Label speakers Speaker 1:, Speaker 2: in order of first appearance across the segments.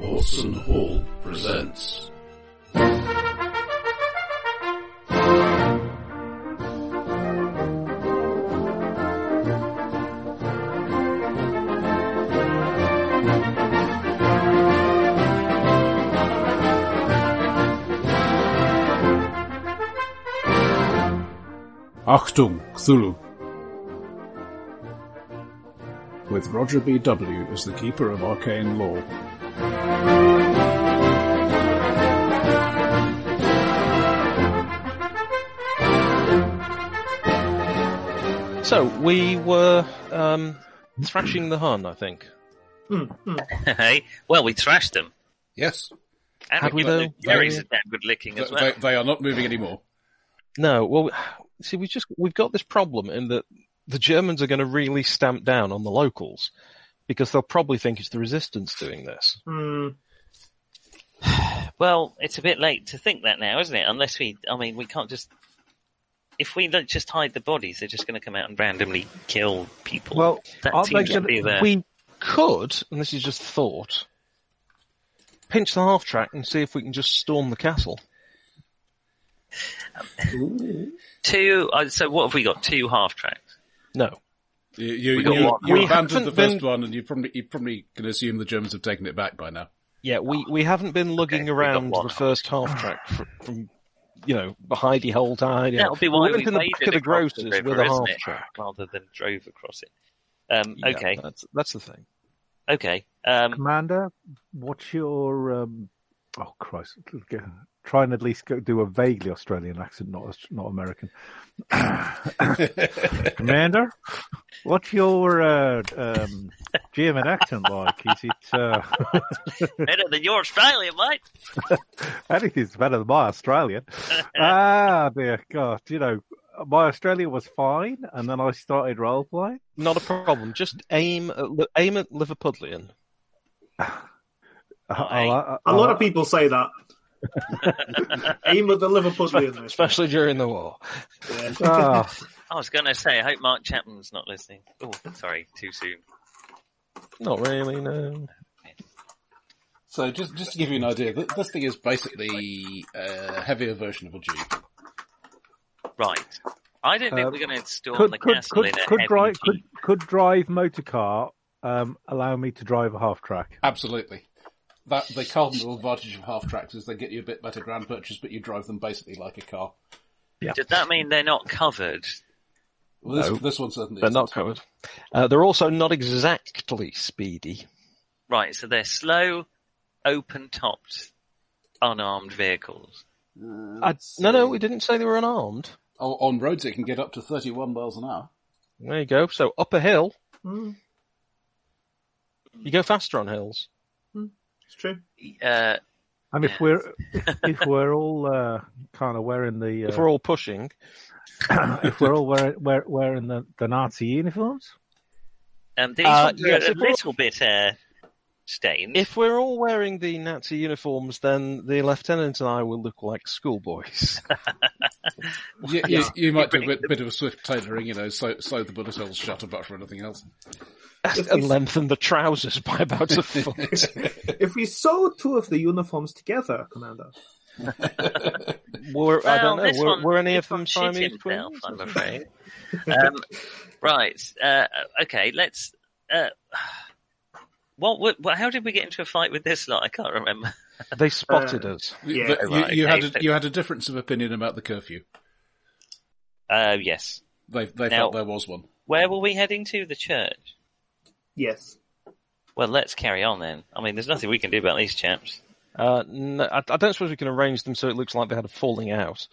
Speaker 1: Watson Hall presents.
Speaker 2: Achtung, Cthulhu. With Roger B.W. as the keeper of arcane law.
Speaker 3: So we were um, thrashing the Hun, I think.
Speaker 4: Hey, well, we thrashed them.
Speaker 1: Yes,
Speaker 4: And
Speaker 3: Had we,
Speaker 4: got
Speaker 3: though?
Speaker 4: Luke Perry's
Speaker 3: Yeah.
Speaker 4: a damn good licking
Speaker 1: they,
Speaker 4: as well.
Speaker 1: they- they are not moving anymore.
Speaker 3: No, well, see, we just we've got this problem in that the Germans are going to really stamp down on the locals because they'll probably think it's the resistance doing this.
Speaker 4: Hmm. Well, it's a bit late to think that now, isn't it? Unless we, I mean, we can't just. If we don't just hide the bodies, they're just going to come out and randomly kill people.
Speaker 3: Well,
Speaker 4: that
Speaker 3: aren't
Speaker 4: seems
Speaker 3: they
Speaker 4: to
Speaker 3: gonna-
Speaker 4: be the.
Speaker 3: we could, and this is just thought, pinch the half track and see if we can just storm the castle.
Speaker 4: Two. Uh, so what have we got? Two half tracks.
Speaker 3: No,
Speaker 1: You, you,
Speaker 4: We got
Speaker 1: you,
Speaker 4: one.
Speaker 1: you
Speaker 3: We
Speaker 1: abandoned the
Speaker 3: haven't
Speaker 1: first
Speaker 3: been-
Speaker 1: one, and you probably you probably can assume the Germans have taken it back by now.
Speaker 3: yeah, we we haven't been lugging
Speaker 4: we Oh, got
Speaker 3: around
Speaker 4: one.
Speaker 3: the first half track from. from you know, hidey hole to hidey. hole.
Speaker 4: That'll be why
Speaker 3: we went
Speaker 4: we
Speaker 3: in the
Speaker 4: waded
Speaker 3: back of the
Speaker 4: across
Speaker 3: grocers
Speaker 4: river,
Speaker 3: with a
Speaker 4: isn't
Speaker 3: half
Speaker 4: it?
Speaker 3: track.
Speaker 4: rather than drove across it. Um,
Speaker 3: Yeah,
Speaker 4: Okay,
Speaker 3: that's that's the thing.
Speaker 4: okay. Um,
Speaker 5: Commander, what's your um, oh Christ? G- Try and at least go, do a vaguely Australian accent, not Aus- not American. Commander, what's your uh, um, German accent like? Is it? Uh,
Speaker 4: better than your Australian, mate.
Speaker 5: anything's better than my Australian. ah, dear God! You know, my Australian was fine, and then I started role playing.
Speaker 3: Not a problem. Just aim at Li- aim at Liverpudlian.
Speaker 6: A lot of people say that. Aim at the Liverpudlian. they say.
Speaker 3: Especially during the war.
Speaker 6: Yeah.
Speaker 5: Ah,
Speaker 4: I was going to say, I hope Mark Chapman's not listening. Oh, sorry, too soon.
Speaker 3: Not really, no.
Speaker 1: So just just to give you an idea, th- this thing is basically a heavier version of a jeep.
Speaker 4: Right. I don't
Speaker 3: Uh,
Speaker 4: think
Speaker 5: Um,
Speaker 4: we're going to storm
Speaker 5: could
Speaker 4: the
Speaker 5: could
Speaker 4: castle
Speaker 5: could
Speaker 4: in a
Speaker 5: could
Speaker 4: heavy
Speaker 5: drive
Speaker 4: jeep.
Speaker 5: could could drive motorcar um, allow me to drive a half track?
Speaker 1: Absolutely. That the cardinal advantage of half tracks is they get you a bit better ground purchase, but you drive them basically like a car.
Speaker 4: Does that mean they're not covered?
Speaker 1: Well, this,
Speaker 3: No.
Speaker 1: this one certainly
Speaker 3: They're
Speaker 1: isn't.
Speaker 3: not covered. Uh, they're also not exactly speedy.
Speaker 4: Right, so they're slow, open-topped, unarmed vehicles.
Speaker 3: I, no, no, we didn't say they were unarmed.
Speaker 1: O- on roads it can get up to thirty-one miles an hour.
Speaker 3: There you go. So up a hill,
Speaker 6: Hmm,
Speaker 3: you go faster on hills.
Speaker 6: it's true.
Speaker 4: Uh,
Speaker 5: And if we're if we're all uh, kind of wearing the uh,
Speaker 3: If we're all pushing,
Speaker 5: if we're all wearing wear, wearing the, the Nazi uniforms,
Speaker 4: um, these
Speaker 3: Uh,
Speaker 4: ones are
Speaker 3: yes,
Speaker 4: a
Speaker 3: if we're-
Speaker 4: little bit uh, stained.
Speaker 3: if we're all wearing the Nazi uniforms, then the lieutenant and I will look like schoolboys.
Speaker 1: You, you, you might do a bit, bit of a swift tailoring, you know, sew, sew the bullet holes shut, about for anything else.
Speaker 3: and lengthen the trousers by about a foot.
Speaker 6: If we sew two of the uniforms together, Commander,
Speaker 3: Were, I
Speaker 4: Well,
Speaker 3: don't
Speaker 4: this
Speaker 3: know. Were,
Speaker 4: one-
Speaker 3: were any
Speaker 4: this
Speaker 3: of them
Speaker 4: one shit
Speaker 3: Siamese
Speaker 4: himself,
Speaker 3: twins?
Speaker 4: I'm afraid. um, right. Uh, okay. Let's. Uh, what, what, what? How did we get into a fight with this lot? I can't remember.
Speaker 3: They spotted us.
Speaker 1: You-
Speaker 6: Yeah.
Speaker 1: but you,
Speaker 4: Right,
Speaker 1: you had
Speaker 4: okay.
Speaker 1: a, you had a difference of opinion about the curfew.
Speaker 4: Uh, yes.
Speaker 1: They they
Speaker 4: Now-
Speaker 1: felt there was one.
Speaker 4: Where were we heading to? The church.
Speaker 6: yes.
Speaker 4: Well, let's carry on then. I mean, there's nothing we can do about these chaps.
Speaker 3: Uh, no, I, I don't suppose we can arrange them so it looks like they had a falling out.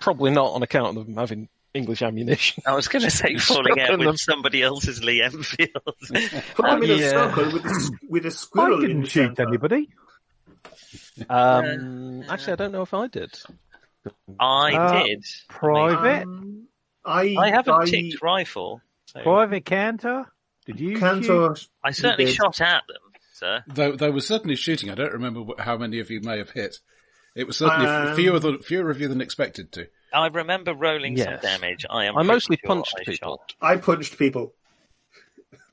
Speaker 3: Probably not on account of them having English ammunition.
Speaker 4: I was going to say falling out
Speaker 3: Shotgun
Speaker 4: with
Speaker 3: them.
Speaker 4: somebody else's Lee Enfield.
Speaker 6: Put them in a
Speaker 3: yeah.
Speaker 6: circle with a, s- with a
Speaker 5: I
Speaker 6: squirrel in
Speaker 5: didn't
Speaker 6: the
Speaker 5: shoot
Speaker 6: center.
Speaker 5: anybody.
Speaker 3: Um, actually, I don't know if I did.
Speaker 4: I
Speaker 5: Uh,
Speaker 4: did.
Speaker 5: Private
Speaker 6: Um, I,
Speaker 4: I haven't
Speaker 6: I,
Speaker 4: ticked rifle. So
Speaker 5: Private Cantor, did you shoot?
Speaker 6: Cantor,
Speaker 4: I certainly
Speaker 6: did.
Speaker 4: shot at them, sir.
Speaker 1: They they were certainly shooting. I don't remember wh- how many of you may have hit. It was certainly f-
Speaker 6: Um,
Speaker 1: fewer than, fewer of you than expected to.
Speaker 4: I remember rolling some
Speaker 3: Yes.
Speaker 4: damage. I am.
Speaker 3: I mostly
Speaker 4: pretty sure
Speaker 3: punched
Speaker 4: I
Speaker 3: people.
Speaker 4: shot.
Speaker 6: I punched people.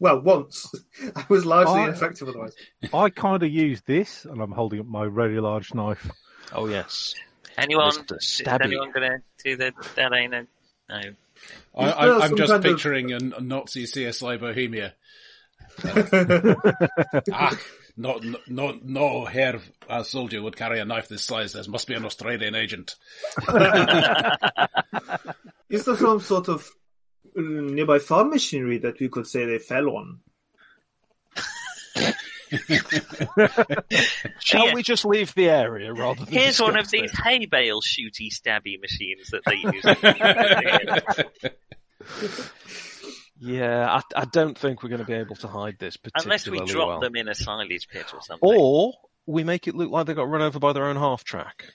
Speaker 6: Well, once. I was largely
Speaker 5: Oh.
Speaker 6: ineffective otherwise.
Speaker 5: I kind of use this, and I'm holding up my very large knife.
Speaker 3: Oh yes.
Speaker 4: Anyone?
Speaker 3: Mr.
Speaker 4: Is
Speaker 3: Stabby.
Speaker 4: anyone going to do the that? Ain't a, no.
Speaker 1: I,
Speaker 6: Is
Speaker 1: I,
Speaker 6: there
Speaker 1: I'm
Speaker 6: some
Speaker 1: just
Speaker 6: kind of-
Speaker 1: picturing a Nazi CSI Bohemia. Ah, not, not, no hair of a soldier would carry a knife this size. There must be an Australian agent.
Speaker 6: Is there some sort of um, nearby farm machinery that we could say they fell on?
Speaker 3: Shall
Speaker 4: Yeah.
Speaker 3: we just leave the area rather than
Speaker 4: Here's one of
Speaker 3: discuss
Speaker 4: these
Speaker 3: this?
Speaker 4: hay bale shooty stabby machines that they use.
Speaker 3: Yeah, I, I don't think we're going to be able to hide this particularly
Speaker 4: Unless we drop
Speaker 3: well.
Speaker 4: them in a silage pit or something.
Speaker 3: Or we make it look like they got run over by their own half track.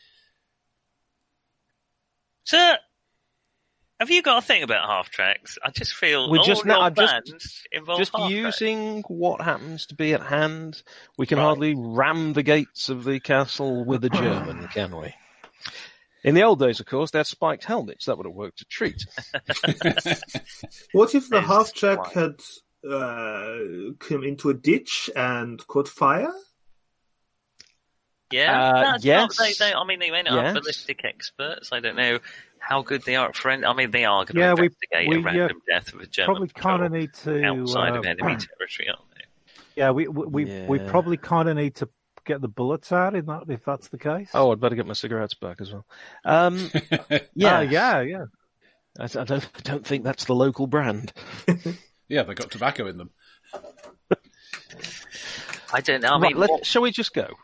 Speaker 4: Sir, have you got a thing about half tracks? I just feel
Speaker 3: We're
Speaker 4: all
Speaker 3: just
Speaker 4: your
Speaker 3: now- just-
Speaker 4: bands involve
Speaker 3: Just
Speaker 4: Oh, half tracks.
Speaker 3: using what happens to be at hand, we can
Speaker 4: Right.
Speaker 3: hardly ram the gates of the castle with a German, can we? In the old days, of course, they had spiked helmets. That would have worked a treat.
Speaker 6: What if the
Speaker 4: Yes,
Speaker 6: half track
Speaker 4: why?
Speaker 6: had uh, come into a ditch and caught fire?
Speaker 4: Yeah,
Speaker 3: Uh,
Speaker 4: that's
Speaker 3: yes.
Speaker 4: not- they, they, I mean, they went
Speaker 3: Yes.
Speaker 4: up ballistic experts. I don't know how good they are at friend. I mean, they are going to
Speaker 5: Yeah, we-
Speaker 4: investigate
Speaker 5: we,
Speaker 4: a
Speaker 5: uh,
Speaker 4: random death of a German
Speaker 5: Probably kind of
Speaker 4: patrol
Speaker 5: need to.
Speaker 4: outside of
Speaker 5: uh,
Speaker 4: enemy territory, aren't they?
Speaker 5: yeah, we we we, we
Speaker 3: Yeah.
Speaker 5: probably kind of need to get the bullets out in that if that's the case.
Speaker 3: Oh, I'd better get my cigarettes back as well. Um, yeah,
Speaker 5: Ah, yeah, yeah.
Speaker 3: I, I don't, I don't think that's the local brand.
Speaker 1: yeah, they got tobacco in them.
Speaker 4: I don't know. I
Speaker 3: Right,
Speaker 4: mean,
Speaker 3: let-
Speaker 4: what-
Speaker 3: shall we just go?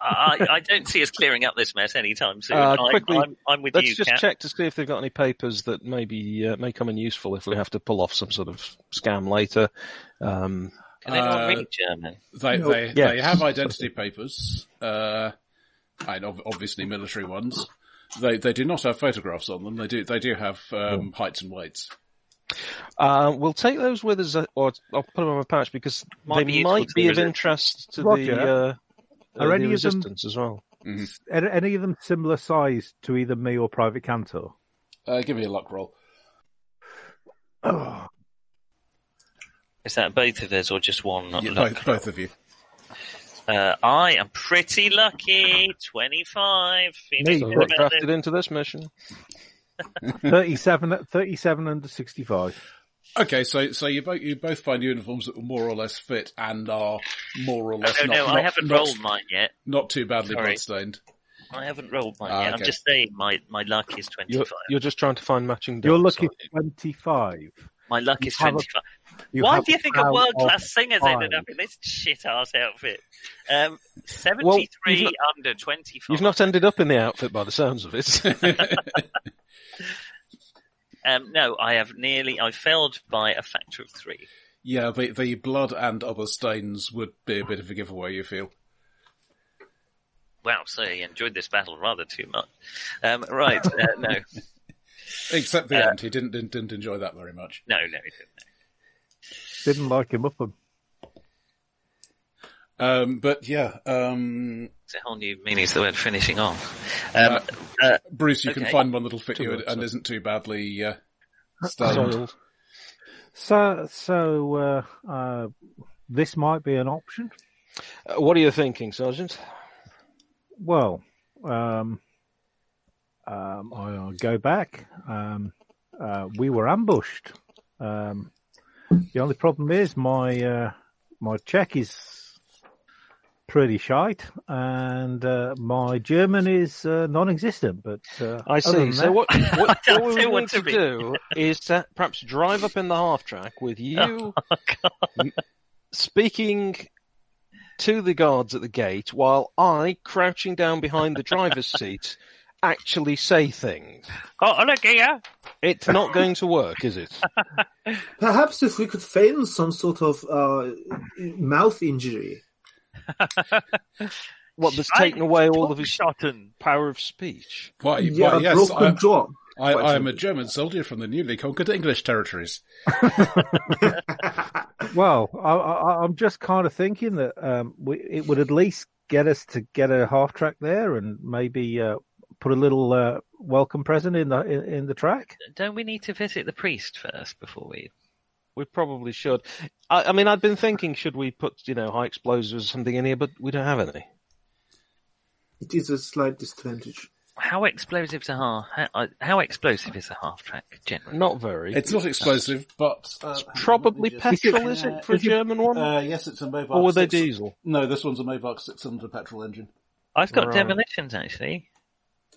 Speaker 4: I, I- I don't see us clearing up this mess anytime soon.
Speaker 3: Uh,
Speaker 4: I'm,
Speaker 3: quickly,
Speaker 4: I'm, I'm with
Speaker 3: Let's
Speaker 4: you,
Speaker 3: just
Speaker 4: Kat.
Speaker 3: check to see if they've got any papers that maybe uh, may come in useful if we have to pull off some sort of scam later. Um,
Speaker 4: Can anyone
Speaker 1: Uh,
Speaker 4: read German?
Speaker 1: They
Speaker 6: Nope.
Speaker 1: they,
Speaker 3: Yes.
Speaker 1: they have identity papers, uh, and ob- obviously military ones. They they do not have photographs on them. They do they do have um, heights and weights.
Speaker 3: uh, we'll take those with us, uh, or I'll put them on my pouch because
Speaker 4: Might
Speaker 3: they
Speaker 4: be useful
Speaker 3: might
Speaker 4: to
Speaker 3: be
Speaker 4: the
Speaker 3: of
Speaker 4: resistance.
Speaker 3: interest to
Speaker 5: Roger,
Speaker 3: the, uh, uh,
Speaker 5: are
Speaker 3: the
Speaker 5: any of them-
Speaker 3: resistance as well.
Speaker 5: Are any of them similar size to either me or Private Cantor?
Speaker 1: Uh, give me a luck roll.
Speaker 5: Oh,
Speaker 4: Is that both of us or just one? Not
Speaker 1: Yeah,
Speaker 4: luck?
Speaker 1: both, both of you.
Speaker 4: Uh, I am pretty lucky. 25. Feeling
Speaker 3: So
Speaker 4: good
Speaker 3: we got
Speaker 4: about
Speaker 3: drafted
Speaker 4: this.
Speaker 3: into this mission.
Speaker 5: 37, 37 under 65.
Speaker 1: Okay, so so you both you both find uniforms that will more or less fit and are more or
Speaker 4: I
Speaker 1: less
Speaker 4: don't
Speaker 1: not,
Speaker 4: know.
Speaker 1: not,
Speaker 4: I haven't
Speaker 1: not,
Speaker 4: rolled mine yet.
Speaker 1: not too badly
Speaker 4: Sorry.
Speaker 1: bloodstained.
Speaker 4: I haven't rolled mine
Speaker 1: Ah,
Speaker 4: yet.
Speaker 1: okay.
Speaker 4: I'm just saying my, my luck is 25.
Speaker 3: You're, you're just trying to find matching.
Speaker 5: You're
Speaker 3: dice,
Speaker 5: lucky
Speaker 3: aren't you?
Speaker 5: 25.
Speaker 4: my luck is
Speaker 5: you have a-
Speaker 4: 25.
Speaker 5: You
Speaker 4: Why
Speaker 5: have
Speaker 4: do you think
Speaker 5: crowd
Speaker 4: a
Speaker 5: of-
Speaker 4: world class singer's ended
Speaker 5: five.
Speaker 4: up in this shit ass outfit? Um, 73
Speaker 3: not-
Speaker 4: under 25.
Speaker 3: You've not ended up in the outfit by the sounds of it.
Speaker 4: Um, no, I have nearly. I failed by a factor of three.
Speaker 1: Yeah, the the blood and other stains would be a bit of a giveaway. You feel.
Speaker 4: Wow, so you enjoyed this battle rather too much. Um, right, uh, no, no,
Speaker 1: Except the
Speaker 4: Uh,
Speaker 1: end, he didn't, didn't didn't enjoy that very much.
Speaker 4: no, it didn't.
Speaker 5: Didn't like him up.
Speaker 1: Um, but yeah, um,
Speaker 4: It's a whole new meaning to the word finishing off. Um, uh,
Speaker 1: Bruce, you can
Speaker 4: Okay.
Speaker 1: find one that'll fit
Speaker 3: Two
Speaker 1: you
Speaker 3: words,
Speaker 1: and
Speaker 3: so.
Speaker 1: isn't too badly uh, stained.
Speaker 3: Soiled.
Speaker 5: So, so uh, uh, this might be an option.
Speaker 3: Uh, what are you thinking, Sergeant?
Speaker 5: Well, um, um, I'll go back. Um, uh, we were ambushed. Um, the only problem is my uh, my check is pretty shite, and uh, my German is uh, non-existent. But uh,
Speaker 3: I
Speaker 5: other
Speaker 3: see.
Speaker 5: than
Speaker 3: So
Speaker 5: that-
Speaker 3: what, what,
Speaker 4: don't
Speaker 3: what we
Speaker 4: know
Speaker 3: need
Speaker 4: what
Speaker 3: to
Speaker 4: to be.
Speaker 3: do is to perhaps drive up in the half track
Speaker 4: Oh,
Speaker 3: with you speaking to the guards at the gate while I, crouching down behind the driver's seat, actually say things.
Speaker 4: oh, look here!
Speaker 3: It's not going to work, is it?
Speaker 6: Perhaps if we could feign some sort of uh, mouth injury.
Speaker 3: What that's
Speaker 4: I-
Speaker 3: taken away all of his
Speaker 4: Schotten.
Speaker 3: power of speech.
Speaker 1: Why?
Speaker 6: yeah,
Speaker 1: why
Speaker 6: a
Speaker 1: Uh, yes,
Speaker 6: broken
Speaker 1: I,
Speaker 6: jaw.
Speaker 1: I, I am a German soldier from the newly conquered English territories.
Speaker 5: Well, I, I, I'm just kind of thinking that um, we, it would at least get us to get a half track there, and maybe uh, put a little uh, welcome present in the in, in the track.
Speaker 4: Don't we need to visit the priest first before we?
Speaker 3: We probably should. I, I mean, I'd been thinking, should we put, you know, high explosives or something in here, but we don't have any.
Speaker 6: It is a slight disadvantage.
Speaker 4: How explosive to half? How, uh, how explosive is a half track generally?
Speaker 3: Not very.
Speaker 1: It's not explosive, but uh, hang on,
Speaker 3: probably
Speaker 1: let me just-
Speaker 3: petrol, is it, for a
Speaker 1: Is it-
Speaker 3: German one?
Speaker 1: Uh, yes, it's a Maybach.
Speaker 3: or were they
Speaker 1: six-
Speaker 3: diesel?
Speaker 1: No, this one's a Maybach six-cylinder petrol engine.
Speaker 4: I've got
Speaker 3: Right.
Speaker 4: demolitions actually.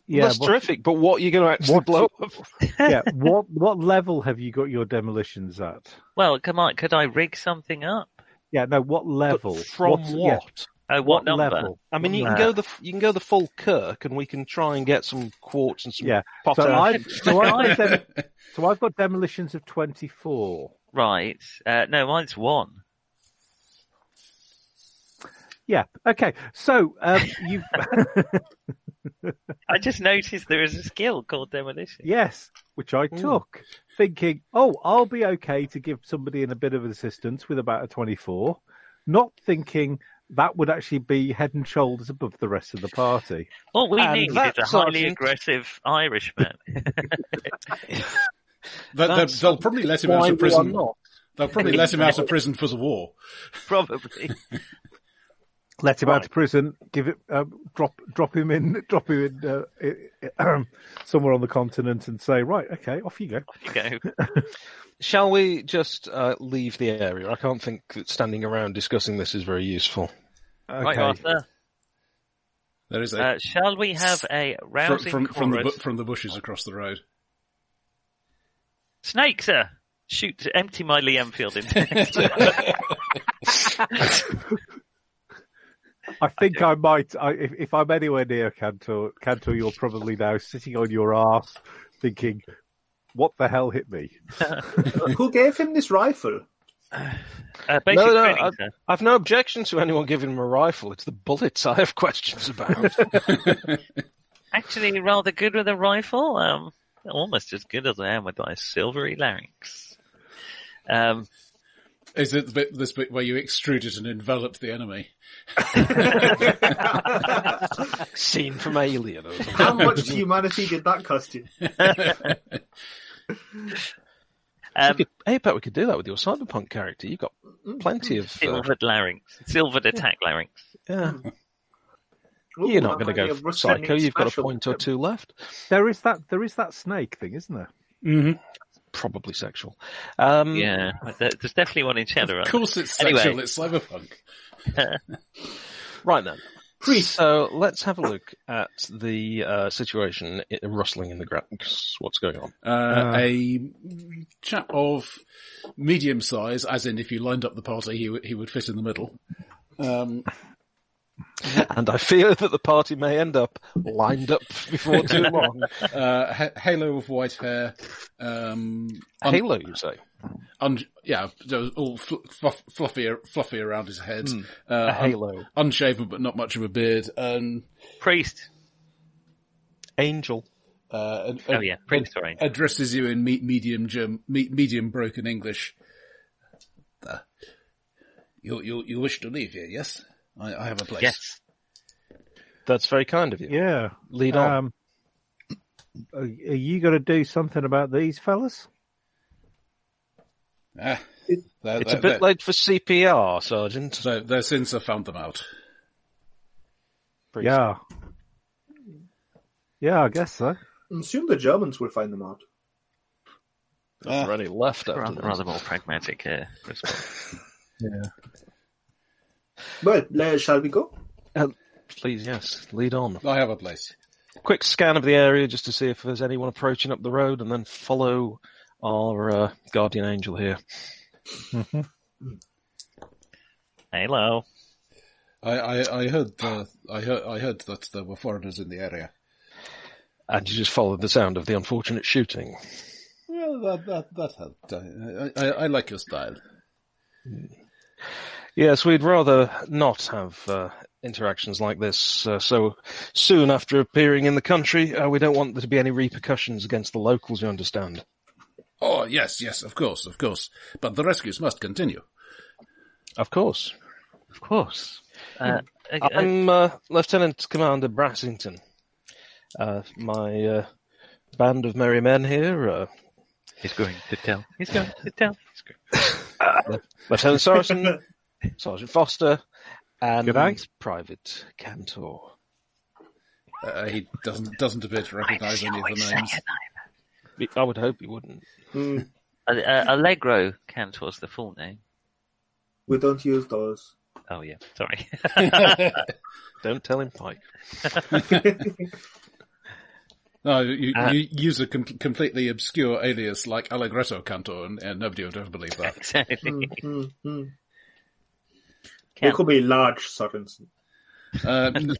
Speaker 5: Yeah,
Speaker 3: That's
Speaker 5: what,
Speaker 3: terrific, but what are you going to actually
Speaker 5: What-
Speaker 3: blow up?
Speaker 5: yeah. What what level have you got your demolitions at?
Speaker 4: Well, come on, could I rig something up?
Speaker 5: Yeah, no. What level?
Speaker 3: But From
Speaker 5: What's- yeah,
Speaker 3: what?
Speaker 4: Oh,
Speaker 5: what
Speaker 4: what, number?
Speaker 5: level?
Speaker 3: I mean, you
Speaker 5: Nah.
Speaker 3: can go the you can go the full Kirk, and we can try and get some quartz and some
Speaker 5: Yeah.
Speaker 3: potash.
Speaker 5: So I've, so,
Speaker 4: Right.
Speaker 5: I've got dem- so I've got demolitions of 24.
Speaker 4: Right. Uh, no, mine's one.
Speaker 5: Yeah. Okay. So um, you,
Speaker 4: I just noticed there is a skill called demolition.
Speaker 5: yes, which I took, thinking, oh, I'll be okay to give somebody in a bit of assistance with about a 24, not thinking that would actually be head and shoulders above the rest of the party.
Speaker 4: What we
Speaker 3: And
Speaker 4: need is a
Speaker 3: that,
Speaker 4: highly
Speaker 3: Sergeant-
Speaker 4: aggressive Irishman.
Speaker 1: They, they,
Speaker 3: That's
Speaker 1: they'll probably let him out of prison. They'll probably let him out of prison for the war.
Speaker 4: Probably.
Speaker 5: Let him out of prison. Give it. Um, drop. Drop him in. Drop him in uh, i- somewhere on the continent and say, right, okay, off you go.
Speaker 4: You know,
Speaker 3: Shall we just uh, leave the area? I can't think that standing around discussing this is very useful.
Speaker 4: Right, Arthur.
Speaker 1: There is a
Speaker 4: Uh, shall we have a
Speaker 1: from,
Speaker 4: rousing
Speaker 1: from, from the
Speaker 4: chorus?
Speaker 1: bu- from the bushes across the road.
Speaker 4: Snake, sir! Shoot, empty my Lee Enfield into
Speaker 5: I think I, might. I, if, if I'm anywhere near Cantor, Cantor, you're probably now sitting on your arse, thinking, "What the hell hit me?"
Speaker 6: Uh, Who gave him this rifle?
Speaker 4: uh, basic
Speaker 3: No, no,
Speaker 4: training,
Speaker 3: I-
Speaker 4: sir.
Speaker 3: I've no objection to anyone giving him a rifle. It's the bullets I have questions about.
Speaker 4: Actually, rather good with a rifle. Um, almost as good as I am with my silvery larynx. Um,
Speaker 1: Is it the bit, this bit where you extrude it and envelop the enemy?
Speaker 3: Scene from Alien. Or something.
Speaker 6: How much to humanity did that cost you?
Speaker 3: You
Speaker 4: um,
Speaker 3: could- hey, bet we could do that with your cyberpunk character. You've got plenty of. Uh,
Speaker 4: silvered larynx. Silvered attack larynx.
Speaker 3: yeah,
Speaker 6: Ooh,
Speaker 3: you're not
Speaker 6: that
Speaker 3: going
Speaker 6: might
Speaker 3: to
Speaker 6: be
Speaker 3: go
Speaker 6: a
Speaker 3: psycho. You've got a
Speaker 6: special.
Speaker 3: point or two left.
Speaker 5: There is that. There is that snake thing, isn't there?
Speaker 3: Mm-hmm. Probably sexual. Um,
Speaker 7: Mm.
Speaker 4: Yeah. There- There's definitely one in Cheddar.
Speaker 1: Of course, it's
Speaker 4: Anyway.
Speaker 1: sexual. It's cyberpunk.
Speaker 3: Right then. So let's have a look at the uh, situation i- rustling in the ground. What's going on?
Speaker 1: Uh, a chap of medium size, as in if you lined up the party, he w- he would fit in the middle. Um,
Speaker 3: And I fear that the party may end up lined up before too long.
Speaker 1: uh, ha- halo of white hair. Um, un-
Speaker 3: Halo, you say?
Speaker 1: un- yeah, all fl- fluff- fluffy fluffy around his head.
Speaker 3: Hmm.
Speaker 1: Uh,
Speaker 3: A
Speaker 1: un-
Speaker 3: halo.
Speaker 1: unshaven, but not much of a beard. Um,
Speaker 4: Priest.
Speaker 3: Angel.
Speaker 1: uh, and-
Speaker 4: Oh, yeah. Priest, sorry.
Speaker 1: addresses you in me- medium Germ- me- medium broken English. Uh, you you you wish to leave here? Yes, I, I have a place.
Speaker 4: Yes.
Speaker 3: That's very kind of you.
Speaker 5: Yeah.
Speaker 3: Lead on.
Speaker 5: Um, are are you going to do something about these fellas?
Speaker 1: Ah, they're,
Speaker 3: it's
Speaker 1: they're,
Speaker 3: a bit
Speaker 1: they're-
Speaker 3: late for CPR, Sergeant.
Speaker 1: they're- they're since I found them out.
Speaker 3: Priest.
Speaker 5: Yeah. Yeah, I guess so.
Speaker 6: I assume the Germans will find them out.
Speaker 3: There's already left after
Speaker 4: Rather,
Speaker 3: this.
Speaker 4: rather more pragmatic uh, response.
Speaker 6: Well, uh, shall we go?
Speaker 3: Uh, please, yes, lead on.
Speaker 1: I have a place.
Speaker 3: Quick scan of the area just to see if there's anyone approaching up the road, and then follow our uh, guardian angel here.
Speaker 4: Hello.
Speaker 1: I I, I heard uh, I heard I heard that there were foreigners in the area.
Speaker 3: And you just follow the sound of the unfortunate shooting.
Speaker 1: Well, that that that helped. I I, I, I like your style.
Speaker 3: Yes, we'd rather not have uh, interactions like this uh, so soon after appearing in the country. Uh, we don't want there to be any repercussions against the locals, you understand.
Speaker 1: Oh yes, yes, of course, of course. But the rescues must continue.
Speaker 3: Of course.
Speaker 4: Of course.
Speaker 7: Mm.
Speaker 4: Uh, uh, uh,
Speaker 3: I'm uh, Lieutenant Commander Brassington. Uh, my uh, band of merry men here uh,
Speaker 7: He's going to tell. He's going to tell. He's going-
Speaker 3: Lieutenant Saracen, Sergeant Foster, and
Speaker 5: Good night.
Speaker 3: Private Cantor.
Speaker 1: Uh, he doesn't doesn't appear to recognise any of the names.
Speaker 3: I would hope he wouldn't.
Speaker 6: Mm,
Speaker 4: Uh, uh, Allegro Cant was the full name.
Speaker 6: we don't use those.
Speaker 4: Oh yeah, sorry.
Speaker 3: Don't tell him Pike.
Speaker 1: No, you,
Speaker 4: Uh,
Speaker 1: you use a com- completely obscure alias like Allegretto Cantor, and, and nobody would ever believe that.
Speaker 4: exactly.
Speaker 6: Mm, mm, mm. It
Speaker 4: Cant.
Speaker 6: could be large Sorensen.
Speaker 1: Um,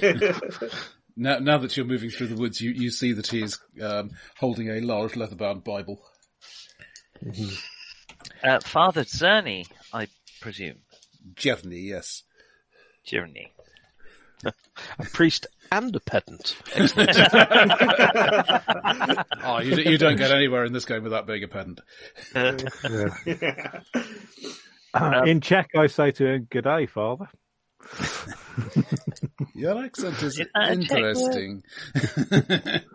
Speaker 1: yeah, now, now that you're moving through the woods, you, you see that he is um, holding a large leather-bound Bible.
Speaker 4: Uh, Father Zerny, I presume.
Speaker 1: Jevny, yes.
Speaker 4: Journey.
Speaker 3: A priest and a pedant.
Speaker 1: Oh, you, you don't get anywhere in this game without being a pedant.
Speaker 4: Uh,
Speaker 5: In Czech, I say to him, "Good day, Father."
Speaker 1: Your accent is
Speaker 4: Is that a Czech word?
Speaker 1: interesting.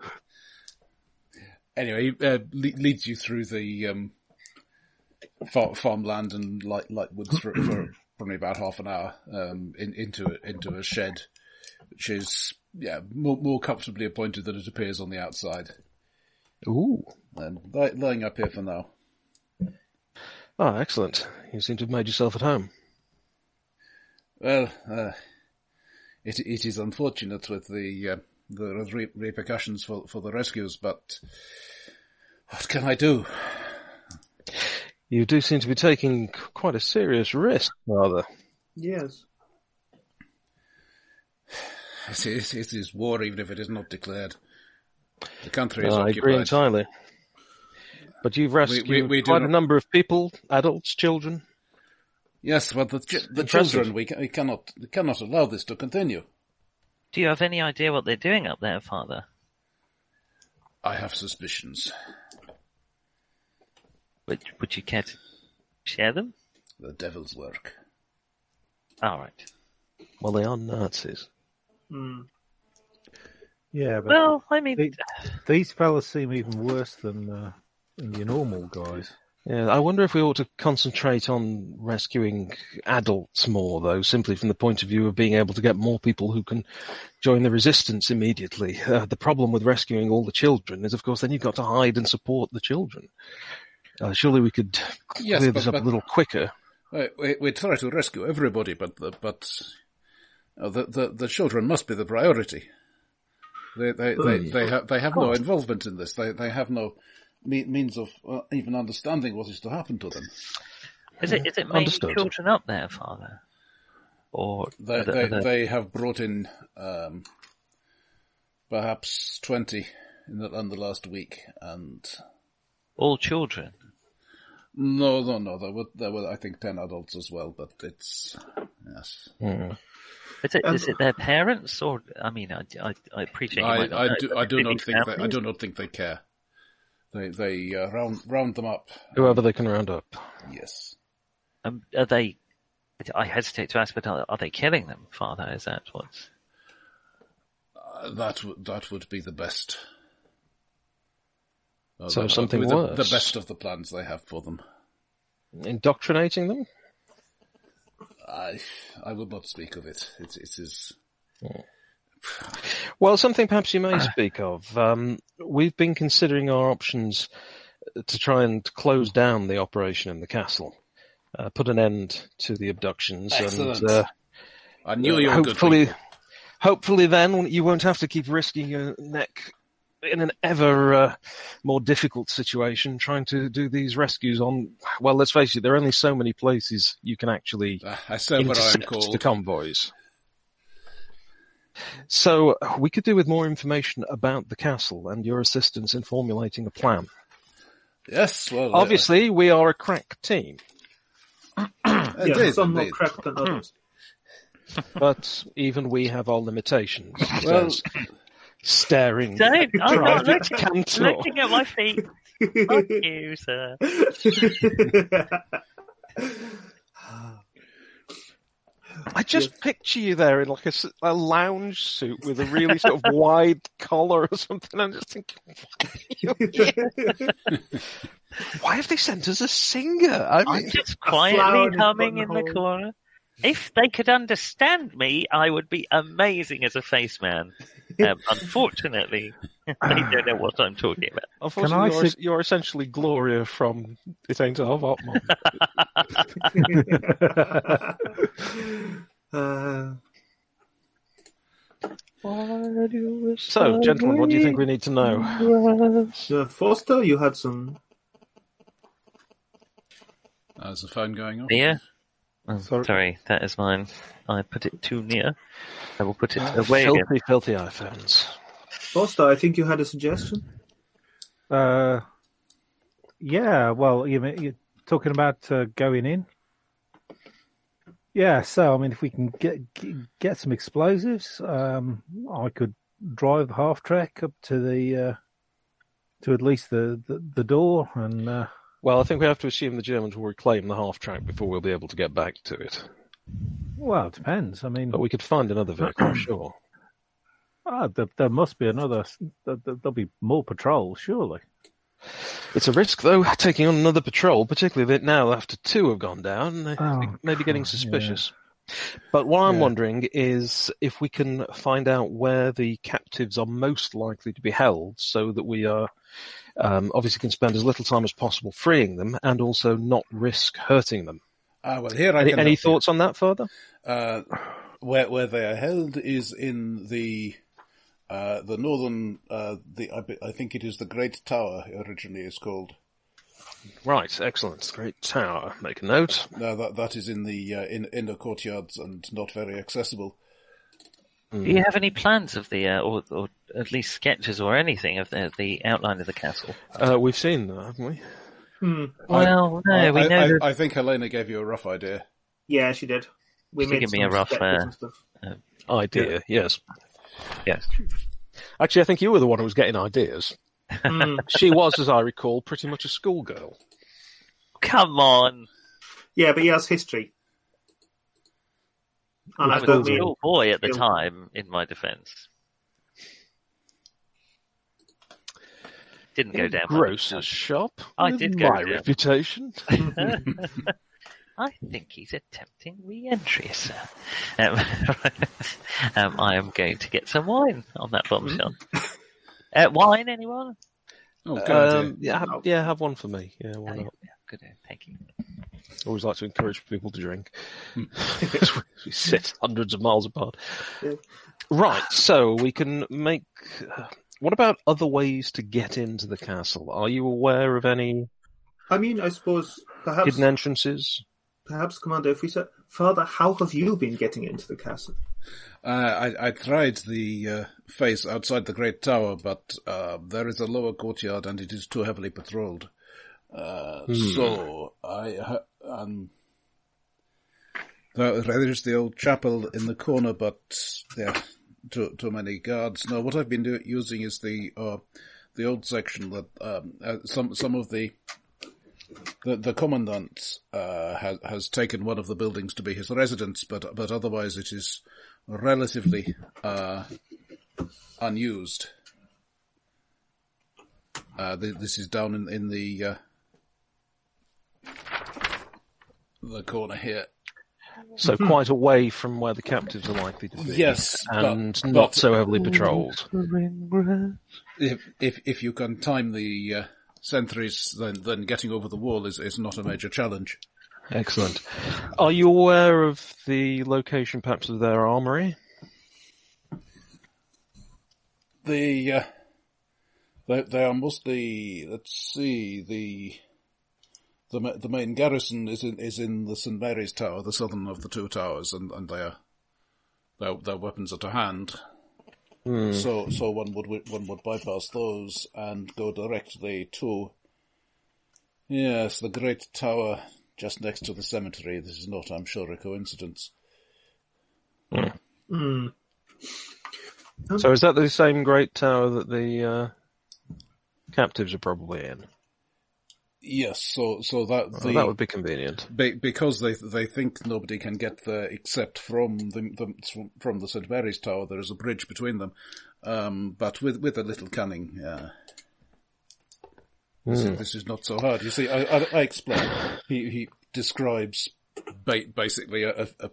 Speaker 1: anyway, he, uh, le- leads you through the um, far- farmland and light light woods for, for probably about half an hour um, in, into a, into a shed, which is yeah more more comfortably appointed than it appears on the outside.
Speaker 3: Ooh.
Speaker 1: Um, lay- laying up here for now.
Speaker 3: Ah, excellent. You seem to have made yourself at home.
Speaker 1: Well, uh, it it is unfortunate with the uh, the re- repercussions for for the rescues, but what can I do?
Speaker 3: You do seem to be taking c- quite a serious risk, rather.
Speaker 6: yes.
Speaker 1: It is, it is war, even if it is not declared. The country is
Speaker 3: No, I agree
Speaker 1: occupied.
Speaker 3: entirely. But you've rescued
Speaker 1: we do
Speaker 3: quite a
Speaker 1: not-
Speaker 3: number of people, adults, children.
Speaker 1: yes, but the, ch- the
Speaker 3: Impressive.
Speaker 1: children, we, ca- we cannot we cannot allow this to continue.
Speaker 4: Do you have any idea what they're doing up there, Father?
Speaker 1: I have suspicions.
Speaker 4: Would Would you care to share them?
Speaker 1: The devil's work.
Speaker 4: All right.
Speaker 3: Well, they are Nazis.
Speaker 6: Mm.
Speaker 1: Uh,
Speaker 5: Yeah, but
Speaker 4: Well, I mean,
Speaker 5: They- these fellas seem even worse than uh, than your normal guys.
Speaker 3: Yeah, I wonder if we ought to concentrate on rescuing adults more, though, simply from the point of view of being able to get more people who can join the resistance immediately. Uh, the problem with rescuing all the children is, of course, then you've got to hide and support the children. Uh, surely we could
Speaker 1: Yes,
Speaker 3: clear
Speaker 1: but-
Speaker 3: this up
Speaker 1: but-
Speaker 3: a little quicker.
Speaker 1: Uh, We, we try to rescue everybody, but the, but uh, the, the the children must be the priority. They they they, they have they have no involvement in this. They they have no me- means of uh, even understanding what is to happen to them.
Speaker 4: is it is it mainly
Speaker 3: Understood.
Speaker 4: children up there, Father? Or
Speaker 1: They,
Speaker 4: are the-
Speaker 1: they,
Speaker 4: are the-
Speaker 1: they have brought in um, perhaps 20 in the, in the last week, and
Speaker 4: all children?
Speaker 1: no, no, no, there were, there were, I think, 10 adults as well, but it's, yes.
Speaker 4: Is it, is it their parents, or I mean, I, I, I appreciate. you
Speaker 1: Um, I,
Speaker 4: might not
Speaker 1: I
Speaker 4: know,
Speaker 1: do,
Speaker 4: but
Speaker 1: I
Speaker 4: they're
Speaker 1: do not
Speaker 4: big
Speaker 1: think they, I
Speaker 4: families.
Speaker 1: do not think they care. They, they uh, round, round them up,
Speaker 3: Whoever they can round up.
Speaker 1: yes.
Speaker 4: Um, are they? I hesitate to ask, but are, are they killing them, Father? Is that what's?
Speaker 1: Uh, that would, that would be the best. Uh,
Speaker 3: So
Speaker 1: that- that
Speaker 3: something
Speaker 1: would be the- The
Speaker 3: worse.
Speaker 1: best of the plans they have for them.
Speaker 3: Indoctrinating them?
Speaker 1: I, I would not speak of it. It, it is,
Speaker 3: Well, something perhaps you may speak of. Um, we've been considering our options to try and close down the operation in the castle, uh, put an end to the abductions,
Speaker 1: Excellent.
Speaker 3: and uh,
Speaker 1: I knew you were good
Speaker 3: hopefully,
Speaker 1: people.
Speaker 3: hopefully, then you won't have to keep risking your neck in an ever uh, more difficult situation trying to do these rescues on. Well, let's face it, there are only so many places you can actually
Speaker 1: Uh, I say what I am
Speaker 3: intercept the
Speaker 1: called.
Speaker 3: convoys. So uh, we could do with more information about the castle and your assistance in formulating a plan.
Speaker 1: Yes, well, uh,
Speaker 3: Obviously, we are a crack team,
Speaker 1: uh,
Speaker 6: Yeah,
Speaker 1: indeed,
Speaker 6: some more
Speaker 1: indeed.
Speaker 6: crap
Speaker 4: Hmm.
Speaker 6: than others.
Speaker 3: but even we have our limitations.
Speaker 1: Well-
Speaker 3: There's staring
Speaker 4: Don't! I'm not
Speaker 3: private
Speaker 4: looking,
Speaker 3: cantor.
Speaker 4: looking at my feet. Fuck you, sir.
Speaker 3: I just picture you there in like a, s- a lounge suit with a really sort of wide collar or something. I'm just thinking, why have they sent us a singer? I
Speaker 4: I'm
Speaker 3: mean,
Speaker 4: just
Speaker 6: flower
Speaker 4: quietly
Speaker 6: in a
Speaker 4: humming in the
Speaker 6: buttonhole.
Speaker 4: corner. If they could understand me, I would be amazing as a face man. Um, unfortunately, they don't know what I'm talking about.
Speaker 3: unfortunately,
Speaker 5: Can I
Speaker 3: you're,
Speaker 5: sug-
Speaker 3: you're essentially Gloria from It Ain't a Half Hot Mom.
Speaker 6: uh,
Speaker 3: So, gentlemen, what do you think we need to know?
Speaker 6: uh, Forster, you had some.
Speaker 1: There's the phone going off.
Speaker 4: Yeah. Oh,
Speaker 5: Sorry.
Speaker 4: sorry. that is mine. I put it too near. I will put it
Speaker 3: Ah,
Speaker 4: away again.
Speaker 3: Uh, Filthy, filthy iPhones.
Speaker 6: Forster, I think you had a suggestion.
Speaker 5: Uh, yeah, well, you mean, you're talking about uh, going in. Yeah, so I mean, if we can get get, get some explosives, um, I could drive the half track up to the uh, to at least the, the, the door, and uh,
Speaker 3: Well, I think we have to assume the Germans will reclaim the half track before we'll be able to get back to it.
Speaker 5: well, it depends. I mean,
Speaker 3: But we could find another vehicle, I'm sure.
Speaker 5: ah, there, there must be another. There, there- there'll be more patrols, surely.
Speaker 3: It's a risk, though, taking on another patrol, particularly that now after two have gone down, they
Speaker 5: Oh,
Speaker 3: may be getting
Speaker 5: Christ,
Speaker 3: suspicious. But what I'm
Speaker 5: Yeah.
Speaker 3: wondering is if we can find out where the captives are most likely to be held, so that we are um, obviously can spend as little time as possible freeing them, and also not risk hurting them.
Speaker 1: Ah, well, here I
Speaker 3: Any,
Speaker 1: can.
Speaker 3: any
Speaker 1: help you.
Speaker 3: thoughts on that further?
Speaker 1: Uh, where where they are held is in the uh, the northern uh, the I, be- I think it is the Great Tower originally is called.
Speaker 3: Right, excellent. Great tower. Make a note.
Speaker 1: Now that that is in the uh, in inner courtyards and not very accessible.
Speaker 3: Hmm.
Speaker 4: Do you have any plans of the, uh, or, or at least sketches or anything of the, the outline of the castle?
Speaker 3: Uh, we've seen them, haven't we?
Speaker 4: Hmm. Well, no,
Speaker 1: I,
Speaker 4: we know
Speaker 1: I,
Speaker 4: there's-
Speaker 1: I, I think Helena gave you a rough idea.
Speaker 6: Yeah, she did. We
Speaker 4: She
Speaker 6: made
Speaker 4: gave me
Speaker 6: some
Speaker 4: a rough,
Speaker 6: sketches
Speaker 4: uh,
Speaker 6: and stuff.
Speaker 3: Idea, yes.
Speaker 4: yes.
Speaker 3: Actually, I think you were the one who was getting ideas.
Speaker 6: Hmm.
Speaker 3: She was, as I recall, pretty much a schoolgirl.
Speaker 4: Come on.
Speaker 6: Yeah, but he has history. And
Speaker 4: I
Speaker 6: I
Speaker 4: was a
Speaker 6: don't mean
Speaker 4: little boy at the
Speaker 6: Bill.
Speaker 4: time, in my defence. Didn't go down. well.
Speaker 3: Grocer's shop.
Speaker 4: I
Speaker 3: with
Speaker 4: did go
Speaker 3: my
Speaker 4: down.
Speaker 3: reputation.
Speaker 4: I think he's attempting re-entry, sir. Um, um, I am going to get some wine on that bombshell.
Speaker 3: Mm.
Speaker 4: Uh, wine, anyone?
Speaker 1: Oh, good idea.
Speaker 3: Um, yeah, have, yeah, have one for me. Yeah, why
Speaker 4: Oh,
Speaker 3: not?
Speaker 4: yeah, Good, uh, thank you.
Speaker 3: Always like to encourage people to drink.
Speaker 4: Hmm.
Speaker 3: we sit hundreds of miles apart.
Speaker 6: Yeah.
Speaker 3: Right, so we can make. uh, What about other ways to get into the castle? Are you aware of any
Speaker 6: I mean, I suppose perhaps
Speaker 3: hidden entrances?
Speaker 6: perhaps Commander, if we said, Father, how have you been getting into the castle?
Speaker 1: Uh, I, I tried the uh, face outside the Great Tower, but uh, there is a lower courtyard and it is too heavily patrolled. Uh, So I ha- um, there there is the old chapel in the corner, but there are too too many guards. No, what I've been do- using is the uh, the old section that um, uh, some some of the the, the commandant uh, has has taken one of the buildings to be his residence, but but otherwise it is relatively uh, unused. Uh, th- this is down in in the uh, the corner here.
Speaker 3: So quite away from where the captives are likely to be.
Speaker 1: Hmm. Yes, but-
Speaker 3: and
Speaker 1: but-
Speaker 3: not so heavily patrolled.
Speaker 1: If if if you can time the uh, sentries, then then getting over the wall is is not a major challenge.
Speaker 3: Excellent. Are you aware of the location, perhaps, of their armory?
Speaker 1: The uh, they, they are mostly let's see the the ma- the main garrison is in is in the St Mary's Tower, the southern of the two towers, and and their their, their weapons are to hand.
Speaker 3: Hmm.
Speaker 1: So so one would wi- one would bypass those and go directly to yes the great tower just next to the cemetery. This is not, I'm sure, a coincidence.
Speaker 3: So is that the same great tower that the uh, captives are probably in?
Speaker 1: Yes, so so that
Speaker 3: Oh,
Speaker 1: the
Speaker 3: that would be convenient.
Speaker 1: be, because they they think nobody can get there except from the, the from the St Mary's Tower. There is a bridge between them, um, but with with a little cunning, uh,
Speaker 3: Hmm.
Speaker 1: this, is, this is not so hard. You see, I, I, I explain. He he describes ba- basically a, a, a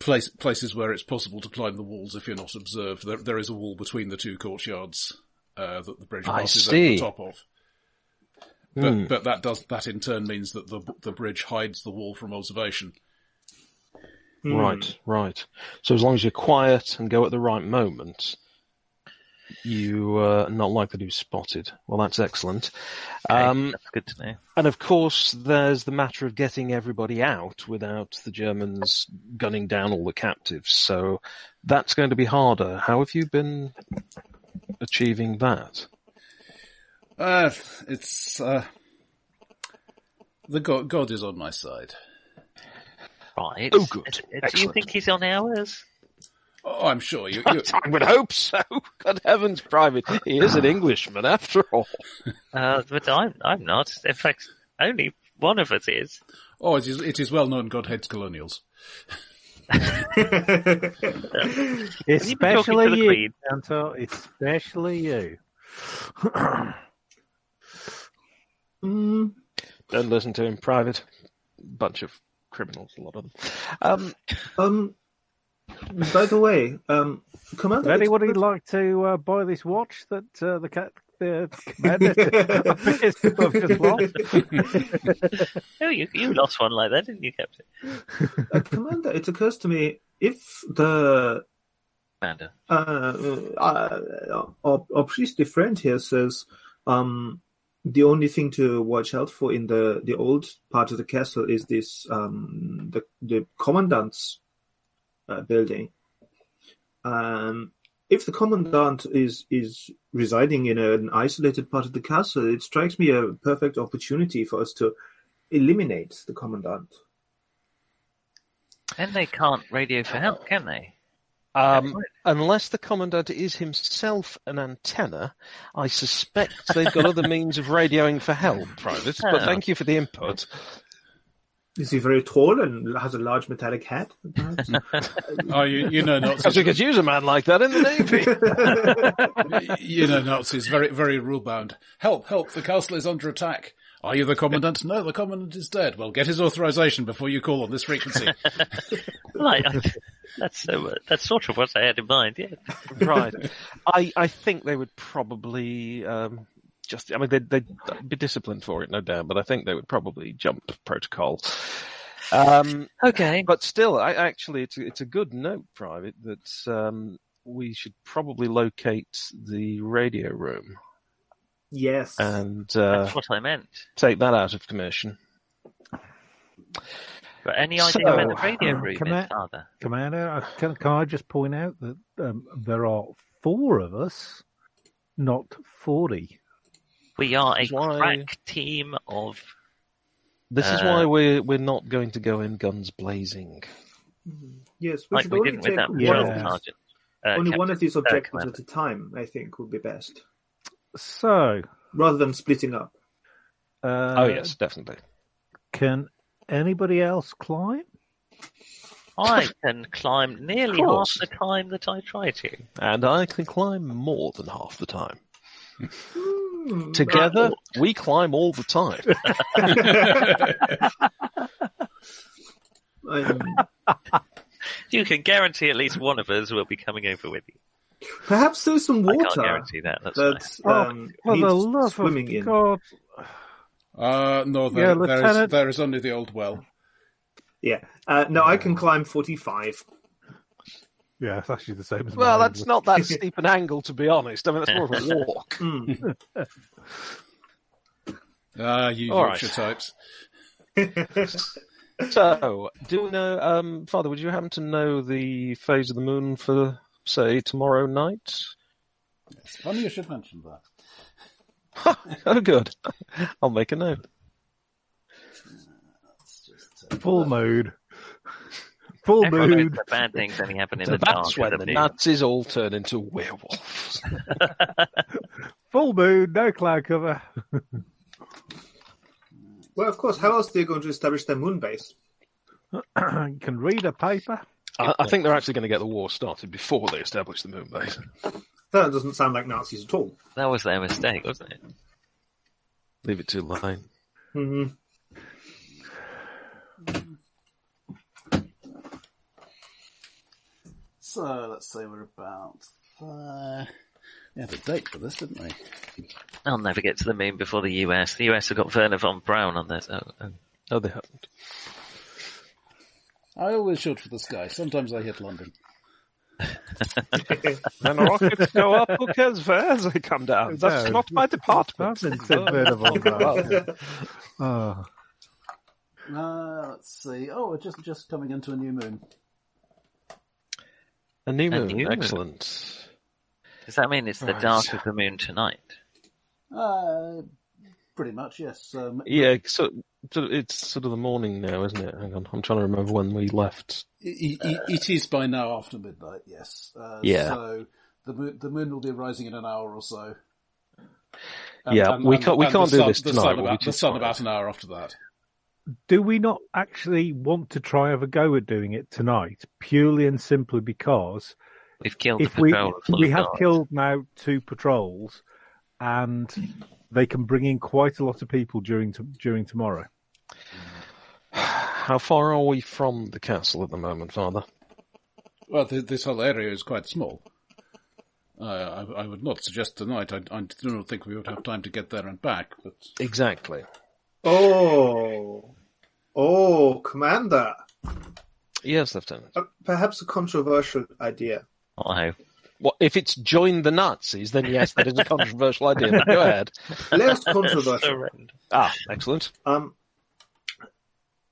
Speaker 1: place places where it's possible to climb the walls if you're not observed. There there is a wall between the two courtyards uh, that the bridge
Speaker 3: I
Speaker 1: passes over
Speaker 3: see. Hmm.
Speaker 1: the top of. But, but that does that in turn means that the the bridge hides the wall from observation.
Speaker 6: Hmm.
Speaker 3: Right, right. So as long as you're quiet and go at the right moment, you uh, are not likely to be spotted. Well, that's excellent.
Speaker 4: Okay,
Speaker 3: Um,
Speaker 4: that's good to know.
Speaker 3: and of course, there's the matter of getting everybody out without the Germans gunning down all the captives. So that's going to be harder. How have you been achieving that?
Speaker 1: Uh,
Speaker 3: Ah,
Speaker 1: it's uh, the god, god is on my side.
Speaker 4: Right.
Speaker 3: Oh, good.
Speaker 4: Uh, Do you
Speaker 3: Excellent.
Speaker 4: think he's on ours?
Speaker 1: Oh, I'm sure you. you
Speaker 3: I would hope so. God heavens, Private. He is an Englishman after all.
Speaker 4: Uh, but I'm I'm not. In fact, only one of us is.
Speaker 1: oh, it is it is well known. God hates colonials.
Speaker 4: you been talking to
Speaker 5: Especially
Speaker 4: the
Speaker 5: you,
Speaker 4: Queen?
Speaker 5: Anto. Especially you.
Speaker 6: Mm,
Speaker 3: Don't listen to him, Private. Bunch of criminals, a lot of them. Um,
Speaker 6: um, by the way, um, Commander.
Speaker 5: Would anybody like to uh, buy this watch that uh, the cat the commander appears to have just lost?
Speaker 4: Oh, you you lost one like that, didn't you, Captain?
Speaker 6: uh, Commander, it occurs to me if the
Speaker 4: Commander.
Speaker 6: uh, uh, our, our priestly friend here says um, the only thing to watch out for in the, the old part of the castle is this um, the the commandant's uh, building. Um, if the commandant is is residing in an isolated part of the castle, it strikes me a perfect opportunity for us to eliminate the commandant.
Speaker 4: And they can't radio for help, can they?
Speaker 3: um, unless the commandant is himself an antenna, I suspect they've got other means of radioing for help, Private. But
Speaker 4: Ah.
Speaker 3: thank you for the input.
Speaker 6: Is he very tall and has a large metallic hat? perhaps?
Speaker 1: Oh, you, you know
Speaker 3: Because
Speaker 1: Nazis.
Speaker 3: we could use a man like that in the Navy.
Speaker 1: you know Nazis. Very very rule bound. Help! Help! The castle is under attack. Are you the commandant? No, the commandant is dead. Well, get his authorization before you call on this frequency.
Speaker 4: Like, I, that's so. Uh, that's sort of what I had in mind. Yeah.
Speaker 3: right. I, I think they would probably um, just, I mean, they'd, they'd be disciplined for it, no doubt, but I think they would probably jump protocol. Um,
Speaker 4: Okay.
Speaker 3: But still, I, actually, it's, it's a good note, Private, that um, we should probably locate the radio room
Speaker 6: yes.
Speaker 3: and uh,
Speaker 4: That's what I meant.
Speaker 3: take that out of commission.
Speaker 4: But any idea where the
Speaker 3: So,
Speaker 4: radio
Speaker 5: um,
Speaker 4: room
Speaker 5: can
Speaker 4: is,
Speaker 5: I-
Speaker 4: Father?
Speaker 5: Commander, I- can, can I just point out that um, there are four of us, not forty.
Speaker 4: We are a
Speaker 3: That's why-
Speaker 4: crack team of.
Speaker 3: This is
Speaker 4: Uh,
Speaker 3: why we're we're not going to go in guns blazing.
Speaker 6: yes, we
Speaker 4: Like
Speaker 6: should
Speaker 4: we
Speaker 6: only
Speaker 4: didn't with
Speaker 6: take
Speaker 4: that
Speaker 6: one
Speaker 5: patrol
Speaker 6: of
Speaker 4: patrol
Speaker 5: Yeah.
Speaker 6: these-
Speaker 4: sergeant. Uh,
Speaker 6: only
Speaker 4: Captain.
Speaker 6: one of these objectives
Speaker 4: Commander.
Speaker 6: at a time, I think, would be best,
Speaker 5: So,
Speaker 6: rather than splitting up.
Speaker 5: uh,
Speaker 3: oh yes, definitely.
Speaker 5: can anybody else climb?
Speaker 4: I can climb nearly
Speaker 3: Of
Speaker 4: half
Speaker 3: course.
Speaker 4: the time that I try to.
Speaker 3: And I can climb more than half the time.
Speaker 6: Hmm,
Speaker 3: Together, we climb all the time.
Speaker 6: I'm-
Speaker 4: You can guarantee at least one of us will be coming over with you.
Speaker 6: perhaps there's some
Speaker 4: I can't
Speaker 6: water
Speaker 4: guarantee that. That's fine.
Speaker 6: that um,
Speaker 5: Oh, For the
Speaker 6: needs
Speaker 5: love
Speaker 6: swimming
Speaker 5: of
Speaker 6: in.
Speaker 5: God!
Speaker 1: uh, no, there, there,
Speaker 5: Yeah,
Speaker 1: is,
Speaker 5: Lieutenant.
Speaker 1: there is only the old well.
Speaker 6: Yeah. Uh, no, I can climb 45.
Speaker 5: Yeah, it's actually the same as
Speaker 3: well,
Speaker 5: mine.
Speaker 3: that's not that steep an angle, to be honest. I mean, that's more of a walk.
Speaker 6: Hmm.
Speaker 1: Ah, you
Speaker 3: All right.
Speaker 1: Yorkshire types.
Speaker 3: So, do we know, um, Father? Would you happen to know the phase of the moon for, say, tomorrow night?
Speaker 1: It's funny you should mention that.
Speaker 3: Oh, good. I'll make a note.
Speaker 5: full mood. Full
Speaker 4: Everyone knows
Speaker 5: mood.
Speaker 4: the bad things only happen in
Speaker 3: So
Speaker 4: the dark.
Speaker 3: that's
Speaker 4: of
Speaker 3: when
Speaker 4: the
Speaker 3: the
Speaker 4: moon.
Speaker 3: Nazis all turn into werewolves.
Speaker 5: Full moon. No cloud cover.
Speaker 6: Well, of course. How else are they going to establish their moon base?
Speaker 5: you can read a paper.
Speaker 3: I, I think they're actually going to get the war started before they establish the moon base.
Speaker 6: That doesn't sound like Nazis at all.
Speaker 4: That was their mistake, wasn't it?
Speaker 3: Leave it to Lane.
Speaker 6: hmm
Speaker 8: So let's say we're about there.
Speaker 1: We had a date for this, didn't we?
Speaker 4: They'll never get to the moon before the US. The US have got Werner von Braun on their. Oh, oh.
Speaker 3: Oh, they haven't.
Speaker 1: I always shoot for the sky. Sometimes I hit London.
Speaker 3: When rockets go up, who cares where they come down? That's
Speaker 5: No.
Speaker 3: not my department.
Speaker 5: That's inconceivable. oh,
Speaker 8: Uh, let's see. Oh, we're just just coming into a new moon.
Speaker 3: A new
Speaker 4: A
Speaker 3: moon,
Speaker 4: new moon.
Speaker 3: excellent.
Speaker 4: Does that mean it's the
Speaker 3: Right.
Speaker 4: dark of the moon tonight?
Speaker 8: Uh, pretty much, yes. Um,
Speaker 3: Yeah, so, so it's sort of the morning now, isn't it? Hang on, I'm trying to remember when we left.
Speaker 8: i- i-
Speaker 1: Uh,
Speaker 8: i- it is by now after midnight. Yes. Uh,
Speaker 3: Yeah.
Speaker 8: So the moon, the moon will be rising in an hour or so.
Speaker 1: Um,
Speaker 3: yeah, we can't we
Speaker 1: and
Speaker 3: can't
Speaker 1: the
Speaker 3: do
Speaker 1: sun-
Speaker 3: this
Speaker 1: the
Speaker 3: tonight.
Speaker 1: Sun
Speaker 3: we'll be
Speaker 1: about,
Speaker 3: too
Speaker 1: the sun
Speaker 3: tired.
Speaker 1: about an hour after that.
Speaker 5: do we not actually want to try have a go at doing it tonight, purely and simply because
Speaker 4: We've killed
Speaker 5: if
Speaker 4: the
Speaker 5: we
Speaker 4: patrol. of
Speaker 5: we
Speaker 4: Lord
Speaker 5: have
Speaker 4: God.
Speaker 5: killed now two patrols, and they can bring in quite a lot of people during to, during tomorrow.
Speaker 3: How far are we from the castle at the moment, Father?
Speaker 1: Well, th- this whole area is quite small. Uh, I, I would not suggest tonight. I, I do not think we would have time to get there and back. But
Speaker 3: Exactly.
Speaker 6: Oh, oh, Commander.
Speaker 3: Yes, Lieutenant.
Speaker 6: Uh, Perhaps a controversial idea.
Speaker 4: Wow.
Speaker 3: Well, if it's join the Nazis, then yes, that is a controversial idea. But go ahead.
Speaker 6: Less
Speaker 4: That's
Speaker 6: controversial.
Speaker 4: horrendous.
Speaker 3: Ah, excellent.
Speaker 6: Um,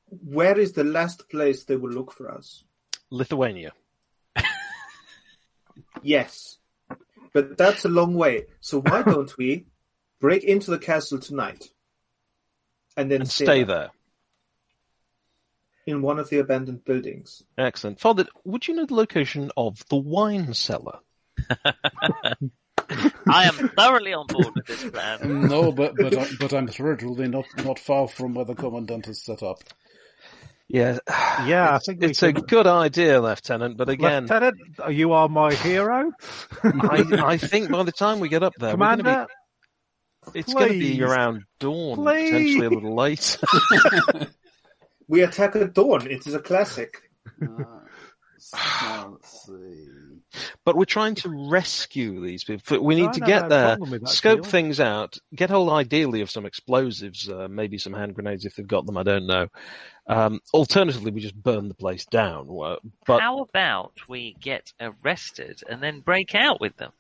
Speaker 6: where is the last place they will look for us?
Speaker 3: Lithuania.
Speaker 6: Yes, but that's a long way. So why don't we break into the castle tonight and then
Speaker 3: And stay there.
Speaker 6: in one of the abandoned buildings?
Speaker 3: Excellent. Father, would you know the location of the wine cellar?
Speaker 4: I am thoroughly on board with this plan.
Speaker 1: no, but but I, but I'm literally not not far from where the commandant is set up.
Speaker 3: Yeah.
Speaker 5: Yeah, I think we
Speaker 3: It's a
Speaker 5: should-
Speaker 3: good idea, Lieutenant, but again,
Speaker 5: Lieutenant, you are my hero,
Speaker 3: I, I think by the time we get up there, we're gonna be-
Speaker 5: Commander.
Speaker 3: it's going to
Speaker 5: please.
Speaker 3: be around dawn,
Speaker 5: Please.
Speaker 3: potentially a little late.
Speaker 6: We attack at dawn. It is a classic.
Speaker 8: Uh, so let's see.
Speaker 3: but we're trying to rescue these people. We need
Speaker 5: I
Speaker 3: to
Speaker 5: don't have
Speaker 3: get
Speaker 5: a
Speaker 3: there,
Speaker 5: problem with that,
Speaker 3: scope
Speaker 5: Keelan.
Speaker 3: things out, get hold ideally of some explosives, uh, maybe some hand grenades if they've got them, I don't know. Um, alternatively, we just burn the place down. Well, But
Speaker 4: How about we get arrested and then break out with them?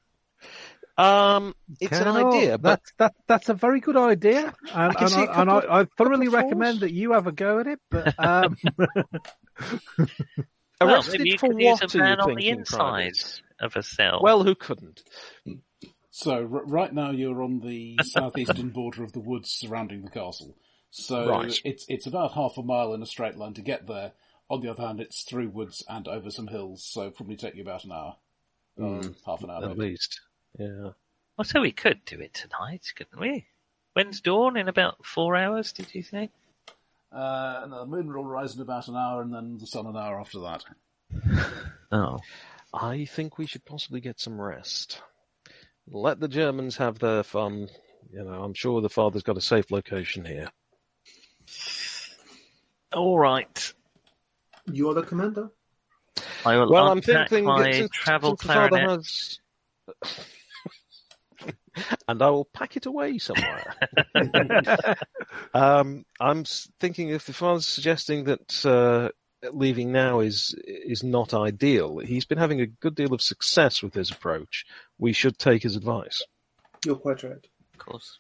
Speaker 3: um, it's an
Speaker 5: Colonel,
Speaker 3: idea, but
Speaker 5: that's that, that's a very good idea, and,
Speaker 3: can
Speaker 5: and,
Speaker 3: see a
Speaker 5: I, and
Speaker 3: couple-
Speaker 5: I, I thoroughly
Speaker 3: couple of
Speaker 5: recommend
Speaker 3: flaws.
Speaker 5: that you have a go at it. But um,
Speaker 4: Well,
Speaker 3: arrested
Speaker 4: maybe you
Speaker 3: for
Speaker 4: could
Speaker 3: what
Speaker 4: use a
Speaker 3: are you
Speaker 4: man on the
Speaker 3: thinking, Private?
Speaker 4: inside of a cell.
Speaker 3: Well, who couldn't?
Speaker 1: So r- right now you're on the southeastern border of the woods surrounding the castle. So
Speaker 3: Right.
Speaker 1: it's it's about half a mile in a straight line to get there. On the other hand, it's through woods and over some hills, so probably take you about an hour, Um, half an hour.
Speaker 3: At
Speaker 1: Maybe.
Speaker 3: least, yeah.
Speaker 4: Well, so we could do it tonight, couldn't we? When's dawn? In about four hours, did you say?
Speaker 1: Uh, and the moon will rise in about an hour, and then the sun an hour after that.
Speaker 4: Oh.
Speaker 3: I think we should possibly get some rest. Let the Germans have their fun. You know, I'm sure the father's got a safe location here.
Speaker 4: All right.
Speaker 6: You are the commander.
Speaker 4: I will
Speaker 3: Well, I'm
Speaker 4: unpack
Speaker 3: thinking
Speaker 4: my
Speaker 3: that since,
Speaker 4: travel
Speaker 3: since the father
Speaker 4: clarinet.
Speaker 3: has, and I will pack it away somewhere. um, I'm s- thinking if the father's suggesting that uh, leaving now is is not ideal, he's been having a good deal of success with his approach. We should take his advice.
Speaker 6: You're quite right.
Speaker 4: Of course.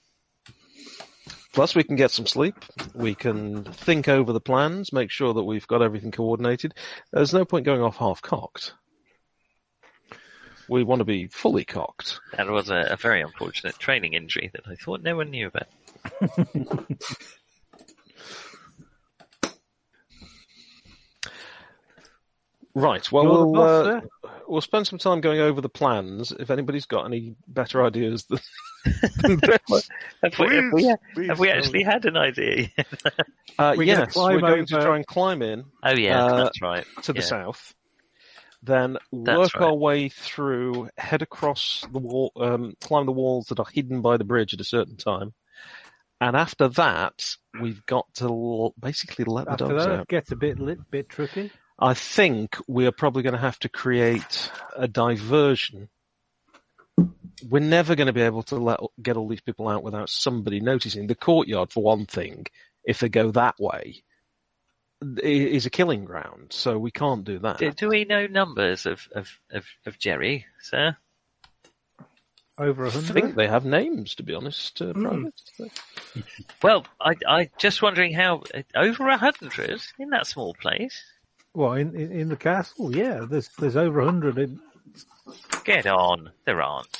Speaker 3: Plus, we can get some sleep. We can think over the plans, make sure that we've got everything coordinated. There's no point going off half cocked. We want to be fully cocked.
Speaker 4: That was a, a very unfortunate training injury that I thought no one knew about.
Speaker 3: Right. Well,
Speaker 5: You're the
Speaker 3: we'll
Speaker 5: boss,
Speaker 3: uh, we'll spend some time going over the plans. If anybody's got any better ideas than, than this,
Speaker 4: Have we, have we,
Speaker 9: please
Speaker 4: have we
Speaker 9: tell
Speaker 4: actually
Speaker 9: me.
Speaker 4: had an idea?
Speaker 3: uh,
Speaker 5: We're gonna
Speaker 3: yes,
Speaker 5: climb
Speaker 3: we're going to
Speaker 5: over-
Speaker 3: try and climb in
Speaker 4: oh yeah,
Speaker 3: Uh,
Speaker 4: that's right.
Speaker 3: to the
Speaker 4: Yeah.
Speaker 3: south, then
Speaker 4: That's
Speaker 3: work
Speaker 4: right.
Speaker 3: our way through, head across the wall, um, climb the walls that are hidden by the bridge at a certain time, and after that, we've got to l- basically let the
Speaker 5: After
Speaker 3: dogs
Speaker 5: that,
Speaker 3: out.
Speaker 5: it gets a bit lit, bit tricky.
Speaker 3: I think we are probably going to have to create a diversion. We're never going to be able to let get all these people out without somebody noticing. The courtyard, for one thing, if they go that way, i- is a killing ground. So we can't do that.
Speaker 4: Do, do we know numbers of, of, of, of Jerry, sir?
Speaker 5: Over a
Speaker 3: I
Speaker 5: hundred.
Speaker 3: think they have names, to be honest. Uh, private.
Speaker 4: Well, I I just wondering how uh, over a hundred in that small place.
Speaker 5: Well, in, in in the castle, yeah. There's there's over a hundred. in-
Speaker 4: Get on, there aren't.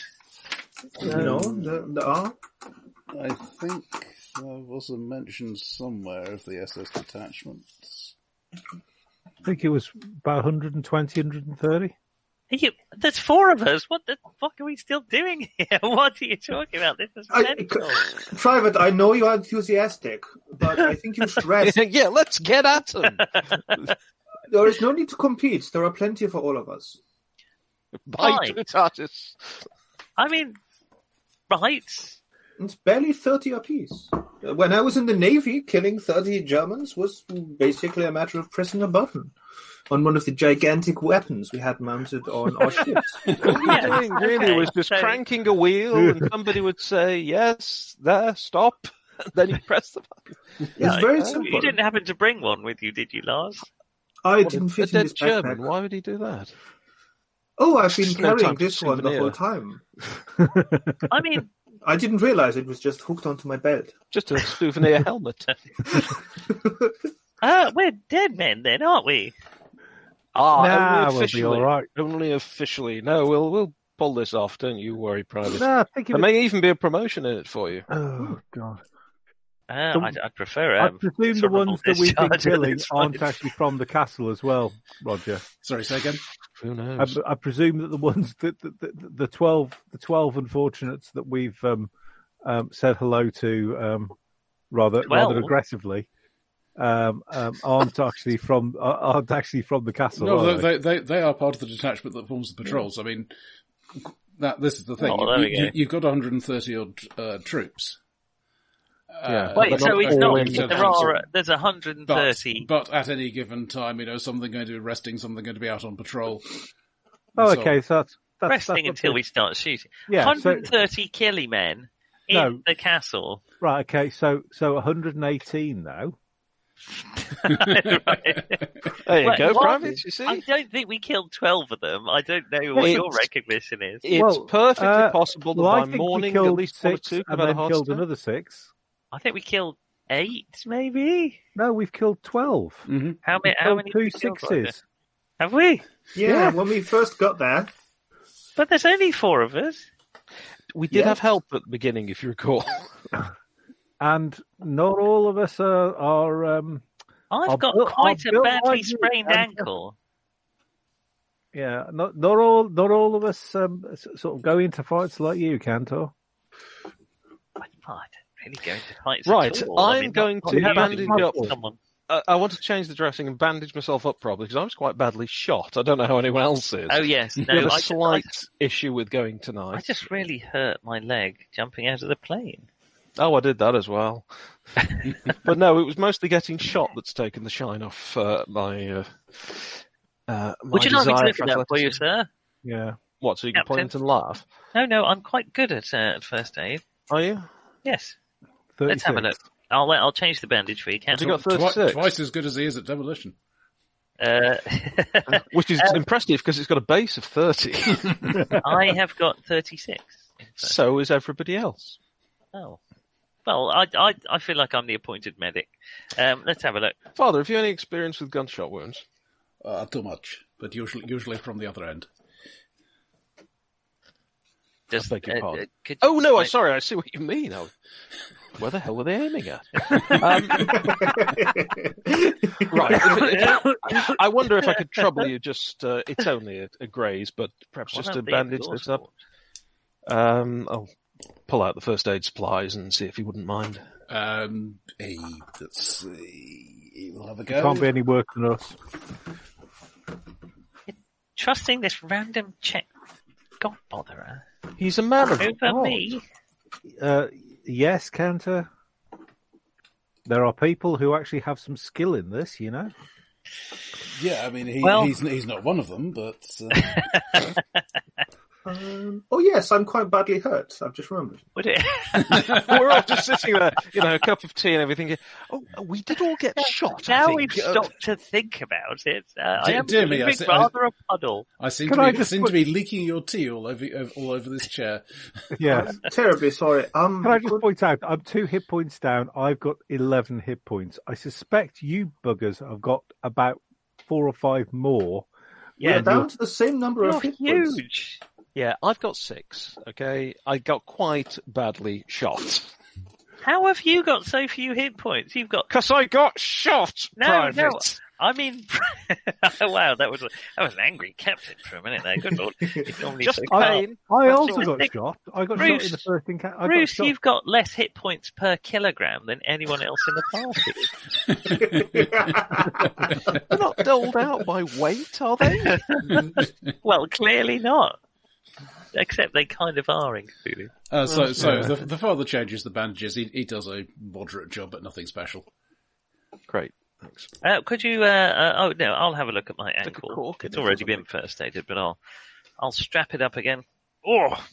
Speaker 6: no,
Speaker 3: Mm.
Speaker 6: there, there are.
Speaker 2: I think there was a mention somewhere of the SS detachments.
Speaker 5: I think it was about 120, 130.
Speaker 4: Are you, there's four of us. What the fuck are we still doing here? What are you talking about? This is
Speaker 6: I-
Speaker 4: mental.
Speaker 6: Private, I know you are enthusiastic, but I think you should rest.
Speaker 3: yeah, let's get at them.
Speaker 6: there is no need to compete. There are plenty for all of us.
Speaker 3: By
Speaker 4: Right.
Speaker 3: Tutatis.
Speaker 4: I mean, right?
Speaker 6: It's barely 30 apiece. When I was in the Navy, killing 30 Germans was basically a matter of pressing a button on one of the gigantic weapons we had mounted on our ships.
Speaker 3: All we're
Speaker 4: Yeah,
Speaker 3: doing really
Speaker 4: okay,
Speaker 3: was just
Speaker 4: so-
Speaker 3: cranking a wheel, and somebody would say, "Yes, there, stop." Then you press the button.
Speaker 6: It's very
Speaker 3: uh,
Speaker 6: simple.
Speaker 4: You didn't happen to bring one with you, did you, Lars?
Speaker 6: I didn't
Speaker 3: a
Speaker 6: fit in
Speaker 3: dead
Speaker 6: this
Speaker 3: German.
Speaker 6: backpack.
Speaker 3: Why would he do that?
Speaker 6: Oh, I've been
Speaker 3: No
Speaker 6: carrying
Speaker 3: time for
Speaker 6: this one the
Speaker 3: souvenir.
Speaker 6: whole time.
Speaker 4: I mean,
Speaker 6: I didn't realize it was just hooked onto my belt.
Speaker 3: Just a souvenir helmet.
Speaker 4: uh, we're dead men then, aren't we?
Speaker 3: Ah,
Speaker 5: nah,
Speaker 3: only
Speaker 5: we'll be
Speaker 3: officially.
Speaker 5: all right.
Speaker 3: Only officially. No, we'll we'll pull this off. Don't you worry, Private.
Speaker 5: Nah, I think it
Speaker 3: There
Speaker 5: was,
Speaker 3: may even be a promotion in it for you.
Speaker 5: Oh god!
Speaker 4: Uh,
Speaker 5: So-
Speaker 4: I'd, I'd prefer.
Speaker 5: I
Speaker 4: Um,
Speaker 5: presume the
Speaker 4: dishonourable
Speaker 5: ones that we've been
Speaker 4: discharge at
Speaker 5: killing
Speaker 4: this
Speaker 5: aren't
Speaker 4: point.
Speaker 5: actually from the castle as well, Roger.
Speaker 1: Sorry, say again.
Speaker 3: Who
Speaker 5: I,
Speaker 3: knows?
Speaker 5: I presume that the ones that the, the, the twelve the twelve unfortunates that we've um, um, said hello to um, rather
Speaker 4: Twelve?
Speaker 5: rather aggressively um, um, aren't actually from are- aren't actually from the castle.
Speaker 1: No,
Speaker 5: are
Speaker 1: they, they, they, they are part of the detachment that forms the patrols. I mean, that this is the thing.
Speaker 4: Oh, there
Speaker 1: you,
Speaker 4: we go.
Speaker 1: you, have got 130 odd uh, troops. Uh,
Speaker 4: Wait,
Speaker 1: but
Speaker 4: so
Speaker 1: not
Speaker 4: it's
Speaker 1: all
Speaker 4: not.
Speaker 1: in the
Speaker 4: There
Speaker 1: council.
Speaker 4: are. There's 130.
Speaker 1: But, but at any given time, you know, something going to be resting, something going to be out on patrol.
Speaker 5: Oh,
Speaker 1: So-
Speaker 5: okay, so that's, that's
Speaker 4: resting
Speaker 5: that's what
Speaker 4: until
Speaker 5: the-
Speaker 4: we start shooting.
Speaker 5: yeah. So,
Speaker 4: 130 killy men in
Speaker 5: No.
Speaker 4: the castle.
Speaker 5: right, okay, so so 118 now.
Speaker 3: There you
Speaker 4: Well,
Speaker 3: go,
Speaker 4: what?
Speaker 3: Private. You see,
Speaker 4: I don't think we killed 12 of them. I don't know what
Speaker 3: Well,
Speaker 4: your
Speaker 3: it's-
Speaker 4: recognition is.
Speaker 3: it's
Speaker 5: Well,
Speaker 3: perfectly
Speaker 5: uh,
Speaker 3: possible that
Speaker 5: Well, I
Speaker 3: by
Speaker 5: think
Speaker 3: morning
Speaker 5: we killed
Speaker 3: at least one or
Speaker 5: six
Speaker 3: two could have
Speaker 5: and
Speaker 3: had a
Speaker 5: then
Speaker 3: heart
Speaker 5: killed
Speaker 3: attack.
Speaker 5: another six.
Speaker 4: I think we killed eight, maybe.
Speaker 5: No, we've killed twelve.
Speaker 1: Mhm.
Speaker 4: How many? How
Speaker 5: Killed
Speaker 4: many?
Speaker 5: two
Speaker 4: have we killed, Roger?
Speaker 5: sixes.
Speaker 4: Have we?
Speaker 6: Yeah, when we first got there,
Speaker 4: But there's only four of us.
Speaker 3: We did have help at the beginning, if you recall.
Speaker 5: and not all of us are, are um,
Speaker 4: I've
Speaker 5: I'll
Speaker 4: got
Speaker 5: build-
Speaker 4: quite
Speaker 5: I'll
Speaker 4: a
Speaker 5: build
Speaker 4: badly
Speaker 5: like you,
Speaker 4: sprained
Speaker 5: and-
Speaker 4: ankle.
Speaker 5: yeah, not not all not all of us um, s- sort of go into fights like you, Cantor.
Speaker 4: I I don't really go into fights.
Speaker 3: Right,
Speaker 4: at all. I
Speaker 3: I'm
Speaker 4: mean,
Speaker 3: going
Speaker 4: not-
Speaker 3: to
Speaker 4: not
Speaker 5: bandage
Speaker 4: usually
Speaker 5: up.
Speaker 4: Someone.
Speaker 3: I, I want to change the dressing and bandage myself up properly because I was quite badly shot. I don't know how anyone else is.
Speaker 4: Oh yes, no.
Speaker 3: I have a
Speaker 4: I, just-
Speaker 3: slight issue with going tonight.
Speaker 4: I just really hurt my leg jumping out of the plane.
Speaker 3: Oh, I did that as well. but no, it was mostly getting shot that's taken the shine off uh, my. Uh, uh, my
Speaker 4: Would you like me to
Speaker 3: desire
Speaker 4: look
Speaker 3: for
Speaker 4: it up for you,
Speaker 3: athleticism.
Speaker 4: sir?
Speaker 5: Yeah.
Speaker 3: What? So you can point
Speaker 4: Captain?
Speaker 3: and laugh?
Speaker 4: No, no. I'm quite good at uh, first aid.
Speaker 3: Are you?
Speaker 4: Yes.
Speaker 5: 36.
Speaker 4: Let's have a look. I'll let- I'll change the bandage for you,
Speaker 3: Have you
Speaker 4: Captain.
Speaker 3: got
Speaker 1: Twi-
Speaker 3: thirty-six?
Speaker 1: twice as good as he is at demolition.
Speaker 4: Uh,
Speaker 3: Which is impressive because it's got a base of thirty.
Speaker 4: I have got 36. in fact.
Speaker 3: so is everybody else.
Speaker 4: Oh. Well, I, I, I feel like I'm the appointed medic. Um, let's have a look.
Speaker 3: Father, have you any experience with gunshot wounds?
Speaker 1: Uh, too much, but usually usually from the other end.
Speaker 4: Just,
Speaker 3: beg your pardon.
Speaker 4: could you
Speaker 3: Oh no! I
Speaker 4: uh, explain-
Speaker 3: sorry. I see what you mean. I was Oh, Where the hell were they aiming at? Um, right. I wonder if I could trouble you just, uh, it's only a, a graze, but perhaps
Speaker 4: One
Speaker 3: just
Speaker 4: of
Speaker 3: to
Speaker 4: the
Speaker 3: bandage this up.
Speaker 4: exhaust
Speaker 3: Um, I'll pull out the first aid supplies and see if he wouldn't mind.
Speaker 1: Um, hey, let's see. We'll have a go.
Speaker 5: Can't be any worse than us.
Speaker 4: Trusting this random check god botherer
Speaker 3: He's a man of
Speaker 4: over
Speaker 5: God.
Speaker 4: me.
Speaker 5: Uh, yes, counter. There are people who actually have some skill in this, you know.
Speaker 1: Yeah, I mean, he,
Speaker 4: Well-
Speaker 1: he's he's not one of them, but uh,
Speaker 6: Um, oh yes, I'm quite badly hurt. I've just remembered.
Speaker 4: Would it?
Speaker 3: We're all just sitting there, you know, a cup of tea and everything. Oh, we did all get shot. I
Speaker 4: now
Speaker 3: think.
Speaker 4: we've
Speaker 3: Uh,
Speaker 4: stopped to think about it. Uh, I
Speaker 1: Dear-
Speaker 4: am
Speaker 1: dear me, I
Speaker 4: leaving
Speaker 1: see- I-
Speaker 4: rather a puddle.
Speaker 1: I seem
Speaker 5: Can
Speaker 1: to be
Speaker 5: I just
Speaker 1: seem
Speaker 5: put-
Speaker 1: to be leaking your tea all over all over this chair.
Speaker 5: Yeah.
Speaker 6: Terribly sorry. Um,
Speaker 5: Can I just point out? I'm two hit points down. I've got eleven hit points. I suspect you buggers have got about four or five more.
Speaker 6: we're
Speaker 4: Yeah,
Speaker 6: down to the same number
Speaker 4: you're
Speaker 6: of hit points.
Speaker 4: huge.
Speaker 3: Yeah, I've got six. Okay, I got quite badly shot.
Speaker 4: How have you got so few hit points? You've got
Speaker 3: Cause I got shot.
Speaker 4: No,
Speaker 3: private.
Speaker 4: no. I mean, wow, that was a, that was an angry captain for a minute there. Good lord, He's normally
Speaker 3: Just
Speaker 4: so calm.
Speaker 3: pain.
Speaker 5: I
Speaker 3: That's
Speaker 5: also
Speaker 3: all.
Speaker 5: got
Speaker 4: Nick-
Speaker 5: shot. I got shot
Speaker 4: Bruce-
Speaker 5: in the first encounter. I
Speaker 4: Bruce,
Speaker 5: got shot.
Speaker 4: you've got less hit points per kilogram than anyone else in the party.
Speaker 3: They're not doled out by weight, are they?
Speaker 4: well, clearly not. Except they kind of are in Cthulhu.
Speaker 1: Uh, so, so the, the father changes the bandages. He, he does a moderate job, but nothing special.
Speaker 3: Great. Thanks.
Speaker 4: Uh, could you? Uh, uh, oh no, I'll have a look at my
Speaker 3: a
Speaker 4: ankle.
Speaker 3: cork in
Speaker 4: It's
Speaker 3: it or
Speaker 4: already been first aided, but I'll I'll strap it up again. Oh,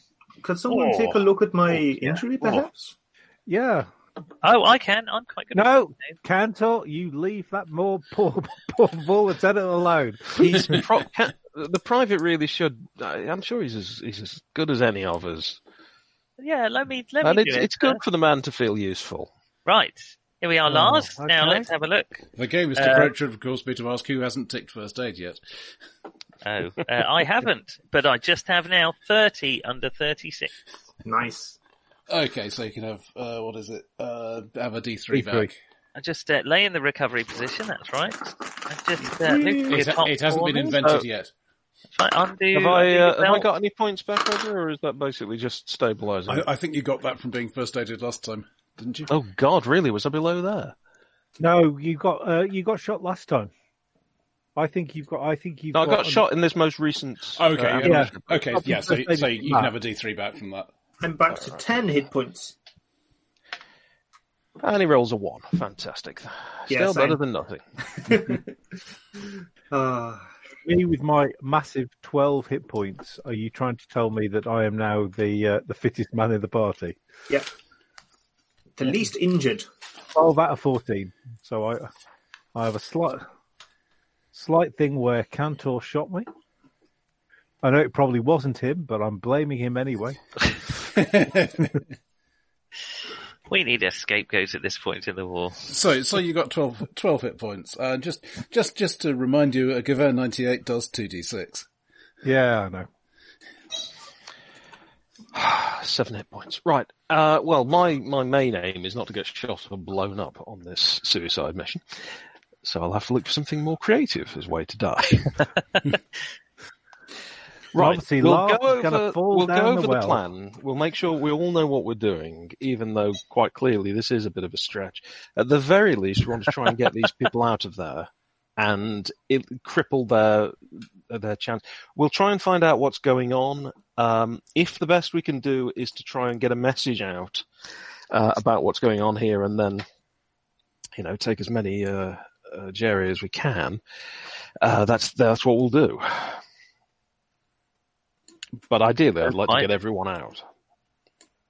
Speaker 6: Could someone
Speaker 4: Oh.
Speaker 6: take a look at my injury, perhaps?
Speaker 5: Yeah.
Speaker 4: oh, I can. I'm quite good. at
Speaker 5: No, Cantor, you leave that more poor poor ball lieutenant alone.
Speaker 3: He's pro- ca- the private really should. I- I'm sure he's as, he's as good as any of us,
Speaker 4: Yeah, let me let
Speaker 3: and
Speaker 4: me
Speaker 3: it's
Speaker 4: do it.
Speaker 3: it's good Oh,
Speaker 4: Uh,
Speaker 3: for the man to feel useful.
Speaker 4: Right. Here we are, Lars. Now
Speaker 5: okay.
Speaker 4: let's have a look.
Speaker 1: The game is
Speaker 4: Uh,
Speaker 1: to approach should, of course, be to ask who hasn't ticked first aid yet.
Speaker 4: Oh, uh, I haven't, but I just have now 30 under 36.
Speaker 6: Nice.
Speaker 1: Okay, so you can have uh, what is it? Uh, have a D three
Speaker 5: D3.
Speaker 1: back.
Speaker 4: I just uh, lay in the recovery position, that's right. I just uh, loop
Speaker 1: It,
Speaker 4: it up
Speaker 1: it hasn't
Speaker 4: for
Speaker 1: been
Speaker 4: me.
Speaker 1: invented
Speaker 3: Oh.
Speaker 1: yet.
Speaker 4: If I undo,
Speaker 3: Have I
Speaker 4: undo
Speaker 3: uh, have
Speaker 4: the
Speaker 3: I
Speaker 4: belt-
Speaker 3: got any points back over, or is that basically just stabilising?
Speaker 1: I, I think you got that from being first aided last time, didn't you?
Speaker 3: Oh God, really? Was I below there?
Speaker 5: No, you got uh, you got shot last time. I think you've got. I think you've.
Speaker 3: No, I got
Speaker 5: an-
Speaker 3: shot in this most recent.
Speaker 1: Okay,
Speaker 3: uh,
Speaker 1: yeah.
Speaker 5: yeah.
Speaker 1: okay,
Speaker 5: Up to
Speaker 1: yeah. So,
Speaker 5: first aid
Speaker 1: so
Speaker 5: is
Speaker 1: you
Speaker 5: back.
Speaker 1: can have a D three back from that.
Speaker 6: I'm back to ten hit points.
Speaker 3: and he rolls a one. Fantastic.
Speaker 6: Yeah,
Speaker 3: Still better
Speaker 6: same.
Speaker 3: than nothing.
Speaker 6: Uh,
Speaker 5: me with my massive twelve hit points. Are you trying to tell me that I am now the uh, the fittest man in the party?
Speaker 6: yeah. The least injured.
Speaker 5: Twelve out of fourteen. So I I have a slight slight thing where Cantor shot me. I know it probably wasn't him, but I'm blaming him anyway.
Speaker 4: We need a scapegoat at this point in the war.
Speaker 1: So, so you got 12, 12 hit points. Uh, just, just, just to remind you, a Gavin ninety eight does two D six.
Speaker 5: Yeah, I know.
Speaker 3: Seven hit points. Right. Uh, well, my, my main aim is not to get shot or blown up on this suicide mission. So I'll have to look for something more creative as a way to die. right.
Speaker 5: Obviously,
Speaker 3: we'll
Speaker 5: Lars
Speaker 3: go
Speaker 5: is gonna
Speaker 3: over,
Speaker 5: fall
Speaker 3: we'll
Speaker 5: down
Speaker 3: go over
Speaker 5: the
Speaker 3: the
Speaker 5: well.
Speaker 3: plan. We'll make sure we all know what we're doing, even though quite clearly this is a bit of a stretch. At the very least, we want to try and get these people out of there and it, cripple their their chance. We'll try and find out what's going on. Um, if the best we can do is to try and get a message out uh, about what's going on here, and then you know take as many uh, uh, Jerry as we can, uh, that's that's what we'll do. But ideally, I'd like to
Speaker 4: Right.
Speaker 3: get everyone out.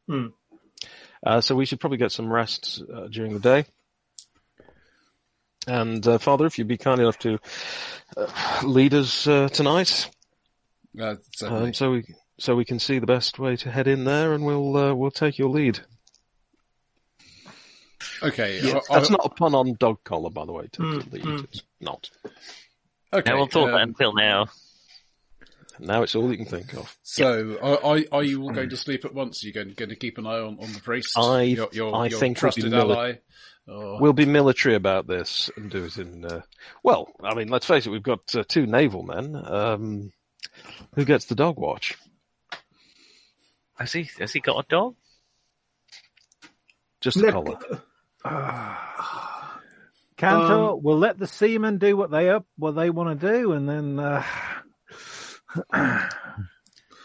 Speaker 6: Hmm.
Speaker 3: Uh, so we should probably get some rest uh, during the day. And uh, Father, if you'd be kind enough to uh, lead us uh, tonight,
Speaker 1: Uh,
Speaker 3: um,
Speaker 1: certainly.
Speaker 3: so we so we can see the best way to head in there, and we'll uh, we'll take your lead.
Speaker 1: okay, uh, I- I-
Speaker 3: That's not a pun on dog collar, by the way. Take your
Speaker 6: Mm,
Speaker 3: lead.
Speaker 6: mm.
Speaker 3: It's not.
Speaker 1: uh, okay.
Speaker 4: No one thought that
Speaker 1: um,
Speaker 4: until now.
Speaker 3: Now it's all you can think of.
Speaker 1: So, are, are, are you all going to sleep at once? You're going, going to keep an eye on, on the priest,
Speaker 3: I-
Speaker 1: your, your,
Speaker 3: I
Speaker 1: your
Speaker 3: think we'll be
Speaker 1: trusted
Speaker 3: mili-
Speaker 1: ally. Or,
Speaker 3: We'll be military about this and do it in. Uh, well, I mean, let's face it, we've got uh, two naval men. Um, who gets the dog watch?
Speaker 4: Has he? Has he got a dog?
Speaker 3: Just a
Speaker 6: Look,
Speaker 3: collar.
Speaker 5: Cantor,
Speaker 6: Um,
Speaker 5: we'll let the seamen do what they up what they want to do, and then uh,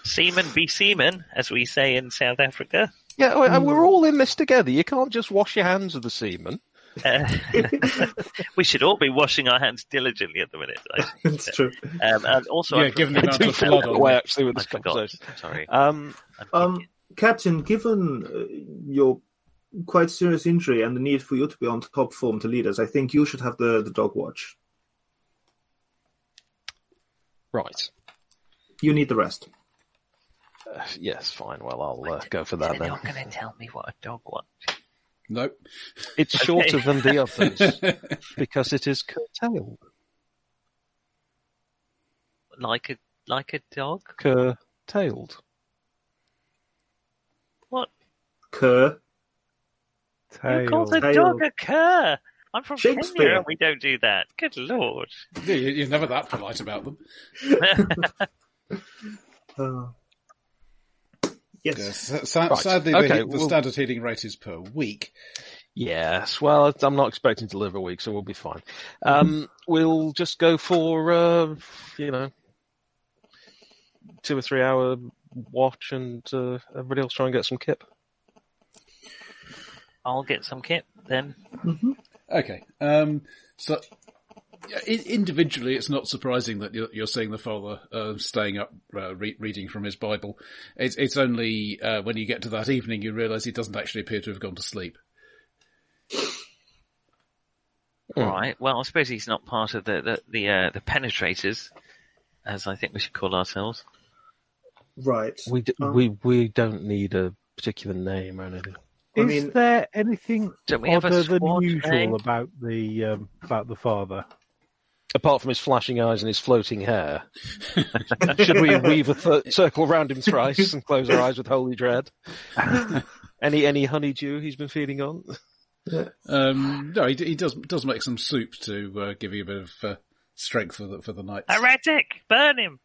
Speaker 4: Seaman be seaman, as we say in South Africa.
Speaker 3: Yeah, we- and we're all in this together. You can't just wash your hands of the seamen.
Speaker 4: Uh, we should all be washing our hands diligently at the minute. I think.
Speaker 6: It's true.
Speaker 4: Um, and also,
Speaker 1: Yeah,
Speaker 4: I for-
Speaker 1: given the
Speaker 3: I
Speaker 1: amount
Speaker 3: do
Speaker 1: of
Speaker 3: feel
Speaker 1: blood
Speaker 3: that
Speaker 1: on
Speaker 3: way,
Speaker 1: it.
Speaker 3: actually, with
Speaker 4: I
Speaker 3: this
Speaker 4: forgot.
Speaker 3: conversation.
Speaker 4: Sorry.
Speaker 3: Um,
Speaker 4: I'm
Speaker 6: Um,
Speaker 4: thinking.
Speaker 6: Captain, given uh, your quite serious injury and the need for you to be on top form to lead us, I think you should have the, the dog watch.
Speaker 3: right.
Speaker 6: You need the rest.
Speaker 3: Uh, yes, fine. Well, I'll uh, go for
Speaker 4: They're
Speaker 3: that then.
Speaker 4: not going to tell me what a dog wants.
Speaker 1: Nope.
Speaker 3: It's shorter
Speaker 4: Okay.
Speaker 3: than the others because it is curtailed.
Speaker 4: Like a like a dog.
Speaker 3: Curtailed.
Speaker 4: What?
Speaker 6: Kerr.
Speaker 4: You
Speaker 5: tail.
Speaker 4: called a
Speaker 6: Tail.
Speaker 4: dog a cur? I'm from
Speaker 6: Shakespeare.
Speaker 4: Kenya. and We don't do that. Good lord.
Speaker 1: Yeah, you- you're never that polite about them.
Speaker 6: Uh, yes.
Speaker 1: Yes. Sa-
Speaker 3: Right.
Speaker 1: Sadly,
Speaker 3: Okay,
Speaker 1: the, the
Speaker 3: well-
Speaker 1: standard healing rate is per week.
Speaker 3: Yes, well, I'm not expecting to live a week, so we'll be fine. Um, we'll just go for, uh, you know, two or three hour watch and uh, everybody else try and get some kip.
Speaker 4: I'll get some kip then.
Speaker 1: Okay. Um, so yeah, in, individually, it's not surprising that you're, you're seeing the father uh, staying up uh, re- reading from his Bible. It's, it's only uh, when you get to that evening you realise he doesn't actually appear to have gone to sleep.
Speaker 4: Right. Well, I suppose he's not part of the the the, uh, the penetrators, as I think we should call ourselves.
Speaker 6: Right.
Speaker 3: We, d-
Speaker 6: Um,
Speaker 3: we, we don't need a particular name or anything.
Speaker 6: I
Speaker 5: is
Speaker 6: mean-
Speaker 5: there anything
Speaker 4: Don't we have a
Speaker 5: other than
Speaker 4: squad
Speaker 5: usual
Speaker 4: name?
Speaker 5: about the um, about the father?
Speaker 3: Apart from his flashing eyes and his floating hair. Should we weave a th- circle round him thrice and close our eyes with holy dread? any any honeydew he's been feeding on?
Speaker 1: Um, no, he, d- he does does make some soup to uh, give you a bit of uh, strength for the for the night.
Speaker 4: Heretic! Burn him!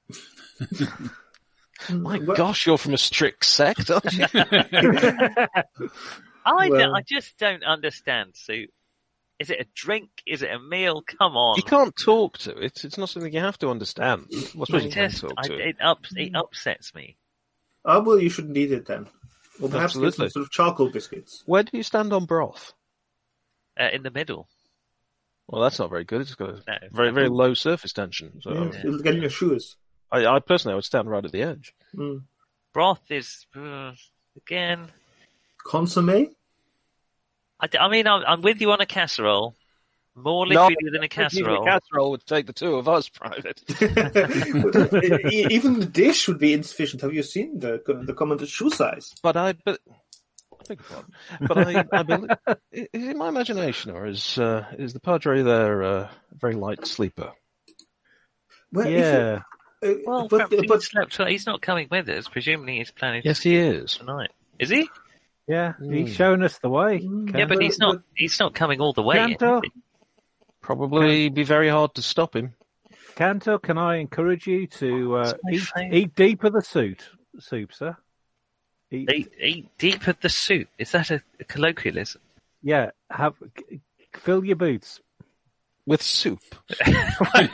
Speaker 3: My
Speaker 6: Well-
Speaker 3: gosh, you're from a strict sect, aren't you?
Speaker 4: I, don't-
Speaker 6: Well-
Speaker 4: I just don't understand soup. Is it a drink? Is it a meal? Come on.
Speaker 3: You can't talk to it. It's not something you have to understand. Well, I suppose you
Speaker 4: It
Speaker 3: can
Speaker 4: just-
Speaker 3: talk
Speaker 4: I-
Speaker 3: to it.
Speaker 4: it, ups, it upsets me.
Speaker 6: Oh, well, you shouldn't eat it then. Or perhaps get some
Speaker 3: Absolutely.
Speaker 6: sort of charcoal biscuits.
Speaker 3: Where do you stand on broth?
Speaker 4: Uh, in the middle.
Speaker 3: Well, that's not very good. It's got a
Speaker 4: No.
Speaker 3: very, very low surface tension. So
Speaker 6: Yeah, It'll get in your shoes.
Speaker 3: I, I personally, I would stand right at the edge.
Speaker 6: Mm.
Speaker 4: Broth is, uh, again,
Speaker 6: Consomme?
Speaker 4: I, d- I mean, I'm, I'm with you on a casserole. More
Speaker 3: No,
Speaker 4: liquid than a casserole.
Speaker 3: A casserole would take the two of us private.
Speaker 6: E- Even the dish would be insufficient. Have you seen the the commented shoe size?
Speaker 3: But I, but, beg your pardon. but I, I believe, is it my imagination or is uh, is the Padre there uh, a very light sleeper?
Speaker 6: Well, if you-
Speaker 5: yeah,
Speaker 6: uh,
Speaker 4: well,
Speaker 6: but,
Speaker 4: perhaps he
Speaker 6: but
Speaker 4: slept well. he's not coming with us. Presumably he's planning to
Speaker 3: Yes, he is.
Speaker 4: tonight. Is he?
Speaker 5: yeah,
Speaker 3: Mm.
Speaker 6: Hmm.
Speaker 5: he's shown us the way.
Speaker 6: Mm.
Speaker 4: Yeah,
Speaker 5: Cantor.
Speaker 4: but he's not. He's not coming all the way. in,
Speaker 5: Cantor,
Speaker 4: is he?
Speaker 3: Probably be very hard to stop him.
Speaker 5: Cantor, can I encourage you to uh,
Speaker 4: That's my
Speaker 5: eat,
Speaker 4: favourite.
Speaker 5: eat deep of the soup, soup, sir? Eat,
Speaker 4: Eat, eat deep of the soup. Is that a, a colloquialism?
Speaker 5: yeah, have g- fill your boots.
Speaker 3: With soup.
Speaker 1: it,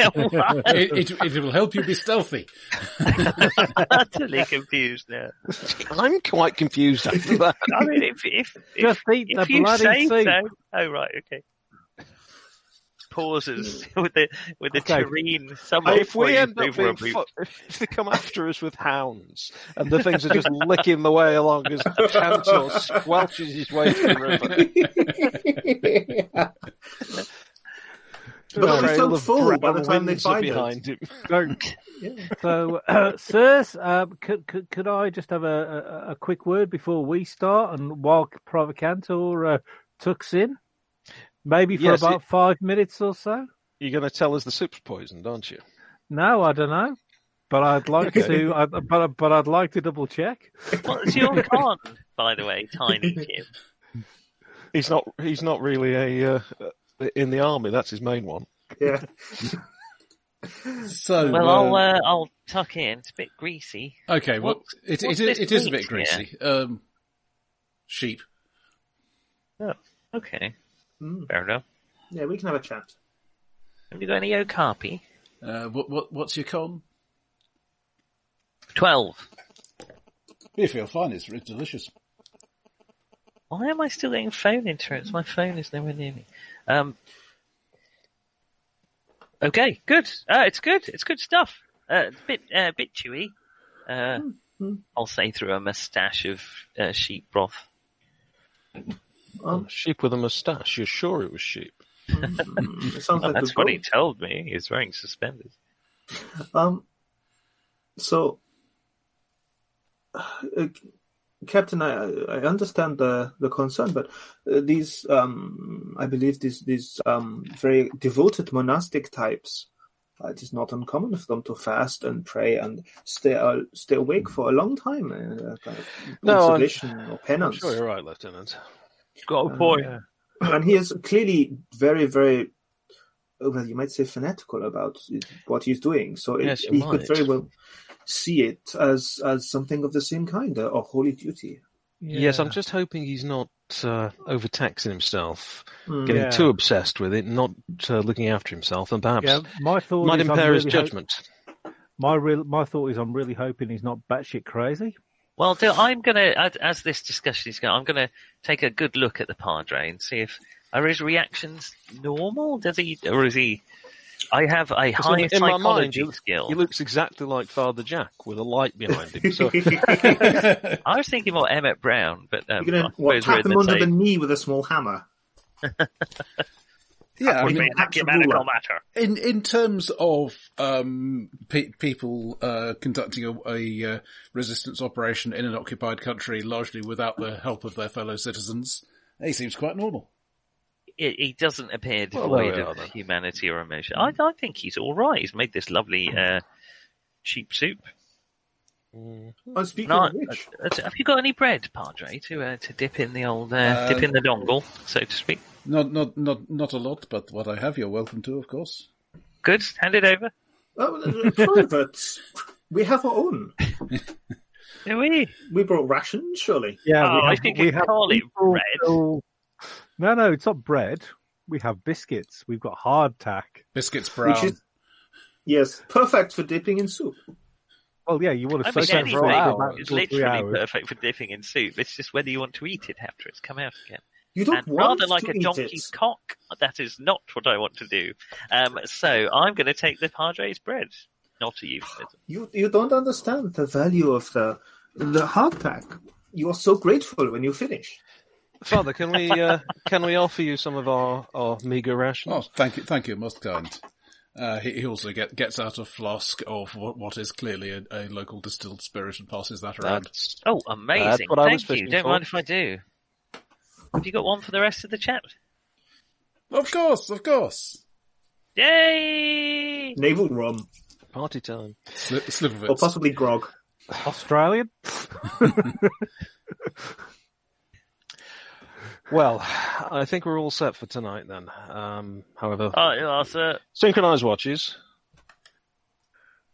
Speaker 1: it it will help you be stealthy.
Speaker 4: utterly confused now.
Speaker 3: I'm quite confused after that.
Speaker 4: I mean, if if if,
Speaker 5: Just eat the
Speaker 4: if you
Speaker 5: bloody
Speaker 4: say
Speaker 5: soup.
Speaker 4: so, oh right, okay. Pauses with the with the
Speaker 5: Okay.
Speaker 4: terrain. Somewhat
Speaker 3: if we end up
Speaker 4: over a
Speaker 3: being,
Speaker 4: boot.
Speaker 3: fu- if they come after us with hounds and the things are just licking the way along as Cantor squelches his way through the river,
Speaker 6: But
Speaker 3: the
Speaker 6: at least
Speaker 3: trail
Speaker 6: don't
Speaker 3: of
Speaker 6: fall by the
Speaker 3: brown
Speaker 6: time they
Speaker 3: winds are
Speaker 6: find us.
Speaker 3: behind him.
Speaker 5: So, uh, sirs, um, could, could could I just have a, a, a quick word before we start, and while Private Cantor uh, tucks in, maybe for
Speaker 3: Yes,
Speaker 5: about five minutes or so?
Speaker 3: You're going to tell us the soup's poisoned, aren't you?
Speaker 5: No, I don't know, but I'd like to. I, but but I'd like to double check.
Speaker 4: What's your con, by the way, Tiny Jim?
Speaker 3: He's not. He's not really a uh, in the army. That's his main one.
Speaker 6: Yeah.
Speaker 1: So,
Speaker 4: Well,
Speaker 1: uh,
Speaker 4: I'll uh, I'll tuck in. It's a bit greasy.
Speaker 1: okay, well,
Speaker 4: what's-
Speaker 1: it,
Speaker 4: what's
Speaker 1: it,
Speaker 4: this
Speaker 1: it, it is a
Speaker 4: meat
Speaker 1: bit greasy. Um, sheep.
Speaker 4: Okay,
Speaker 6: Mm.
Speaker 4: fair enough.
Speaker 6: Yeah, we can have a chat.
Speaker 4: Have you got any okapi?
Speaker 1: Uh, what, what, what's your con?
Speaker 4: Twelve.
Speaker 1: You feel fine. It's, it's delicious.
Speaker 4: Why am I still getting phone interference? My phone is nowhere near me. Um. Okay, good. Uh, it's good. It's good stuff. Uh, it's a bit, uh, bit chewy. Uh,
Speaker 3: Mm-hmm.
Speaker 4: I'll say through a moustache of uh, sheep broth.
Speaker 3: Sheep with a moustache. You're sure it was sheep?
Speaker 6: Mm, it sounds like
Speaker 4: That's
Speaker 6: a
Speaker 4: what
Speaker 6: goal.
Speaker 4: he told me. He's wearing suspenders.
Speaker 6: Um, so, uh, Captain, I, I understand the, the concern, but uh, these, um, I believe these these um, very devoted monastic types, uh, it is not uncommon for them to fast and pray and stay uh, stay awake for a long time, uh, uh, kind of
Speaker 3: No, I'm-
Speaker 6: consolation or penance.
Speaker 3: Sure, you're right, Lieutenant.
Speaker 10: Got
Speaker 3: Oh,
Speaker 10: a
Speaker 6: Uh,
Speaker 10: point.
Speaker 6: and he is clearly very, very uh, well. You might say fanatical about it- what he's doing. So it,
Speaker 3: Yes, you
Speaker 6: he
Speaker 3: might.
Speaker 6: could very well see it as as something of the same kind, a, a holy duty.
Speaker 3: Yes, I'm
Speaker 5: Yeah.
Speaker 3: just hoping he's not uh, overtaxing himself,
Speaker 1: Hmm.
Speaker 6: Mm.
Speaker 3: getting
Speaker 5: Yeah.
Speaker 3: too obsessed with it, not uh, looking after himself, and perhaps
Speaker 5: Yeah, my thought
Speaker 3: might
Speaker 5: is I'm
Speaker 3: impair his
Speaker 5: really ho-
Speaker 3: judgment.
Speaker 5: my real my thought is I'm really hoping he's not batshit crazy.
Speaker 4: Well, Dil, I'm gonna, as- as this discussion is going, I'm gonna take a good look at the Padre and see if are his reactions normal. Does he, or is he? I have a
Speaker 3: Because
Speaker 4: high
Speaker 3: in, in my mind,
Speaker 4: psychology
Speaker 3: he,
Speaker 4: skill.
Speaker 3: he looks exactly like Father Jack with a light behind him. So
Speaker 4: I was thinking more Emmett Brown, but um,
Speaker 6: You're gonna
Speaker 4: I
Speaker 6: what,
Speaker 4: suppose we're
Speaker 6: tap
Speaker 4: in
Speaker 6: him
Speaker 4: the
Speaker 6: under the
Speaker 4: same.
Speaker 6: knee with a small hammer.
Speaker 1: Yeah, I
Speaker 4: Would be
Speaker 1: mean,
Speaker 4: an
Speaker 6: that's a
Speaker 4: ecumenical
Speaker 6: ruler.
Speaker 4: matter.
Speaker 1: in in terms of um, pe- people uh, conducting a, a uh, resistance operation in an occupied country, largely without the help of their fellow citizens, he seems quite normal.
Speaker 4: It, he doesn't appear
Speaker 3: Well, there we
Speaker 4: devoid
Speaker 3: are
Speaker 4: of
Speaker 3: then.
Speaker 4: humanity or emotion. I, I think he's all right. He's made this lovely uh, sheep soup.
Speaker 6: Oh, speaking
Speaker 4: No,
Speaker 6: of which,
Speaker 4: uh, have you got any bread, Padre, to uh, to dip in the old uh,
Speaker 1: Uh,
Speaker 4: dip in the dongle, so to speak?
Speaker 1: Not not not not a lot, but what I have, you're welcome to, of course.
Speaker 4: Good, hand it over.
Speaker 6: oh, uh, privates, we have our own.
Speaker 4: Do we?
Speaker 6: We brought rations, surely.
Speaker 5: Yeah,
Speaker 4: Oh, I think you call it
Speaker 5: people
Speaker 4: bread.
Speaker 5: who- No, no, it's not bread. We have biscuits. We've got hardtack.
Speaker 1: Biscuits brown.
Speaker 6: Which is yes, perfect for dipping in soup.
Speaker 5: Well, yeah, you want
Speaker 4: I
Speaker 5: to
Speaker 4: mean,
Speaker 5: soak it
Speaker 4: anything
Speaker 5: for about
Speaker 4: is
Speaker 5: two or three
Speaker 4: literally
Speaker 5: hours.
Speaker 4: perfect for dipping in soup. It's just whether you want to eat it after it's come out again.
Speaker 6: You don't
Speaker 4: and
Speaker 6: want
Speaker 4: rather like
Speaker 6: to
Speaker 4: a
Speaker 6: eat
Speaker 4: donkey's
Speaker 6: it.
Speaker 4: cock, that is not what I want to do. Um, so I'm going to take the Padre's bread. Not a euphemism.
Speaker 6: You you don't understand the value of the the hardtack. You are so grateful when you finish.
Speaker 3: Father, can we uh, can we offer you some of our our meager
Speaker 1: Oh,
Speaker 3: rations?
Speaker 1: thank you, thank you, most kind. Uh, he, he also get, gets out a flask of what, what is clearly a, a local distilled spirit and passes that around.
Speaker 3: That's
Speaker 4: Oh,
Speaker 3: That's
Speaker 4: amazing.
Speaker 3: what I was
Speaker 4: Thank you.
Speaker 3: fishing
Speaker 4: Don't
Speaker 3: for.
Speaker 4: mind if I do. Have you got one for the rest of the chat?
Speaker 1: Of course, of course.
Speaker 4: Yay!
Speaker 6: Naval rum,
Speaker 3: party time.
Speaker 1: Slip, slip of it.
Speaker 6: or possibly grog.
Speaker 5: Australian?
Speaker 3: Well, I think we're all set for tonight then. Um, however,
Speaker 4: Oh, you are, sir.
Speaker 3: synchronise watches.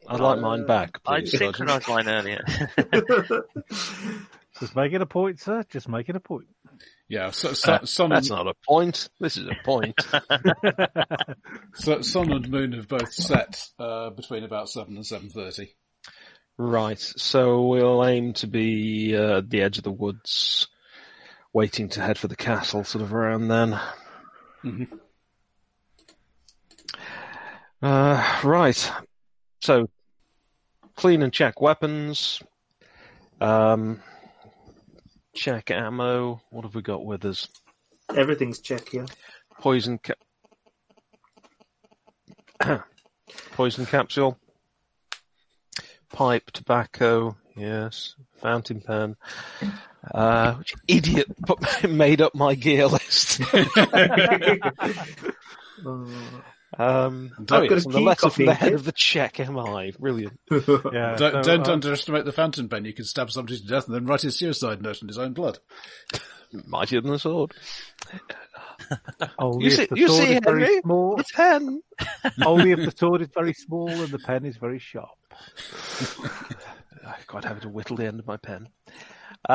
Speaker 3: I'd like mine back,
Speaker 4: I'd
Speaker 3: please. Sergeant.
Speaker 4: synchronised mine earlier.
Speaker 5: Just make it a point, sir. Just make it a point.
Speaker 1: Yeah, so, so,
Speaker 3: Uh,
Speaker 1: Sun,
Speaker 3: That's not a point. This is a point.
Speaker 1: so, Sun and Moon have both set uh, between about seven and seven thirty.
Speaker 3: Right, so we'll aim to be uh, at the edge of the woods, waiting to head for the castle, sort of around then. Uh, right, so clean and check weapons, um, check ammo. What have we got with us?
Speaker 6: Everything's check here.
Speaker 3: Poison ca- poison capsule, pipe, tobacco. Yes, fountain pen. Uh, which idiot put, made up my gear list?
Speaker 6: Uh,
Speaker 3: Um,
Speaker 6: I've got a
Speaker 3: from the
Speaker 6: key
Speaker 3: letter from the
Speaker 6: copy.
Speaker 3: head of the check, am I? Brilliant.
Speaker 5: Yeah,
Speaker 1: Don't,
Speaker 5: so,
Speaker 1: don't
Speaker 5: uh,
Speaker 1: underestimate the fountain pen. You can stab somebody to death and then write his suicide note in his own blood.
Speaker 3: Mightier than a sword.
Speaker 5: only
Speaker 3: You
Speaker 5: uh, if
Speaker 3: see,
Speaker 5: the
Speaker 3: you
Speaker 5: sword
Speaker 3: see,
Speaker 5: is very
Speaker 3: Henry?
Speaker 5: small.
Speaker 3: It's hen.
Speaker 5: only if the sword is very small and the pen is very sharp.
Speaker 3: I quite happy Oh, to whittle the end of my pen.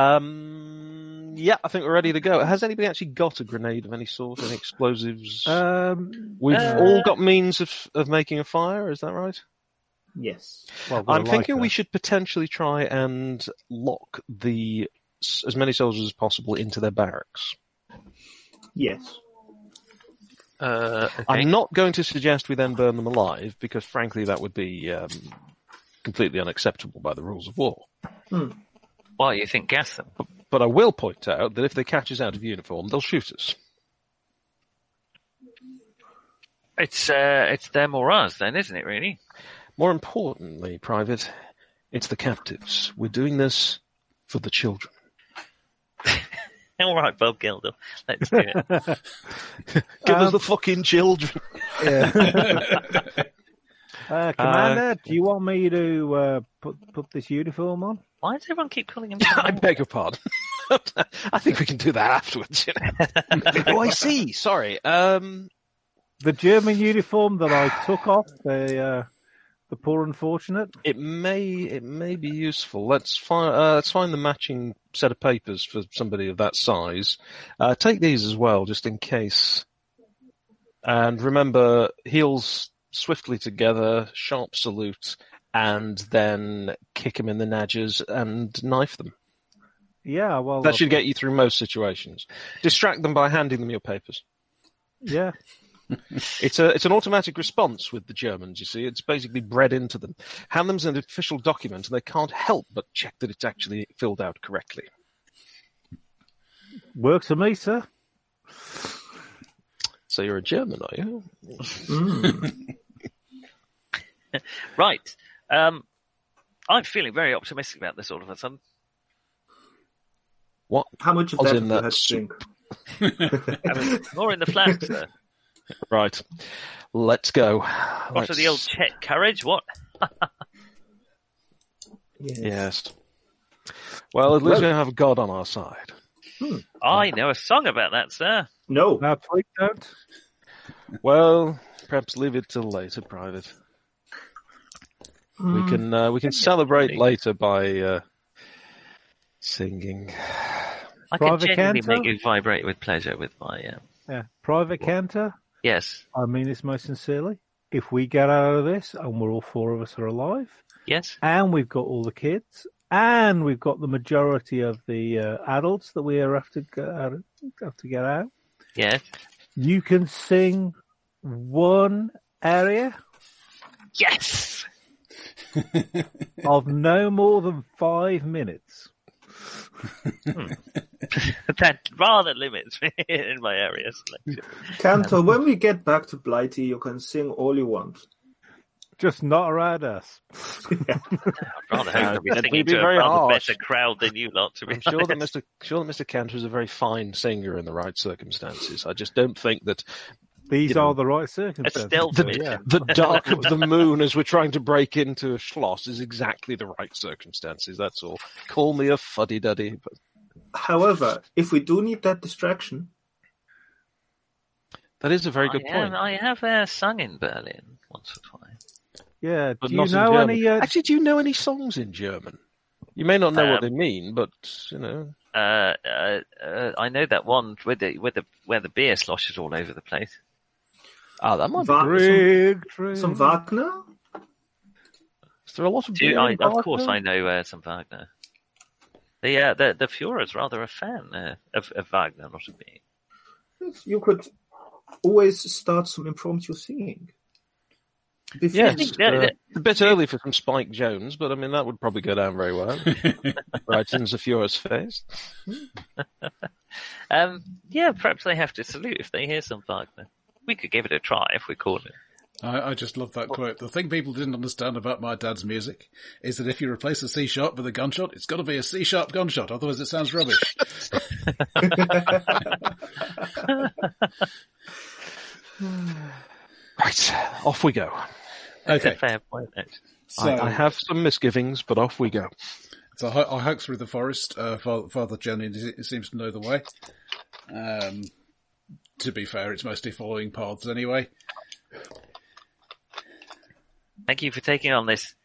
Speaker 3: Um, yeah, I think we're ready to go. Has anybody actually got a grenade of any sort, any explosives?
Speaker 5: Um,
Speaker 3: We've
Speaker 4: uh,
Speaker 3: all got means of, of making a fire, is that right?
Speaker 6: Yes.
Speaker 5: well, we're
Speaker 3: I'm thinking
Speaker 5: lighter.
Speaker 3: we should potentially try and lock the s- as many soldiers as possible into their barracks.
Speaker 6: Yes.
Speaker 11: Uh, okay.
Speaker 3: I'm not going to suggest we then burn them alive because, frankly, that would be um, completely unacceptable by the rules of war.
Speaker 4: Why you think gas them?
Speaker 3: But I will point out that if they catch us out of uniform, they'll shoot us.
Speaker 4: It's uh, it's them or us, then, isn't it? Really?
Speaker 3: More importantly, Private, it's the captives. We're doing this for the children.
Speaker 4: All right, Bob Geldof, let's do it.
Speaker 3: Give us
Speaker 5: Um,
Speaker 3: the fucking children.
Speaker 5: Uh, Commander, do you want me to uh, put put this uniform on?
Speaker 4: Why does everyone keep calling him?
Speaker 3: I
Speaker 4: Commander?
Speaker 3: beg your pardon. I think we can do that afterwards. You know? oh, I see. Sorry. Um,
Speaker 5: The German uniform that I took off the uh, the poor unfortunate.
Speaker 3: it may it may be useful. Let's find uh, let's find the matching set of papers for somebody of that size. Uh, take these as well, just in case. And remember, heels swiftly together, sharp salute, and then kick them in the nadges and knife them.
Speaker 5: Yeah, well,
Speaker 3: That should get you through most situations. Distract them by handing them your papers.
Speaker 5: yeah.
Speaker 3: It's a it's an automatic response with the Germans. You see, it's basically bred into them. Hand them an official document, and they can't help but check that it's actually filled out correctly.
Speaker 5: Works for me, sir.
Speaker 3: So you're a German, are you?
Speaker 4: Right. Um, I'm feeling very optimistic about this all of a sudden.
Speaker 3: What?
Speaker 6: How much of
Speaker 3: As
Speaker 6: that
Speaker 3: in
Speaker 6: have you
Speaker 3: that
Speaker 6: had to
Speaker 3: soup.
Speaker 6: drink?
Speaker 4: I mean, more in the flank, sir.
Speaker 3: Right. Let's go.
Speaker 4: What are the old
Speaker 3: Let's-
Speaker 4: Czech courage? What?
Speaker 6: Yes.
Speaker 3: Yes. Well, at least we have God on our side.
Speaker 4: I know a song about that, sir.
Speaker 6: No.
Speaker 5: No, please don't.
Speaker 3: Well, perhaps leave it till later, Private. We can uh, we can celebrate later by uh, singing.
Speaker 4: I can
Speaker 5: Private
Speaker 4: genuinely
Speaker 5: Cantor?
Speaker 4: make you vibrate with pleasure with my. Um...
Speaker 5: Yeah, Private Cantor.
Speaker 4: Yes.
Speaker 5: I mean this most sincerely. If we get out of this and we're all four of us are alive,
Speaker 4: Yes.
Speaker 5: and we've got all the kids, and we've got the majority of the uh, adults that we are have to get out, have to get out.
Speaker 4: Yes.
Speaker 5: You can sing one area
Speaker 4: Yes.
Speaker 5: of no more than five minutes.
Speaker 4: that rather limits me in my area selection.
Speaker 6: Cantor, when we get back to Blighty, you can sing all you want.
Speaker 5: Just not around us.
Speaker 4: I'd rather
Speaker 3: that'd
Speaker 4: hope they're
Speaker 3: be
Speaker 4: singing to a
Speaker 3: very
Speaker 4: rather
Speaker 3: harsh.
Speaker 4: better crowd than you lot. To be
Speaker 3: I'm sure that
Speaker 4: honest.
Speaker 3: Mr. Sure that Mr. Cantor is a very fine singer in the right circumstances. I just don't think that
Speaker 5: These
Speaker 3: You know,
Speaker 5: are the right circumstances.
Speaker 4: stealth
Speaker 5: so,
Speaker 4: mission.
Speaker 5: yeah.
Speaker 3: the dark of the moon as we're trying to break into a schloss is exactly the right circumstances. That's all. Call me a fuddy duddy. But
Speaker 6: However, if we do need that distraction,
Speaker 3: that is a very good
Speaker 4: I
Speaker 3: point.
Speaker 4: Am, I have uh, sung in Berlin once or twice.
Speaker 5: yeah.
Speaker 3: But
Speaker 5: Do you
Speaker 3: not in
Speaker 5: know
Speaker 3: German.
Speaker 5: any? Uh,
Speaker 3: Actually, do you know any songs in German? You may not know what
Speaker 4: Um,
Speaker 3: they mean, but you know.
Speaker 4: Uh, uh, uh, I know that one with the with the where the beer sloshes all over the place.
Speaker 3: Ah, that might be.
Speaker 6: Va-
Speaker 5: Big
Speaker 6: some,
Speaker 5: tree.
Speaker 3: Mm.
Speaker 6: some Wagner?
Speaker 3: Is there a lot of?
Speaker 4: Do
Speaker 3: beer
Speaker 4: I,
Speaker 3: in
Speaker 4: of course,
Speaker 3: Wagner?
Speaker 4: I know uh, some Wagner. The uh, the the Führer's rather a fan uh, of, of Wagner, not of me.
Speaker 6: You could always start some impromptu singing. Before
Speaker 3: Yes,
Speaker 6: we-
Speaker 4: think that-
Speaker 3: uh,
Speaker 4: that-
Speaker 3: a bit early for some Spike Jones, but I mean that would probably go down very well. right in Zafura's face.
Speaker 4: Um, yeah, perhaps they have to salute if they hear some Wagner. We could give it a try if we call it.
Speaker 1: I, I just love that quote. The thing people didn't understand about my dad's music is that if you replace a C sharp with a gunshot, it's got to be a C sharp gunshot, otherwise it sounds rubbish.
Speaker 12: Right, off we go.
Speaker 4: That's
Speaker 1: Okay.
Speaker 4: a fair point. actually.
Speaker 1: So
Speaker 12: I, I have some misgivings, but off we go.
Speaker 1: So I, I hike through the forest. Uh, Father, Father Johnny d- seems to know the way. Um, to be fair, it's mostly following paths anyway.
Speaker 4: Thank you for taking on this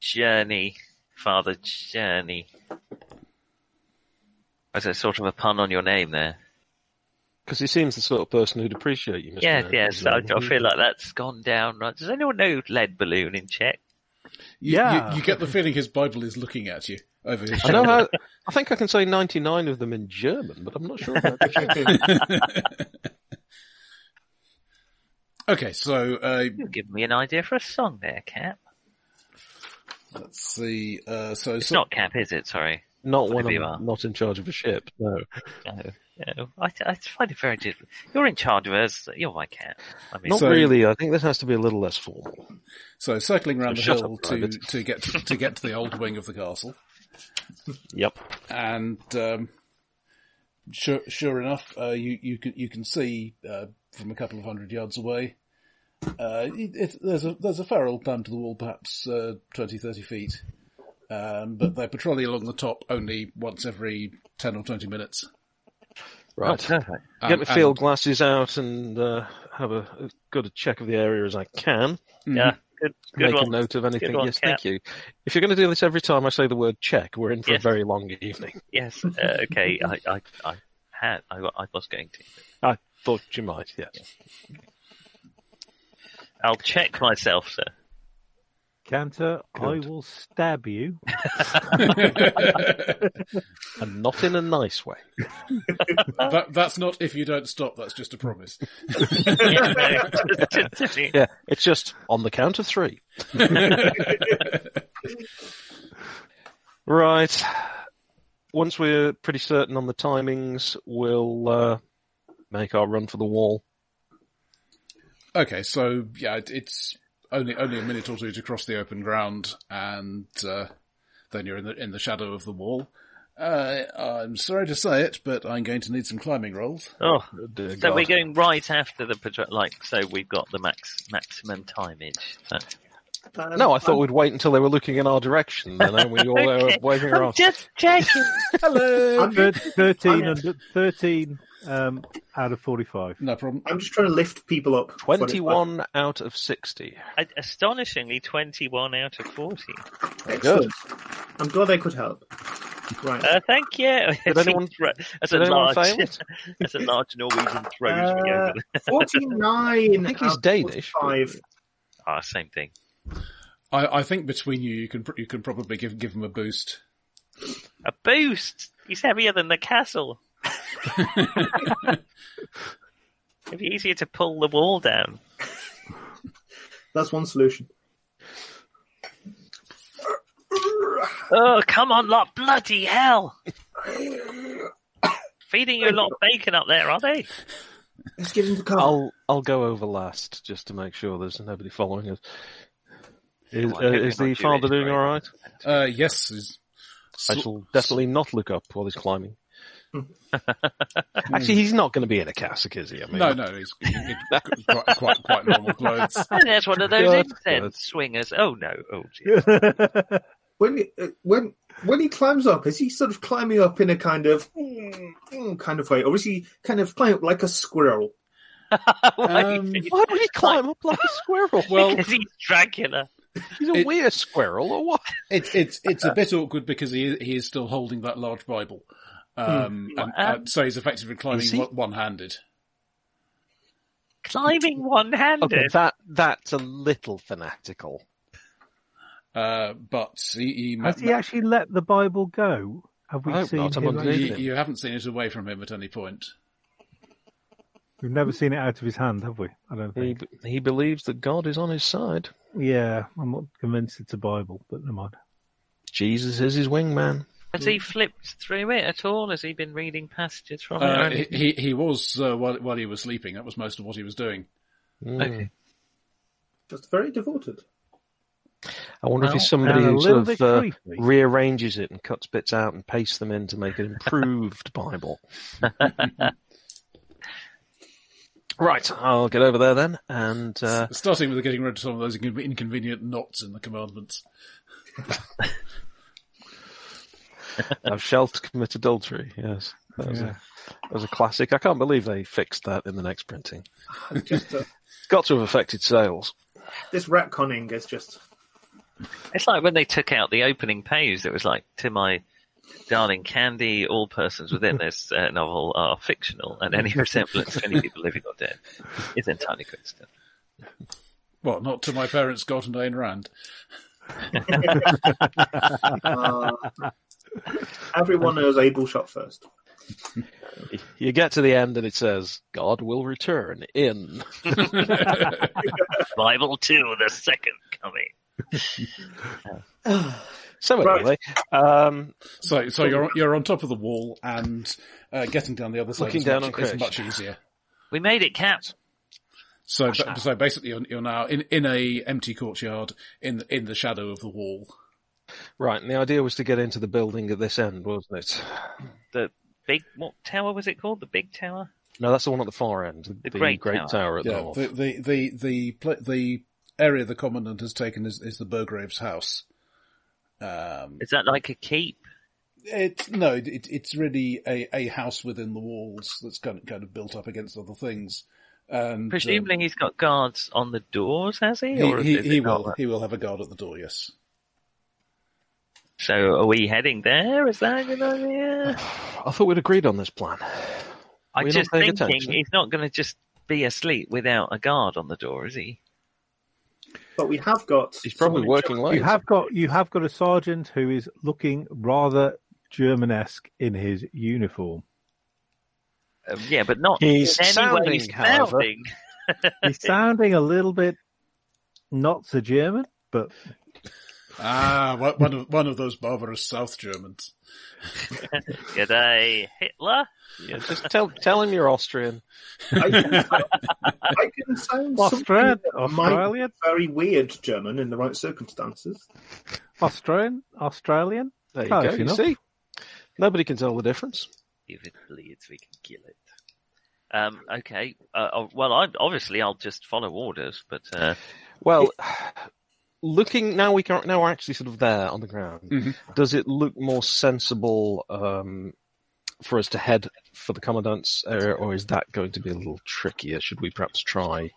Speaker 4: journey, Father Journey. Was it sort of a pun on your name there?
Speaker 3: Because he seems the sort of person who'd appreciate you. Mr.
Speaker 4: Yes,
Speaker 3: Murphy,
Speaker 4: yes. I,
Speaker 3: isn't
Speaker 4: I
Speaker 3: uh, he?
Speaker 4: feel like that's gone down. Right? Does anyone know lead balloon in Czech?
Speaker 1: You,
Speaker 5: Yeah.
Speaker 1: you, you get the feeling his Bible is looking at you over his
Speaker 3: I know.
Speaker 1: shoulder.
Speaker 3: How, I think I can say ninety-nine of them in German, but I'm not sure. About the
Speaker 1: okay, so uh,
Speaker 4: You give me an idea for a song there, Cap.
Speaker 1: let's see. Uh, so
Speaker 4: It's
Speaker 1: so-
Speaker 4: not Cap, is it? Sorry.
Speaker 3: not when
Speaker 4: Maybe you are.
Speaker 3: I'm not in charge of a ship. No.
Speaker 4: No. no. I, I find it very difficult. You're in charge of us. You're my cat. I mean,
Speaker 3: Not
Speaker 1: So-
Speaker 3: really. I think this has to be a little less formal.
Speaker 1: so circling around
Speaker 3: So
Speaker 1: the
Speaker 3: shut
Speaker 1: hill
Speaker 3: up,
Speaker 1: to
Speaker 3: private.
Speaker 1: to get to get to the old wing of the castle.
Speaker 3: Yep.
Speaker 1: and um, sure, sure enough, uh, you you can you can see uh, from a couple of hundred yards away. Uh, it, it, there's a there's a fair old climb to the wall, perhaps uh, 20, 30 feet, um, but they're patrolling along the top only once every ten or twenty minutes.
Speaker 3: Right.
Speaker 4: perfect.
Speaker 3: Get
Speaker 1: Um,
Speaker 3: my field
Speaker 1: and-
Speaker 3: glasses out and uh, have a as good a check of the area as I can.
Speaker 4: Yeah. Good, good
Speaker 3: Make
Speaker 4: one.
Speaker 3: a note of anything.
Speaker 4: one,
Speaker 3: yes,
Speaker 4: Cap.
Speaker 3: thank you. If you're going to do this every time I say the word check, we're in for
Speaker 4: Yes.
Speaker 3: a very long evening.
Speaker 4: Yes. Uh, okay. I, I, I had. I, I was going to.
Speaker 3: I thought you might. Yes.
Speaker 4: I'll check myself, sir.
Speaker 5: Cantor, I
Speaker 3: Good.
Speaker 5: will stab you.
Speaker 3: and not in a nice way.
Speaker 1: that that's not if you don't stop. That's just a promise.
Speaker 3: Yeah, it's just on the count of three. Right. Once we're pretty certain on the timings, we'll uh, make our run for the wall.
Speaker 1: Okay, so yeah, it, it's only only a minute or two to cross the open ground, and uh, then you're in the in the shadow of the wall. Uh, I'm sorry to say it, but I'm going to need some climbing rolls.
Speaker 4: oh,
Speaker 3: Dear
Speaker 4: so
Speaker 3: God.
Speaker 4: we're going right after the patrol. Like, so we've got the max maximum timage. So-
Speaker 3: No, I thought we'd wait until they were looking in our direction. Then and we all were
Speaker 4: Okay.
Speaker 3: waving our arms.
Speaker 4: just checking.
Speaker 1: Hello.
Speaker 6: I'm
Speaker 5: Thir-
Speaker 6: just,
Speaker 5: 13, under, 13 um, out of 45.
Speaker 1: No problem.
Speaker 6: I'm just trying to lift people up. for it.
Speaker 3: Twenty-one out of sixty.
Speaker 4: A- Astonishingly, twenty-one out of forty.
Speaker 6: Excellent. I'm glad I could help. Right.
Speaker 4: Uh, thank you. Did
Speaker 3: anyone-
Speaker 4: That's
Speaker 3: Did
Speaker 4: a
Speaker 3: anyone
Speaker 4: large.
Speaker 3: fail it?
Speaker 4: That's a large Norwegian throws me
Speaker 6: Uh,
Speaker 4: over. The,
Speaker 6: 49.
Speaker 3: I think he's
Speaker 6: out of
Speaker 3: Danish.
Speaker 6: 45.
Speaker 4: ah, same thing.
Speaker 1: I, I think between you, you can pr- you can probably give give him a boost.
Speaker 4: A boost. He's heavier than the castle. It'd be easier to pull the wall down.
Speaker 6: That's one solution.
Speaker 4: Oh, come on, lot! Bloody hell! Feeding you a lot of bacon up there, are they?
Speaker 6: Let's get into the car.
Speaker 3: I'll I'll go over last just to make sure there's nobody following us. Is,
Speaker 4: Well, I
Speaker 3: uh,
Speaker 4: hope you're
Speaker 3: is the
Speaker 4: not
Speaker 3: father
Speaker 4: Jewish,
Speaker 3: doing all
Speaker 4: right?
Speaker 3: right?
Speaker 1: Uh, yes, he's-
Speaker 3: I shall definitely not look up while he's climbing. Actually, he's not going to be in a cassock, is he? I mean,
Speaker 1: no, no, he's he's quite, quite quite normal clothes.
Speaker 4: And there's one of those
Speaker 3: Good,
Speaker 4: incense
Speaker 3: good.
Speaker 4: swingers. Oh no! Oh dear.
Speaker 5: That's
Speaker 6: when he, uh, when when he climbs up, is he sort of climbing up in a kind of mm, mm, kind of way, or is he kind of climbing up like a squirrel?
Speaker 1: Um,
Speaker 3: Why would he climb up like a squirrel?
Speaker 1: well,
Speaker 4: Because he's Dracula.
Speaker 3: he's a
Speaker 1: it-
Speaker 3: weird squirrel, or what?
Speaker 1: It's it's it's a bit awkward because he he is still holding that large Bible, um, and, and so he's effectively
Speaker 3: Is
Speaker 1: climbing
Speaker 3: he?
Speaker 1: one handed.
Speaker 4: Climbing one-handed.
Speaker 3: Okay, that that's a little fanatical.
Speaker 1: Uh, but he, he, ma-
Speaker 5: he actually let the Bible go? Have we
Speaker 3: I hope
Speaker 5: seen
Speaker 3: not, I'm
Speaker 5: him?
Speaker 1: you,
Speaker 3: underneath.
Speaker 5: actually-
Speaker 3: Nathan.
Speaker 1: you haven't seen it away from him at any point.
Speaker 5: We've never seen it out of his hand, have we? I don't
Speaker 3: He
Speaker 5: think.
Speaker 3: he believes that God is on his side.
Speaker 5: Yeah, I'm not convinced it's a Bible, but never mind.
Speaker 3: Jesus is his wingman.
Speaker 4: Has he flipped through it at all? Has he been reading passages from it? or
Speaker 1: Uh, he,
Speaker 4: anything?
Speaker 1: he he was uh, while while he was sleeping. That was most of what he was doing.
Speaker 3: Mm.
Speaker 4: Okay.
Speaker 6: That's very devoted.
Speaker 3: I wonder if
Speaker 4: Well,
Speaker 3: he's somebody
Speaker 5: and a
Speaker 3: who
Speaker 5: little
Speaker 3: sort of
Speaker 5: bit
Speaker 3: uh,
Speaker 5: creepy.
Speaker 3: rearranges it and cuts bits out and pastes them in to make an improved Bible. Right, I'll get over there then, and uh,
Speaker 1: Starting with getting rid of some of those incon- inconvenient knots in the commandments.
Speaker 3: I've shalt to commit adultery. Yes, that was,
Speaker 5: Yeah.
Speaker 3: a, that was a classic. I can't believe they fixed that in the next printing.
Speaker 6: just uh,
Speaker 3: Got to have affected sales.
Speaker 6: this retconning is just
Speaker 4: It's like when they took out the opening page that was like, to my darling Candy, all persons within this uh, novel are fictional, and any resemblance to any people living or dead is entirely coincidental.
Speaker 1: Well, not to my parents, God and Ayn Rand.
Speaker 6: uh, everyone knows Abel shot first.
Speaker 3: You get to the end, and it says, "God will return in."
Speaker 4: Bible 2, the second coming.
Speaker 3: So
Speaker 6: Right.
Speaker 3: anyway, um,
Speaker 1: So, so you're you're on top of the wall and uh, getting down the other side
Speaker 3: Looking
Speaker 1: is,
Speaker 3: down
Speaker 1: much,
Speaker 3: on
Speaker 1: is
Speaker 3: Crouch.
Speaker 1: much easier.
Speaker 4: We made it, Cap.
Speaker 1: So, ba- so basically, you're, you're now in, in a empty courtyard in in the shadow of the wall.
Speaker 3: right, and the idea was to get into the building at this end, wasn't it?
Speaker 4: Big, what tower was it called? The big tower?
Speaker 3: No, that's the one at the far end, the,
Speaker 4: Great Tower.
Speaker 3: at the
Speaker 1: Yeah,
Speaker 3: north.
Speaker 1: the the the the, pla the area the commandant has taken is, is the Burgrave's house. Um,
Speaker 4: Is that like a keep?
Speaker 1: it's no, it, it- it's really a, a house within the walls that's kind of, kind of built up against other things. And um,
Speaker 4: Presumably he's got guards on the doors, has he?
Speaker 1: he,
Speaker 4: Or is
Speaker 1: he,
Speaker 4: it
Speaker 1: he
Speaker 4: not?
Speaker 1: will he will have a guard at the door. Yes.
Speaker 4: So are we heading there? Is that a good idea?
Speaker 3: I thought we'd agreed on this plan.
Speaker 4: I'm
Speaker 3: We're not
Speaker 4: just
Speaker 3: paying
Speaker 4: thinking
Speaker 3: attention.
Speaker 4: he's not going to just be asleep without a guard on the door, is he?
Speaker 6: But we have got.
Speaker 3: He's probably
Speaker 6: someone in
Speaker 3: working late.
Speaker 5: You have got you have got a sergeant who is looking rather Germanesque in his uniform.
Speaker 4: Um, yeah, but not
Speaker 3: He's
Speaker 4: in any way
Speaker 3: sounding, however.
Speaker 4: sounding.
Speaker 5: He's sounding a little bit not so German, but
Speaker 1: Ah, one- one of one of those barbarous South Germans.
Speaker 4: G'day, Hitler.
Speaker 3: Yeah, just tell tell him you're Austrian.
Speaker 6: charge. I can sound, I can sound
Speaker 5: Austrian,
Speaker 6: something that might be
Speaker 5: Australian,
Speaker 6: very weird German in the right circumstances.
Speaker 5: Australian, Australian.
Speaker 3: There you
Speaker 5: Close
Speaker 3: go. You
Speaker 5: enough.
Speaker 3: see, nobody can tell the difference.
Speaker 4: If it bleeds, we can kill it. Um, okay. Uh, oh, well, I, obviously, I'll just follow orders, but uh,
Speaker 3: Well, looking now we can now we're actually sort of there on the ground.
Speaker 1: Mhm.
Speaker 3: Does it look more sensible um, for us to head for the commandant's area, or is that going to be a little trickier? Should we perhaps try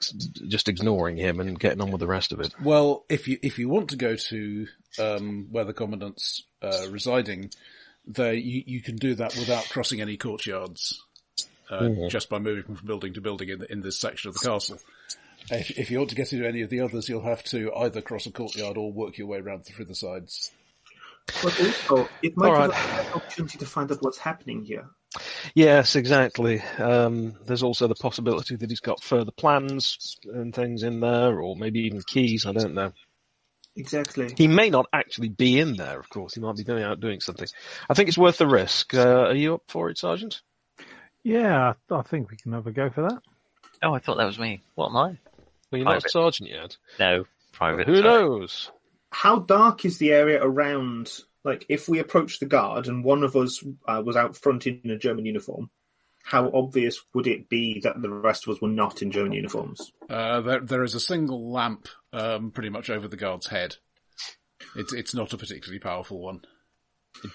Speaker 3: s- just ignoring him and getting on with the rest of it?
Speaker 1: Well, if you if you want to go to um, where the commandant's uh, residing, there you, you can do that without crossing any courtyards, uh,
Speaker 3: Mhm.
Speaker 1: just by moving from building to building in in this section of the castle. If, if you want to get into any of the others, you'll have to either cross a courtyard or work your way around through the sides.
Speaker 6: But also, it might
Speaker 3: All
Speaker 6: have
Speaker 3: right.
Speaker 6: an opportunity to find out what's happening here.
Speaker 3: Yes, exactly. Um, there's also the possibility that he's got further plans and things in there, or maybe even keys. I don't know.
Speaker 6: Exactly.
Speaker 3: He may not actually be in there, of course. He might be going out doing something. I think it's worth the risk. Uh, are you up for it, Sergeant?
Speaker 5: Yeah, I, I think we can have a go for that.
Speaker 4: oh, I thought that was me. What am I?
Speaker 3: Well, you're not
Speaker 4: Private.
Speaker 3: Sergeant yet.
Speaker 4: No, private.
Speaker 3: Who
Speaker 4: sorry.
Speaker 3: knows?
Speaker 6: How dark is the area around? Like, if we approach the guard and one of us uh, was out front in a German uniform, how obvious would it be that the rest of us were not in German uniforms?
Speaker 1: Uh, there there is a single lamp, um, pretty much over the guard's head. It's it's not a particularly powerful one.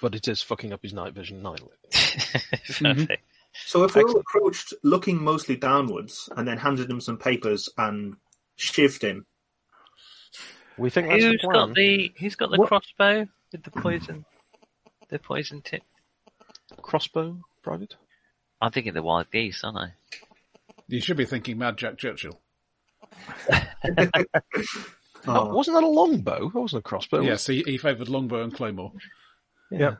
Speaker 3: But it is fucking up his night vision nightly. Mm-hmm.
Speaker 4: Perfect.
Speaker 6: So if we all approached looking mostly downwards and then handed him some papers and shivved him,
Speaker 3: We think that's
Speaker 4: Who's
Speaker 3: the plan.
Speaker 4: got the Who's got the
Speaker 5: What-
Speaker 4: crossbow with the poison? The poison tip.
Speaker 3: crossbow, private?
Speaker 4: I'm thinking the wild geese, aren't I?
Speaker 1: You should be thinking Mad Jack Churchill.
Speaker 6: Ah.
Speaker 3: Oh, wasn't that a longbow? That wasn't a crossbow. was
Speaker 1: Yes, he, he favoured longbow and claymore.
Speaker 4: Longbow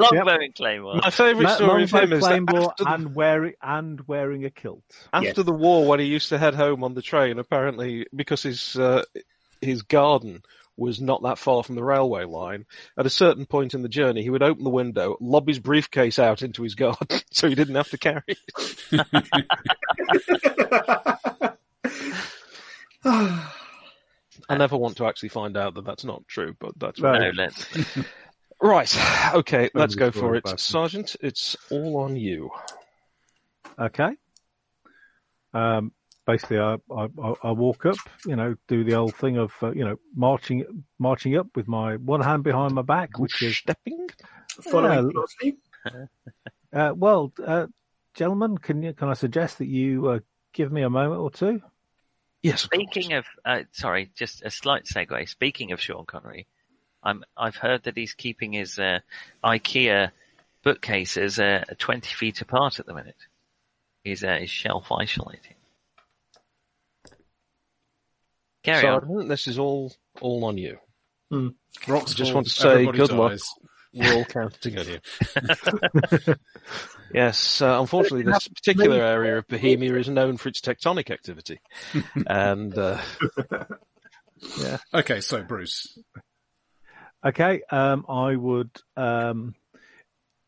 Speaker 4: and Claymore.
Speaker 3: it? My favourite
Speaker 5: Ma-
Speaker 3: story of
Speaker 5: Longbow,
Speaker 3: him is that
Speaker 5: Claymore
Speaker 3: after the
Speaker 5: and wearing and wearing a kilt.
Speaker 3: after the war when he used to head home on the train apparently because his uh, his garden was not that far from the railway line at a certain point in the journey he would open the window lob his briefcase out into his garden so he didn't have to carry it
Speaker 6: oh.
Speaker 3: i never want to actually find out that that's not true but that's
Speaker 5: No.
Speaker 4: No, let's.
Speaker 3: right okay let's go
Speaker 5: Nobody's
Speaker 3: for
Speaker 5: worried
Speaker 3: it
Speaker 5: about it.
Speaker 3: sergeant it's all on you
Speaker 5: Okay. Um, basically, I, I I walk up, you know, do the old thing of uh, you know marching marching up with my one hand behind my back, which is
Speaker 3: stepping.
Speaker 6: Following
Speaker 5: Yeah.
Speaker 6: closely.
Speaker 5: uh, well, uh, gentlemen, can you can I suggest that you uh, give me a moment or two?
Speaker 3: Yes. of course.
Speaker 4: Speaking of, uh, sorry, just a slight segue. Speaking of Sean Connery, I'm, I've heard that he's keeping his uh, IKEA bookcases uh, 20 feet apart at the minute. He's, uh, he's shelf isolating. Carry on.
Speaker 9: Sergeant, this is all all on you.
Speaker 1: Rocks
Speaker 9: Just
Speaker 1: fall,
Speaker 9: want to say
Speaker 1: everybody
Speaker 9: good luck.
Speaker 1: dies.
Speaker 9: We're all counting on you. yes, uh, unfortunately, this particular area of Bohemia is known for its tectonic activity, and uh,
Speaker 1: Okay, so Bruce,
Speaker 5: Okay, um, I would. Um,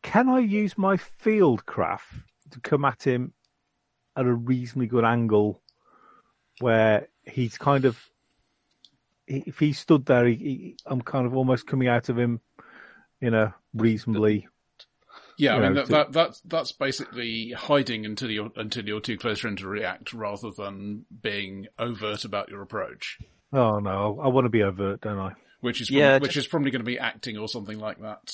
Speaker 5: can I use my field craft to come at him at a reasonably good angle, where he's kind of, if he stood there, he, he, I'm kind of almost coming out of him in a reasonably.
Speaker 1: yeah, I
Speaker 5: Yeah,
Speaker 1: mean
Speaker 5: it's
Speaker 1: that,
Speaker 5: a-
Speaker 1: that that's that's basically hiding until you're until you're too close for him to react, rather than being overt about your approach,
Speaker 5: Oh no, I want to be overt, don't I?
Speaker 1: which is prob-
Speaker 9: Yeah,
Speaker 1: which is probably going to be acting or something like that.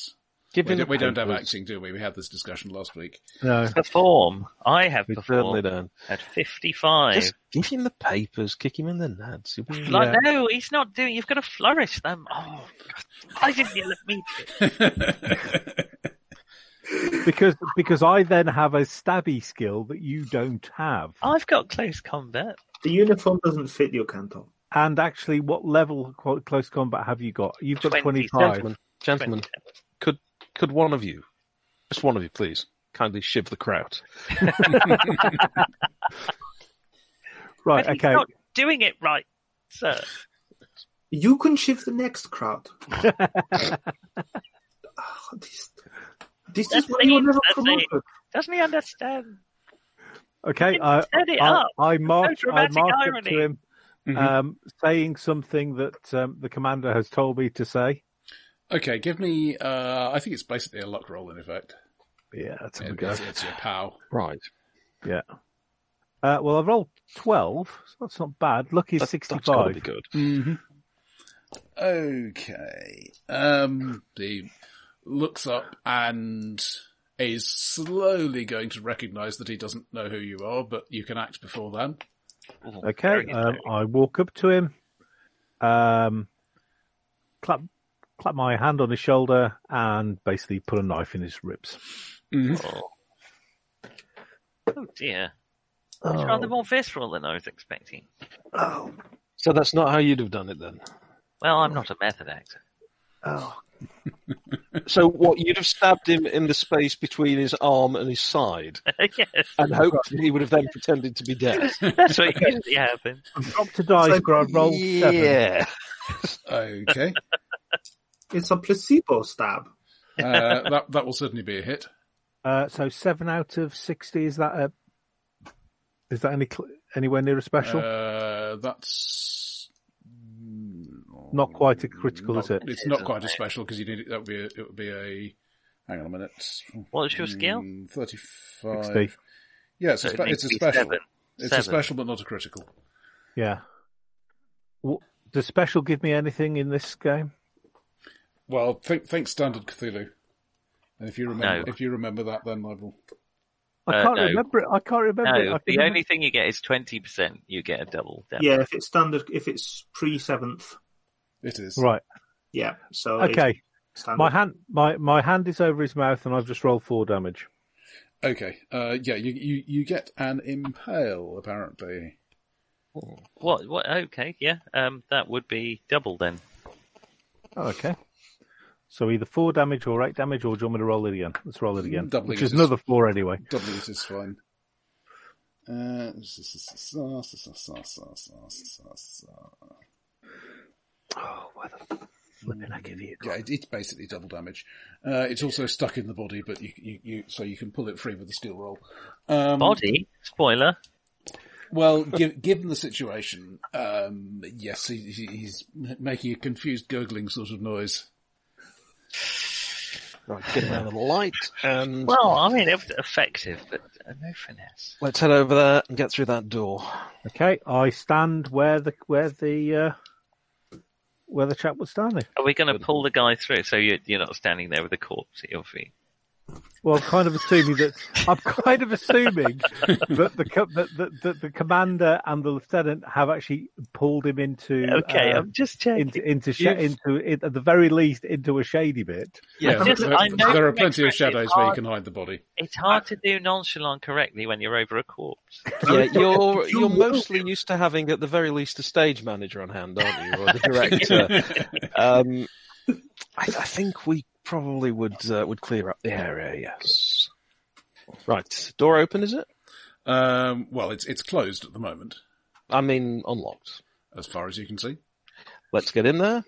Speaker 9: give
Speaker 1: We,
Speaker 9: him
Speaker 1: don't-
Speaker 9: the
Speaker 1: we don't have
Speaker 9: papers.
Speaker 1: acting, do we? We had this discussion last week.
Speaker 5: No,
Speaker 4: Perform. I have
Speaker 9: We certainly
Speaker 4: performed
Speaker 9: don't.
Speaker 4: at 55.
Speaker 9: Just give him the papers, kick him in the nads. You'll be-
Speaker 4: Like, no, he's not doing. You've got to flourish them. Oh, God. why didn't you let me? do it?
Speaker 5: because because I then have a stabby skill that you don't have.
Speaker 4: I've got close combat.
Speaker 6: The uniform doesn't fit your canton.
Speaker 5: And actually, what level of clo- close combat have you got? You've got 25.
Speaker 9: Gentlemen, gentlemen, could could one of you, just one of you, please, kindly shiv the crowd?
Speaker 5: Right,
Speaker 4: But he's
Speaker 5: okay.
Speaker 4: not doing it right, sir.
Speaker 6: You can shift the next crowd. Ah, this this
Speaker 4: That's
Speaker 6: is why you were
Speaker 4: it,
Speaker 6: never
Speaker 4: that's it.
Speaker 6: promoted.
Speaker 4: Doesn't he understand?
Speaker 5: Okay,
Speaker 4: Didn't
Speaker 5: I,
Speaker 4: set it
Speaker 5: I,
Speaker 4: up.
Speaker 5: I march, I
Speaker 4: dramatic
Speaker 5: march up
Speaker 4: irony.
Speaker 5: to him,
Speaker 9: Mm-hmm.
Speaker 5: um, saying something that um, the commander has told me to say.
Speaker 1: Okay, give me. Uh, I think it's basically a luck roll in effect.
Speaker 5: Yeah, that's
Speaker 1: It- it's, it's your pal.
Speaker 9: Right.
Speaker 5: Yeah. Uh, well, I rolled 12, so that's not bad. Lucky
Speaker 9: That- That's got to
Speaker 5: 65.
Speaker 9: be good.
Speaker 1: Mm-hmm. Okay. Um, he looks up and is slowly going to recognise that he doesn't know who you are, but you can act before then.
Speaker 4: Oh, very
Speaker 5: Okay,
Speaker 4: good,
Speaker 5: um,
Speaker 4: very
Speaker 5: I walk up to him, um, clap, clap my hand on his shoulder, and basically put a knife in his ribs.
Speaker 4: good. Oh. Oh, dear. It's rather more visceral than I was expecting.
Speaker 6: Oh,
Speaker 9: So that's not how you'd have done it then.
Speaker 4: Well, I'm not a method actor.
Speaker 6: oh.
Speaker 9: So what you'd have stabbed him in the space between his arm and his side,
Speaker 4: yes,
Speaker 9: and hoped he would have then pretended to be dead.
Speaker 4: that's what usually happens.
Speaker 5: Drop to dice,
Speaker 6: So-
Speaker 5: but I rolled seven.
Speaker 9: Yeah.
Speaker 1: Okay.
Speaker 6: It's a placebo stab.
Speaker 1: uh, that that will certainly be a hit.
Speaker 5: Uh, so seven out of sixty is that a, is that any cl- anywhere near a special?
Speaker 1: Uh, that's mm,
Speaker 5: Not quite a critical,
Speaker 1: not-
Speaker 5: is it?
Speaker 1: It's not quite a special because you need that would be a, it would be a. Hang on a minute.
Speaker 4: What's your skill?
Speaker 1: Mm, Thirty-five.
Speaker 5: 60.
Speaker 1: Yeah, it's
Speaker 4: So
Speaker 1: a,
Speaker 4: it
Speaker 1: spe- it's
Speaker 4: needs
Speaker 1: a
Speaker 4: to be
Speaker 1: special.
Speaker 4: seven.
Speaker 1: It's a
Speaker 4: Seven.
Speaker 1: special, but not a critical.
Speaker 5: Yeah. W- does special give me anything in this game?
Speaker 1: Well, think think standard Cthulhu, and if you remember
Speaker 4: No.
Speaker 1: if you remember that, then I will.
Speaker 5: I
Speaker 4: Uh,
Speaker 5: can't
Speaker 4: no.
Speaker 5: remember it. I can't remember it. I
Speaker 4: No,
Speaker 5: can
Speaker 4: the
Speaker 5: remember-
Speaker 4: only thing you get is 20%. You get a double damage.
Speaker 6: Yeah, if it's standard, if it's pre seventh,
Speaker 1: It is
Speaker 5: Right.
Speaker 6: yeah. So Oh, it's
Speaker 5: Okay.
Speaker 6: standard.
Speaker 5: My hand, my my hand is over his mouth, and I've just rolled four damage.
Speaker 1: Okay, uh, yeah, you, you you get an impale apparently.
Speaker 4: What? What? Okay, yeah. Um, that would be double then.
Speaker 5: Oh, okay. So either four damage or eight damage, or do you want me to roll it again? Let's roll it again,
Speaker 1: Doubling
Speaker 5: which
Speaker 1: it
Speaker 5: is
Speaker 1: is-
Speaker 5: another four anyway.
Speaker 1: Doubling it is fine. Uh, s- s- s- s- s- s- s- s- s- s- s-
Speaker 5: Oh, why the flipping I give you?
Speaker 1: yeah, it, it's basically double damage. Uh, it's also stuck in the body, but you, you, you so you can pull it free with a skill roll.
Speaker 5: Mm.
Speaker 1: Um,
Speaker 4: Body? Spoiler.
Speaker 1: Well, gi- given the situation, um, yes, he, he- he's making a confused gurgling sort of noise.
Speaker 3: Right, get him out of the light and
Speaker 4: Well, I mean, it was effective, but uh, no finesse.
Speaker 3: let's head over there and get through that door.
Speaker 5: Okay, I stand where the where the uh, where the chap was standing.
Speaker 4: Are we going to pull the guy through? So you're, you're not standing there with a corpse at your feet.
Speaker 5: Well, I'm kind of assuming that I'm kind of assuming that the co- that, that, that the commander and the lieutenant have actually pulled him into
Speaker 4: Okay,
Speaker 5: um,
Speaker 4: I'm uh, just checking.
Speaker 5: into into sha- into in, at the very least into a shady bit.
Speaker 1: Yeah,
Speaker 4: I just-
Speaker 1: there,
Speaker 4: I know
Speaker 1: there are
Speaker 4: from
Speaker 1: plenty of
Speaker 4: experience
Speaker 1: shadows
Speaker 4: it's
Speaker 1: where you
Speaker 4: hard-
Speaker 1: can hide the body.
Speaker 4: It's hard to do nonchalant correctly when you're over a corpse.
Speaker 3: Yeah, you're
Speaker 6: You
Speaker 3: you're
Speaker 6: know.
Speaker 3: mostly used to having at the very least a stage manager on hand, aren't you, or the director? um, I, I think we probably would uh, would clear up the area. Yes. Right, door open is it?
Speaker 1: Um, well, it's it's closed at the moment,
Speaker 3: I mean, unlocked.
Speaker 1: as far as you can see.
Speaker 3: Let's get in there.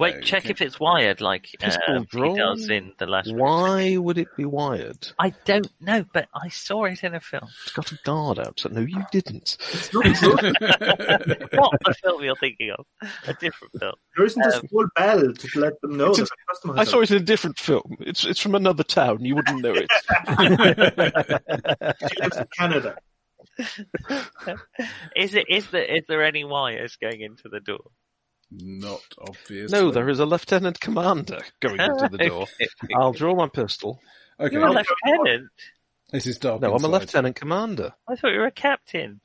Speaker 4: Wait, check if it's wired like uh,
Speaker 3: Pistol
Speaker 4: he does
Speaker 3: drawn?
Speaker 4: in the last.
Speaker 3: Why would it be wired?
Speaker 4: I don't know, but I saw it in a film.
Speaker 3: It's got a guard outside. No, you didn't.
Speaker 4: What the film you're thinking of? A different film.
Speaker 6: There isn't a small bell to let them know
Speaker 3: Um, It's a-
Speaker 6: that the customer
Speaker 3: I
Speaker 6: has
Speaker 3: saw it in a different film. It's it's from another town. You wouldn't know it.
Speaker 6: arrived in Canada.
Speaker 4: Is it? Is there? Is there any wires going into the door?
Speaker 1: Not obvious.
Speaker 3: no, there is a lieutenant commander going into the door. Oh, I'll draw my pistol.
Speaker 1: Okay,
Speaker 4: You're a lieutenant.
Speaker 1: this is dark.
Speaker 3: No, I'm a
Speaker 1: inside.
Speaker 3: lieutenant commander.
Speaker 4: I thought you were a captain.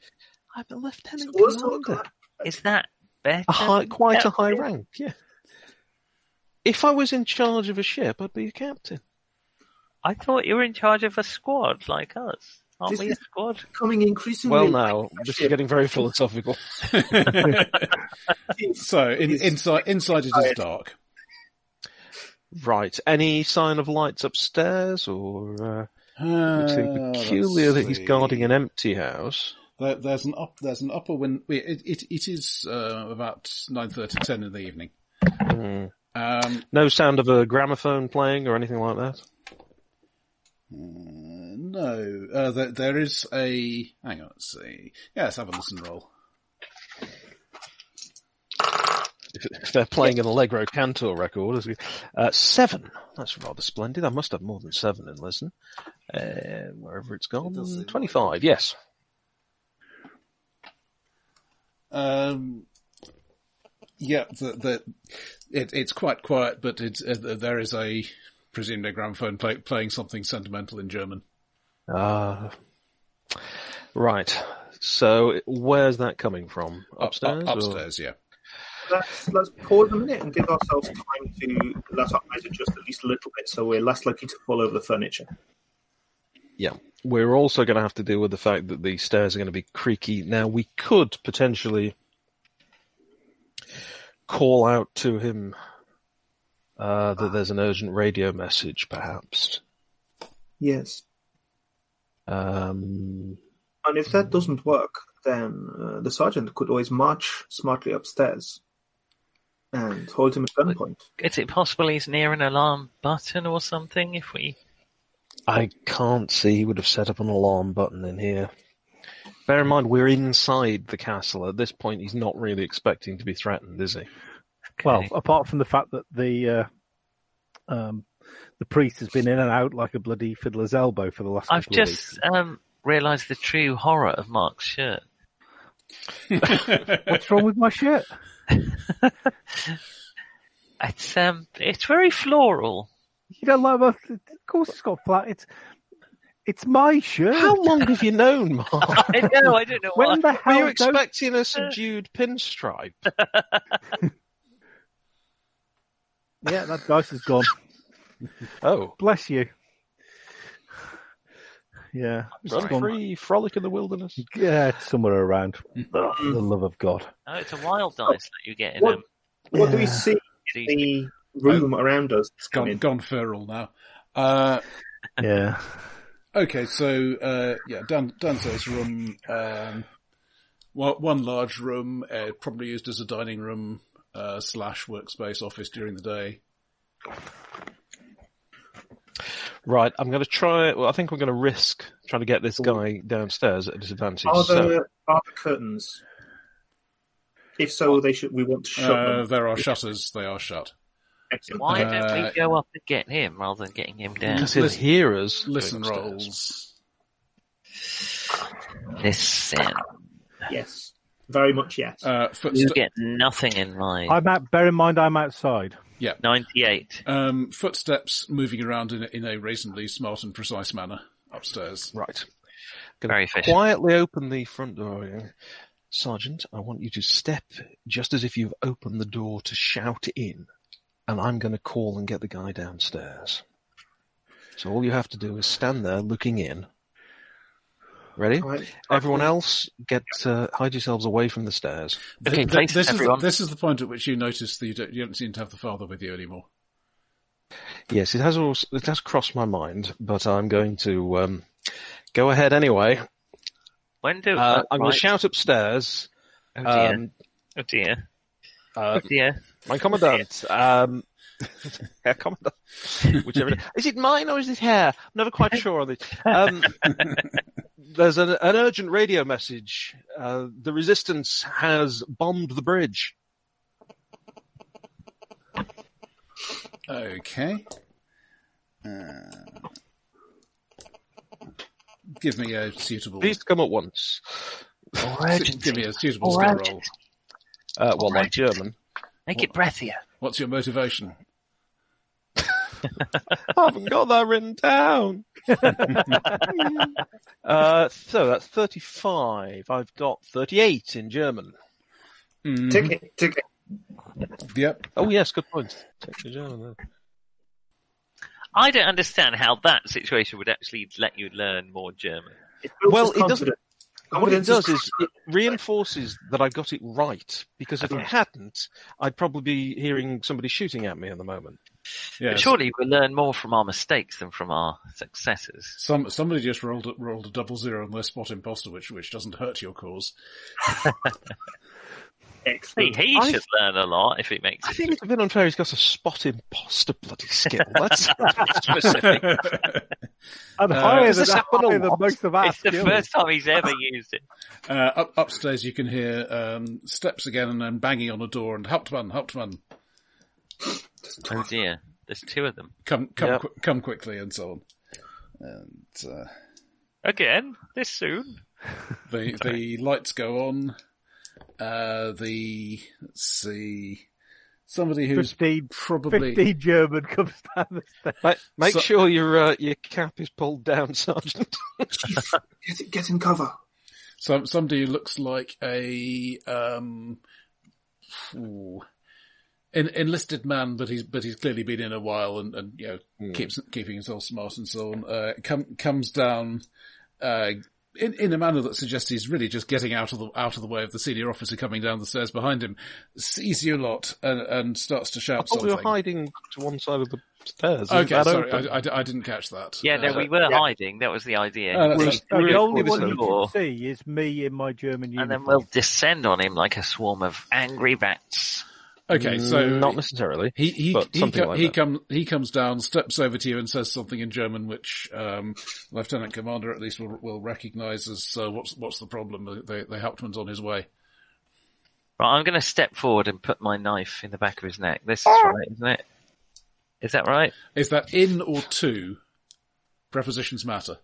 Speaker 3: I'm a lieutenant
Speaker 6: Also,
Speaker 3: commander.
Speaker 4: Is that better?
Speaker 3: A high, quite a high
Speaker 4: Captain?
Speaker 3: rank, yeah. If I was in charge of a ship, I'd be a captain.
Speaker 4: I thought you were in charge of a squad like us. Aren't
Speaker 6: This
Speaker 4: we a
Speaker 6: is-
Speaker 4: squad?
Speaker 6: coming increasingly
Speaker 3: Well, now this is getting very philosophical.
Speaker 1: so in, inside inside it is dark.
Speaker 3: Right. Any sign of lights upstairs, or uh,
Speaker 1: Uh,
Speaker 3: it seems peculiar that
Speaker 1: let's
Speaker 3: he's
Speaker 1: see.
Speaker 3: guarding an empty house?
Speaker 1: There, there's an up. There's an upper window. It, it it is uh, about nine thirty, ten in the evening.
Speaker 3: Hmm.
Speaker 1: Um,
Speaker 3: No sound of a gramophone playing or anything like that.
Speaker 1: Uh, no, uh, there, there is a. Hang on, let's see. Yeah, let's have a listen roll.
Speaker 3: If, if they're playing an Allegro Cantor record, as we- uh, seven. That's rather splendid. I must have more than seven in listen. Uh, wherever it's gone,
Speaker 8: does seem like it.
Speaker 3: twenty-five. Yes.
Speaker 1: Um, yeah, the, the, it, it's quite quiet, but it's, uh, there is a presumably a gramophone play, playing something sentimental in German.
Speaker 3: Uh, right. So where's that coming from?
Speaker 8: Uh,
Speaker 1: Up-
Speaker 3: Upstairs?
Speaker 1: up-
Speaker 3: or-
Speaker 1: upstairs, yeah.
Speaker 6: let's, let's pause a minute and give ourselves time to let our eyes adjust at least a little bit so we're less likely to fall over the furniture.
Speaker 3: Yeah. We're also going to have to deal with the fact that the stairs are going to be creaky. Now we could potentially call out to him uh, that there's an urgent radio message, perhaps.
Speaker 6: Yes.
Speaker 3: Um,
Speaker 6: And if that doesn't work, then uh, the sergeant could always march smartly upstairs and hold him at gunpoint.
Speaker 4: Is it possible he's near an alarm button or something? If we
Speaker 3: I can't see he would have set up an alarm button in here. Bear in mind, we're inside the castle. At this point, he's not really expecting to be threatened, is he?
Speaker 5: Well,
Speaker 4: Okay.
Speaker 5: apart from the fact that the uh, um, the priest has been in and out like a bloody fiddler's elbow for the last.
Speaker 4: I've
Speaker 5: couple of
Speaker 4: just um, realised the true horror of Mark's shirt.
Speaker 5: weeks. what's wrong with my shirt?
Speaker 4: It's um, it's very floral.
Speaker 5: You don't like my? Of course, it's got flat. It's it's my shirt.
Speaker 3: How long have you known, Mark?
Speaker 4: I know. I don't know why.
Speaker 5: when the
Speaker 3: Were you
Speaker 5: hell? don't-
Speaker 3: expecting a subdued pinstripe?
Speaker 5: Yeah, that dice is gone.
Speaker 3: Oh,
Speaker 5: Bless you. Yeah, it's
Speaker 3: run
Speaker 5: gone.
Speaker 3: free, frolic in the wilderness.
Speaker 5: Yeah, it's somewhere around. Oh, for the love of God.
Speaker 4: Oh, it's a wild dice that you get in
Speaker 6: What-
Speaker 4: um,
Speaker 6: What do we
Speaker 5: Yeah.
Speaker 6: see in
Speaker 4: these-
Speaker 6: the room
Speaker 3: Oh,
Speaker 6: around us?
Speaker 1: It's gone, gone feral now. Uh,
Speaker 5: Yeah.
Speaker 1: okay, so, uh, yeah, down, downstairs room, um, well, one large room, uh, probably used as a dining room, uh, slash workspace office during the day.
Speaker 3: Right, I'm going to try. Well, I think we're going to risk trying to get this guy downstairs at a disadvantage.
Speaker 6: Are
Speaker 3: so,
Speaker 6: there, are there curtains? If so, they should. We want to shut
Speaker 1: Uh,
Speaker 6: them.
Speaker 1: there are shutters, they are shut.
Speaker 4: Why don't
Speaker 1: Uh,
Speaker 4: we go up and get him rather than getting him down?
Speaker 1: Yes.
Speaker 3: Because he'll
Speaker 1: Listen-
Speaker 3: hear us.
Speaker 1: Listen
Speaker 3: upstairs.
Speaker 1: rolls.
Speaker 4: Listen,
Speaker 6: Yes. Very much yes.
Speaker 1: Uh,
Speaker 4: you
Speaker 1: footste-
Speaker 4: get nothing in mind.
Speaker 5: I'm out. Bear in mind, I'm outside.
Speaker 4: 98.
Speaker 1: um, footsteps moving around in a, in a reasonably smart and precise manner upstairs.
Speaker 3: Right.
Speaker 4: Very efficient.
Speaker 3: Quietly open the front door. yeah. Sergeant, I want you to step just as if you've opened the door to shout in, and I'm going to call and get the guy downstairs. So all you have to do is stand there looking in. Ready?
Speaker 6: Right.
Speaker 3: Everyone else, get uh, hide yourselves away from the stairs.
Speaker 4: Okay,
Speaker 1: Th-
Speaker 4: place
Speaker 1: this is the,
Speaker 4: everyone.
Speaker 1: this is the point at which you notice that you don't, you don't seem to have the father with you anymore.
Speaker 3: Yes, it has also, it has crossed my mind, but I'm going to um, go ahead anyway.
Speaker 4: When do
Speaker 3: Uh,
Speaker 4: oh,
Speaker 3: I'm going
Speaker 4: right.
Speaker 3: to shout upstairs.
Speaker 4: Oh dear.
Speaker 3: Um,
Speaker 4: oh dear.
Speaker 3: uh,
Speaker 4: Oh dear.
Speaker 3: my commandant. Um, Herr commandant. Whichever. Is it mine or is it hair? I'm never quite sure on this. Um, there's an, an urgent radio message. Uh, the resistance has bombed the bridge.
Speaker 1: Okay. Uh, give me a suitable.
Speaker 3: Please come at once.
Speaker 1: Give me a suitable skill roll.
Speaker 3: Uh, well, like German.
Speaker 4: Make it breathier.
Speaker 1: What's your motivation?
Speaker 3: I haven't got that written down. uh, so that's 35. I've got 38 in German.
Speaker 6: Take it. Take it.
Speaker 1: Mm-hmm. Yep.
Speaker 3: Oh, yes, good point. Take the German.
Speaker 4: I don't understand how that situation would actually let you learn more German.
Speaker 6: It builds
Speaker 3: Well, it
Speaker 6: his
Speaker 3: doesn't-
Speaker 6: confidence.
Speaker 3: What it
Speaker 6: Confidence
Speaker 3: does is it reinforces that I got it right, because if it hadn't, I'd probably be hearing somebody shooting at me at the moment.
Speaker 1: Yeah.
Speaker 4: But surely we learn more from our mistakes than from our successes.
Speaker 1: Some somebody just rolled a, rolled a double zero on their spot imposter, which which doesn't hurt your cause.
Speaker 4: Hey,
Speaker 6: excellent.
Speaker 4: he
Speaker 3: I-
Speaker 4: should learn a lot if it makes
Speaker 3: I
Speaker 4: it.
Speaker 3: think it's a bit unfair he's got a spot imposter bloody skill. That's pretty specific.
Speaker 5: And
Speaker 1: Uh,
Speaker 5: higher
Speaker 3: does
Speaker 5: than,
Speaker 3: this happen a
Speaker 5: higher than
Speaker 3: lot?
Speaker 5: most of our
Speaker 4: it's the
Speaker 5: skills.
Speaker 4: first time he's ever used it.
Speaker 1: Uh, up, upstairs, you can hear um, steps again and then banging on a door and Hauptmann, Hauptmann,
Speaker 4: Oh dear. There's two of them.
Speaker 1: come come
Speaker 3: Yep.
Speaker 1: qui- come quickly and so on. And uh,
Speaker 4: Again? This soon?
Speaker 1: the the lights go on. Uh, the let's see, somebody who's
Speaker 5: 15,
Speaker 1: probably
Speaker 5: 15 German comes down the stairs.
Speaker 3: Ma- Make
Speaker 1: So-
Speaker 3: sure your uh, your cap is pulled down, Sergeant.
Speaker 6: Get, get in cover.
Speaker 1: some somebody who looks like a um, ooh, en- enlisted man, but he's but he's clearly been in a while and, and you know
Speaker 3: Hmm.
Speaker 1: keeps keeping himself smart and so on. Uh, com- comes down uh, in in a manner that suggests he's really just getting out of the out of the way of the senior officer coming down the stairs behind him. Sees you lot and, and starts to shout
Speaker 3: Oh, we
Speaker 1: something.
Speaker 3: were hiding to one side of the stairs. Isn't
Speaker 1: Okay,
Speaker 3: that
Speaker 1: sorry,
Speaker 3: open?
Speaker 1: I, I- I didn't catch that.
Speaker 4: Yeah, no,
Speaker 1: Uh,
Speaker 4: we were hiding. That was the idea.
Speaker 1: Oh, that's
Speaker 4: We-
Speaker 1: right.
Speaker 5: No,
Speaker 3: Really
Speaker 5: the only
Speaker 3: cool,
Speaker 5: one
Speaker 3: isn't
Speaker 5: you
Speaker 3: it?
Speaker 5: can see is me in my German
Speaker 4: and
Speaker 5: uniform.
Speaker 4: then we'll descend on him like a swarm of angry bats.
Speaker 1: okay, so
Speaker 3: not necessarily.
Speaker 1: He he
Speaker 3: But
Speaker 1: he,
Speaker 3: something
Speaker 1: co-
Speaker 3: like
Speaker 1: he
Speaker 3: that.
Speaker 1: comes he comes down, steps over to you, and says something in German, which um, Lieutenant Commander at least will will recognise as uh, what's what's the problem? The the, the Hauptmann's on his way.
Speaker 4: Right, I'm going to step forward and put my knife in the back of his neck. This is right, isn't it? Is that right?
Speaker 1: Is that in or to? Prepositions matter.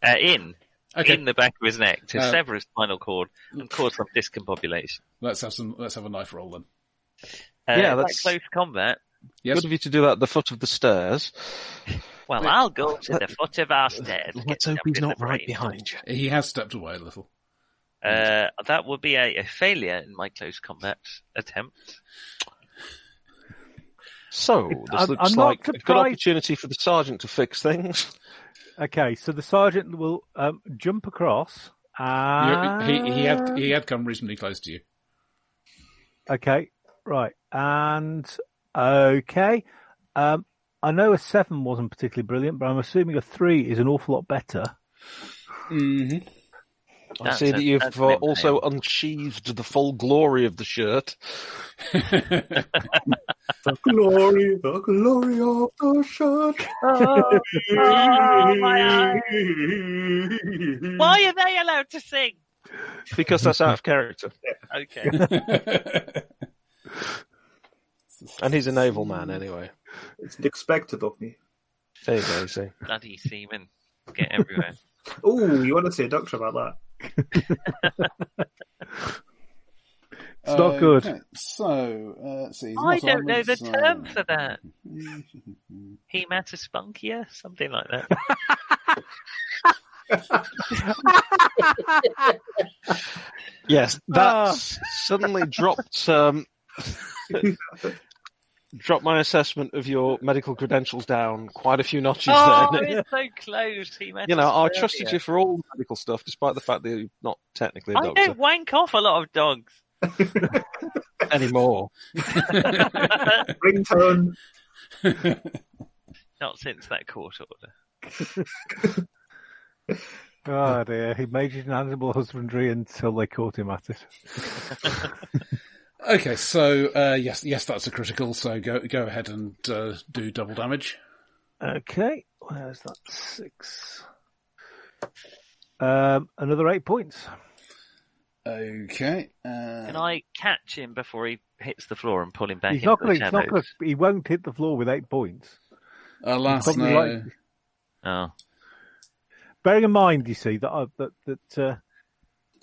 Speaker 4: Uh, in.
Speaker 1: Okay,
Speaker 4: In the back of his neck to
Speaker 1: Uh,
Speaker 4: sever his spinal cord and cause some discombobulation.
Speaker 1: let's have some let's have a knife roll then.
Speaker 4: Uh,
Speaker 3: Yeah,
Speaker 4: is that
Speaker 3: that's-
Speaker 4: close combat.
Speaker 1: Yes,
Speaker 3: Good of you to do that at the foot of the stairs.
Speaker 4: Well,
Speaker 1: Wait.
Speaker 4: I'll go to the foot of our stairs. and
Speaker 3: Let's
Speaker 4: get
Speaker 3: hope he's
Speaker 4: stabbed in
Speaker 3: not
Speaker 4: the
Speaker 3: right
Speaker 4: brain.
Speaker 3: behind you.
Speaker 1: he has stepped away a little.
Speaker 4: Uh, that would be a, a failure in my close combat attempt.
Speaker 3: So this
Speaker 5: I'm-
Speaker 3: looks
Speaker 5: I'm not
Speaker 3: like a good
Speaker 5: surprised.
Speaker 3: opportunity for the sergeant to fix things.
Speaker 5: Okay, so the sergeant will um, jump across.
Speaker 1: You-
Speaker 5: And...
Speaker 1: he he had he had come reasonably close to you.
Speaker 5: Okay, right. And okay. Um, I know a seven wasn't particularly brilliant, but I'm assuming a three is an awful lot better.
Speaker 1: Mm-hmm.
Speaker 3: I
Speaker 4: That's
Speaker 3: see
Speaker 4: a-
Speaker 3: that you've
Speaker 4: that's
Speaker 3: uh,
Speaker 4: an impale.
Speaker 3: also unsheathed the full glory of the shirt. Mm-hmm.
Speaker 6: The glory, the glory of the shirt.
Speaker 4: Oh,
Speaker 3: Oh,
Speaker 4: my
Speaker 6: eyes.
Speaker 4: Why are they allowed to sing?
Speaker 3: Because that's out of character.
Speaker 4: Okay.
Speaker 1: so
Speaker 3: And he's a naval man anyway.
Speaker 6: It's expected of me.
Speaker 3: There you go, see.
Speaker 4: Bloody semen. Get everywhere.
Speaker 6: Oh, you want to say a doctor about that?
Speaker 5: It's not good.
Speaker 13: Okay, So, uh, let's see. he's
Speaker 4: I
Speaker 13: not
Speaker 4: don't know
Speaker 13: armoured,
Speaker 4: the
Speaker 13: so-
Speaker 4: term for that. He matter spunkier, something like that.
Speaker 3: Yes,
Speaker 5: Ah.
Speaker 3: that s- suddenly dropped um, dropped my assessment of your medical credentials down quite a few notches.
Speaker 4: oh,
Speaker 3: there.
Speaker 4: it's so close. He matter
Speaker 3: uh, you know, I
Speaker 4: Spunkier.
Speaker 3: trusted you for all medical stuff, despite the fact that you're not technically a
Speaker 4: I
Speaker 3: doctor
Speaker 4: don't wank off a lot of dogs.
Speaker 3: anymore.
Speaker 6: Ringtone.
Speaker 4: Not since that court order.
Speaker 5: God, yeah, Oh, he majored in animal husbandry until they caught him at it.
Speaker 1: Okay, so uh, yes, yes, that's a critical. So go go ahead and uh, do double damage.
Speaker 5: Okay, where's that? Six. Um, another eight points.
Speaker 13: Okay. Uh,
Speaker 4: Can I catch him before he hits the floor and pull him back
Speaker 5: he's
Speaker 4: into
Speaker 5: not
Speaker 4: the
Speaker 5: going.
Speaker 4: shadows?
Speaker 5: to. He won't hit the floor with eight points.
Speaker 1: Alas,
Speaker 5: Probably
Speaker 1: no.
Speaker 5: like-
Speaker 4: Oh,
Speaker 5: Bearing in mind, you see that I, that that uh,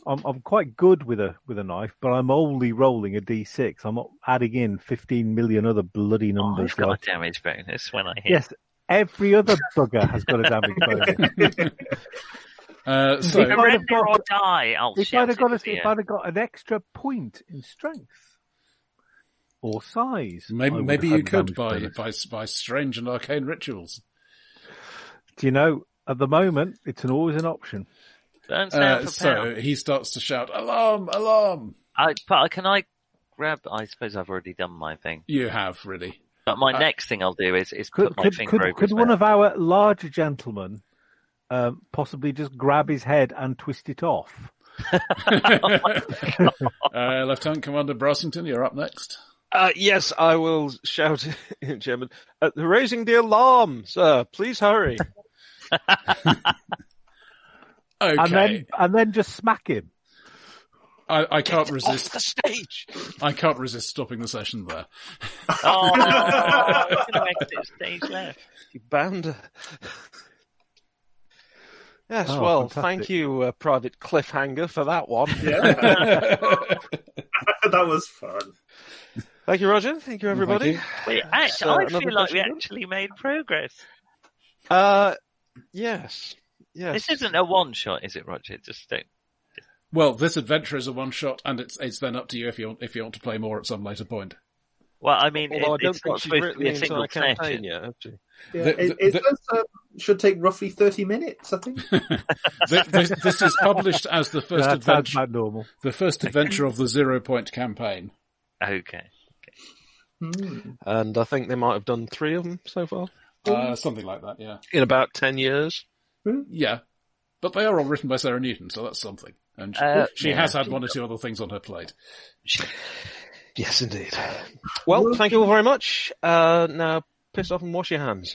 Speaker 5: I'm I'm quite good with a with a knife, but I'm only rolling a d6. I'm not adding in 15 million other bloody
Speaker 4: oh
Speaker 5: numbers.
Speaker 4: he's got
Speaker 5: like-
Speaker 4: a damage bonus when I hit.
Speaker 5: yes, every other bugger has got a damage bonus.
Speaker 1: Uh, so
Speaker 5: might have
Speaker 4: Surrender or
Speaker 5: got-
Speaker 4: die. I'll
Speaker 5: If
Speaker 4: shout
Speaker 5: I'd have
Speaker 4: it
Speaker 5: got,
Speaker 4: at
Speaker 5: a,
Speaker 4: the
Speaker 5: if
Speaker 4: end.
Speaker 5: I'd have got an extra point in strength or size, I
Speaker 1: maybe
Speaker 5: would
Speaker 1: maybe you
Speaker 5: have had
Speaker 1: could
Speaker 5: damage
Speaker 1: by,
Speaker 5: bonus.
Speaker 1: by by strange and arcane rituals.
Speaker 5: Do you know? At the moment, it's an, always an option.
Speaker 4: Burns down
Speaker 1: Uh,
Speaker 4: for
Speaker 1: so
Speaker 4: power.
Speaker 1: he starts to shout, "Alarm! Alarm!"
Speaker 4: I, but can I grab? I suppose I've already done my thing.
Speaker 1: You have really.
Speaker 4: But my
Speaker 1: Uh,
Speaker 4: next thing I'll do is is
Speaker 5: Could
Speaker 4: put my
Speaker 5: could
Speaker 4: finger
Speaker 5: could,
Speaker 4: over
Speaker 5: could
Speaker 4: his
Speaker 5: one
Speaker 4: mouth.
Speaker 5: of our larger gentlemen um, possibly just grab his head and twist it off?
Speaker 1: uh, Lieutenant Commander Brassington, you're up next.
Speaker 3: Uh, yes, I will shout in German. Uh, they're raising the alarm, sir. Please hurry.
Speaker 1: Okay,
Speaker 5: And then and then just smack him.
Speaker 1: I, I can't
Speaker 3: Off
Speaker 1: resist.
Speaker 3: the stage.
Speaker 1: I can't resist stopping the session there.
Speaker 4: Oh, it's gonna make it stage left.
Speaker 3: You bounder. Yes,
Speaker 5: Oh,
Speaker 3: well,
Speaker 5: fantastic.
Speaker 3: thank you, uh, Private Cliffhanger, for that one.
Speaker 6: that was fun.
Speaker 3: Thank you, Roger. Thank you, everybody.
Speaker 1: you.
Speaker 4: Wait, actually,
Speaker 3: So,
Speaker 4: I feel
Speaker 3: another
Speaker 4: like we
Speaker 3: question?
Speaker 4: actually made progress.
Speaker 3: Uh, yes, yes.
Speaker 4: This isn't a one shot, is it, Roger? Just don't.
Speaker 1: Well, this adventure is a one shot, and it's it's then up to you if you want, if you want to play more at some later point.
Speaker 4: Well, I mean,
Speaker 3: Although I
Speaker 4: it,
Speaker 3: don't
Speaker 4: it's
Speaker 3: think
Speaker 4: not
Speaker 3: she's
Speaker 4: supposed to
Speaker 3: written
Speaker 4: be
Speaker 3: the
Speaker 4: a single
Speaker 3: entire campaign
Speaker 4: session.
Speaker 3: yet, has she?
Speaker 6: Yeah,
Speaker 1: The-
Speaker 6: it
Speaker 1: the-
Speaker 6: it
Speaker 1: the-
Speaker 6: does, uh, should take roughly 30 minutes, I think.
Speaker 1: Th- this, this is published as the first
Speaker 5: that Uh, sounds
Speaker 1: adventure,
Speaker 5: about normal.
Speaker 1: the first adventure of the Zero Point campaign.
Speaker 4: Okay.
Speaker 6: Hmm.
Speaker 3: And I think they might have done three of them so far
Speaker 4: Oh.
Speaker 1: Uh, something like that, yeah.
Speaker 3: in about ten years.
Speaker 1: Yeah. But they are all written by Sarah Newton, so that's something. And she,
Speaker 4: Uh,
Speaker 1: she
Speaker 4: yeah.
Speaker 1: has had one or two other things on her plate.
Speaker 3: Yes, indeed. Well, thank you all very much. Uh, now piss off and wash your hands.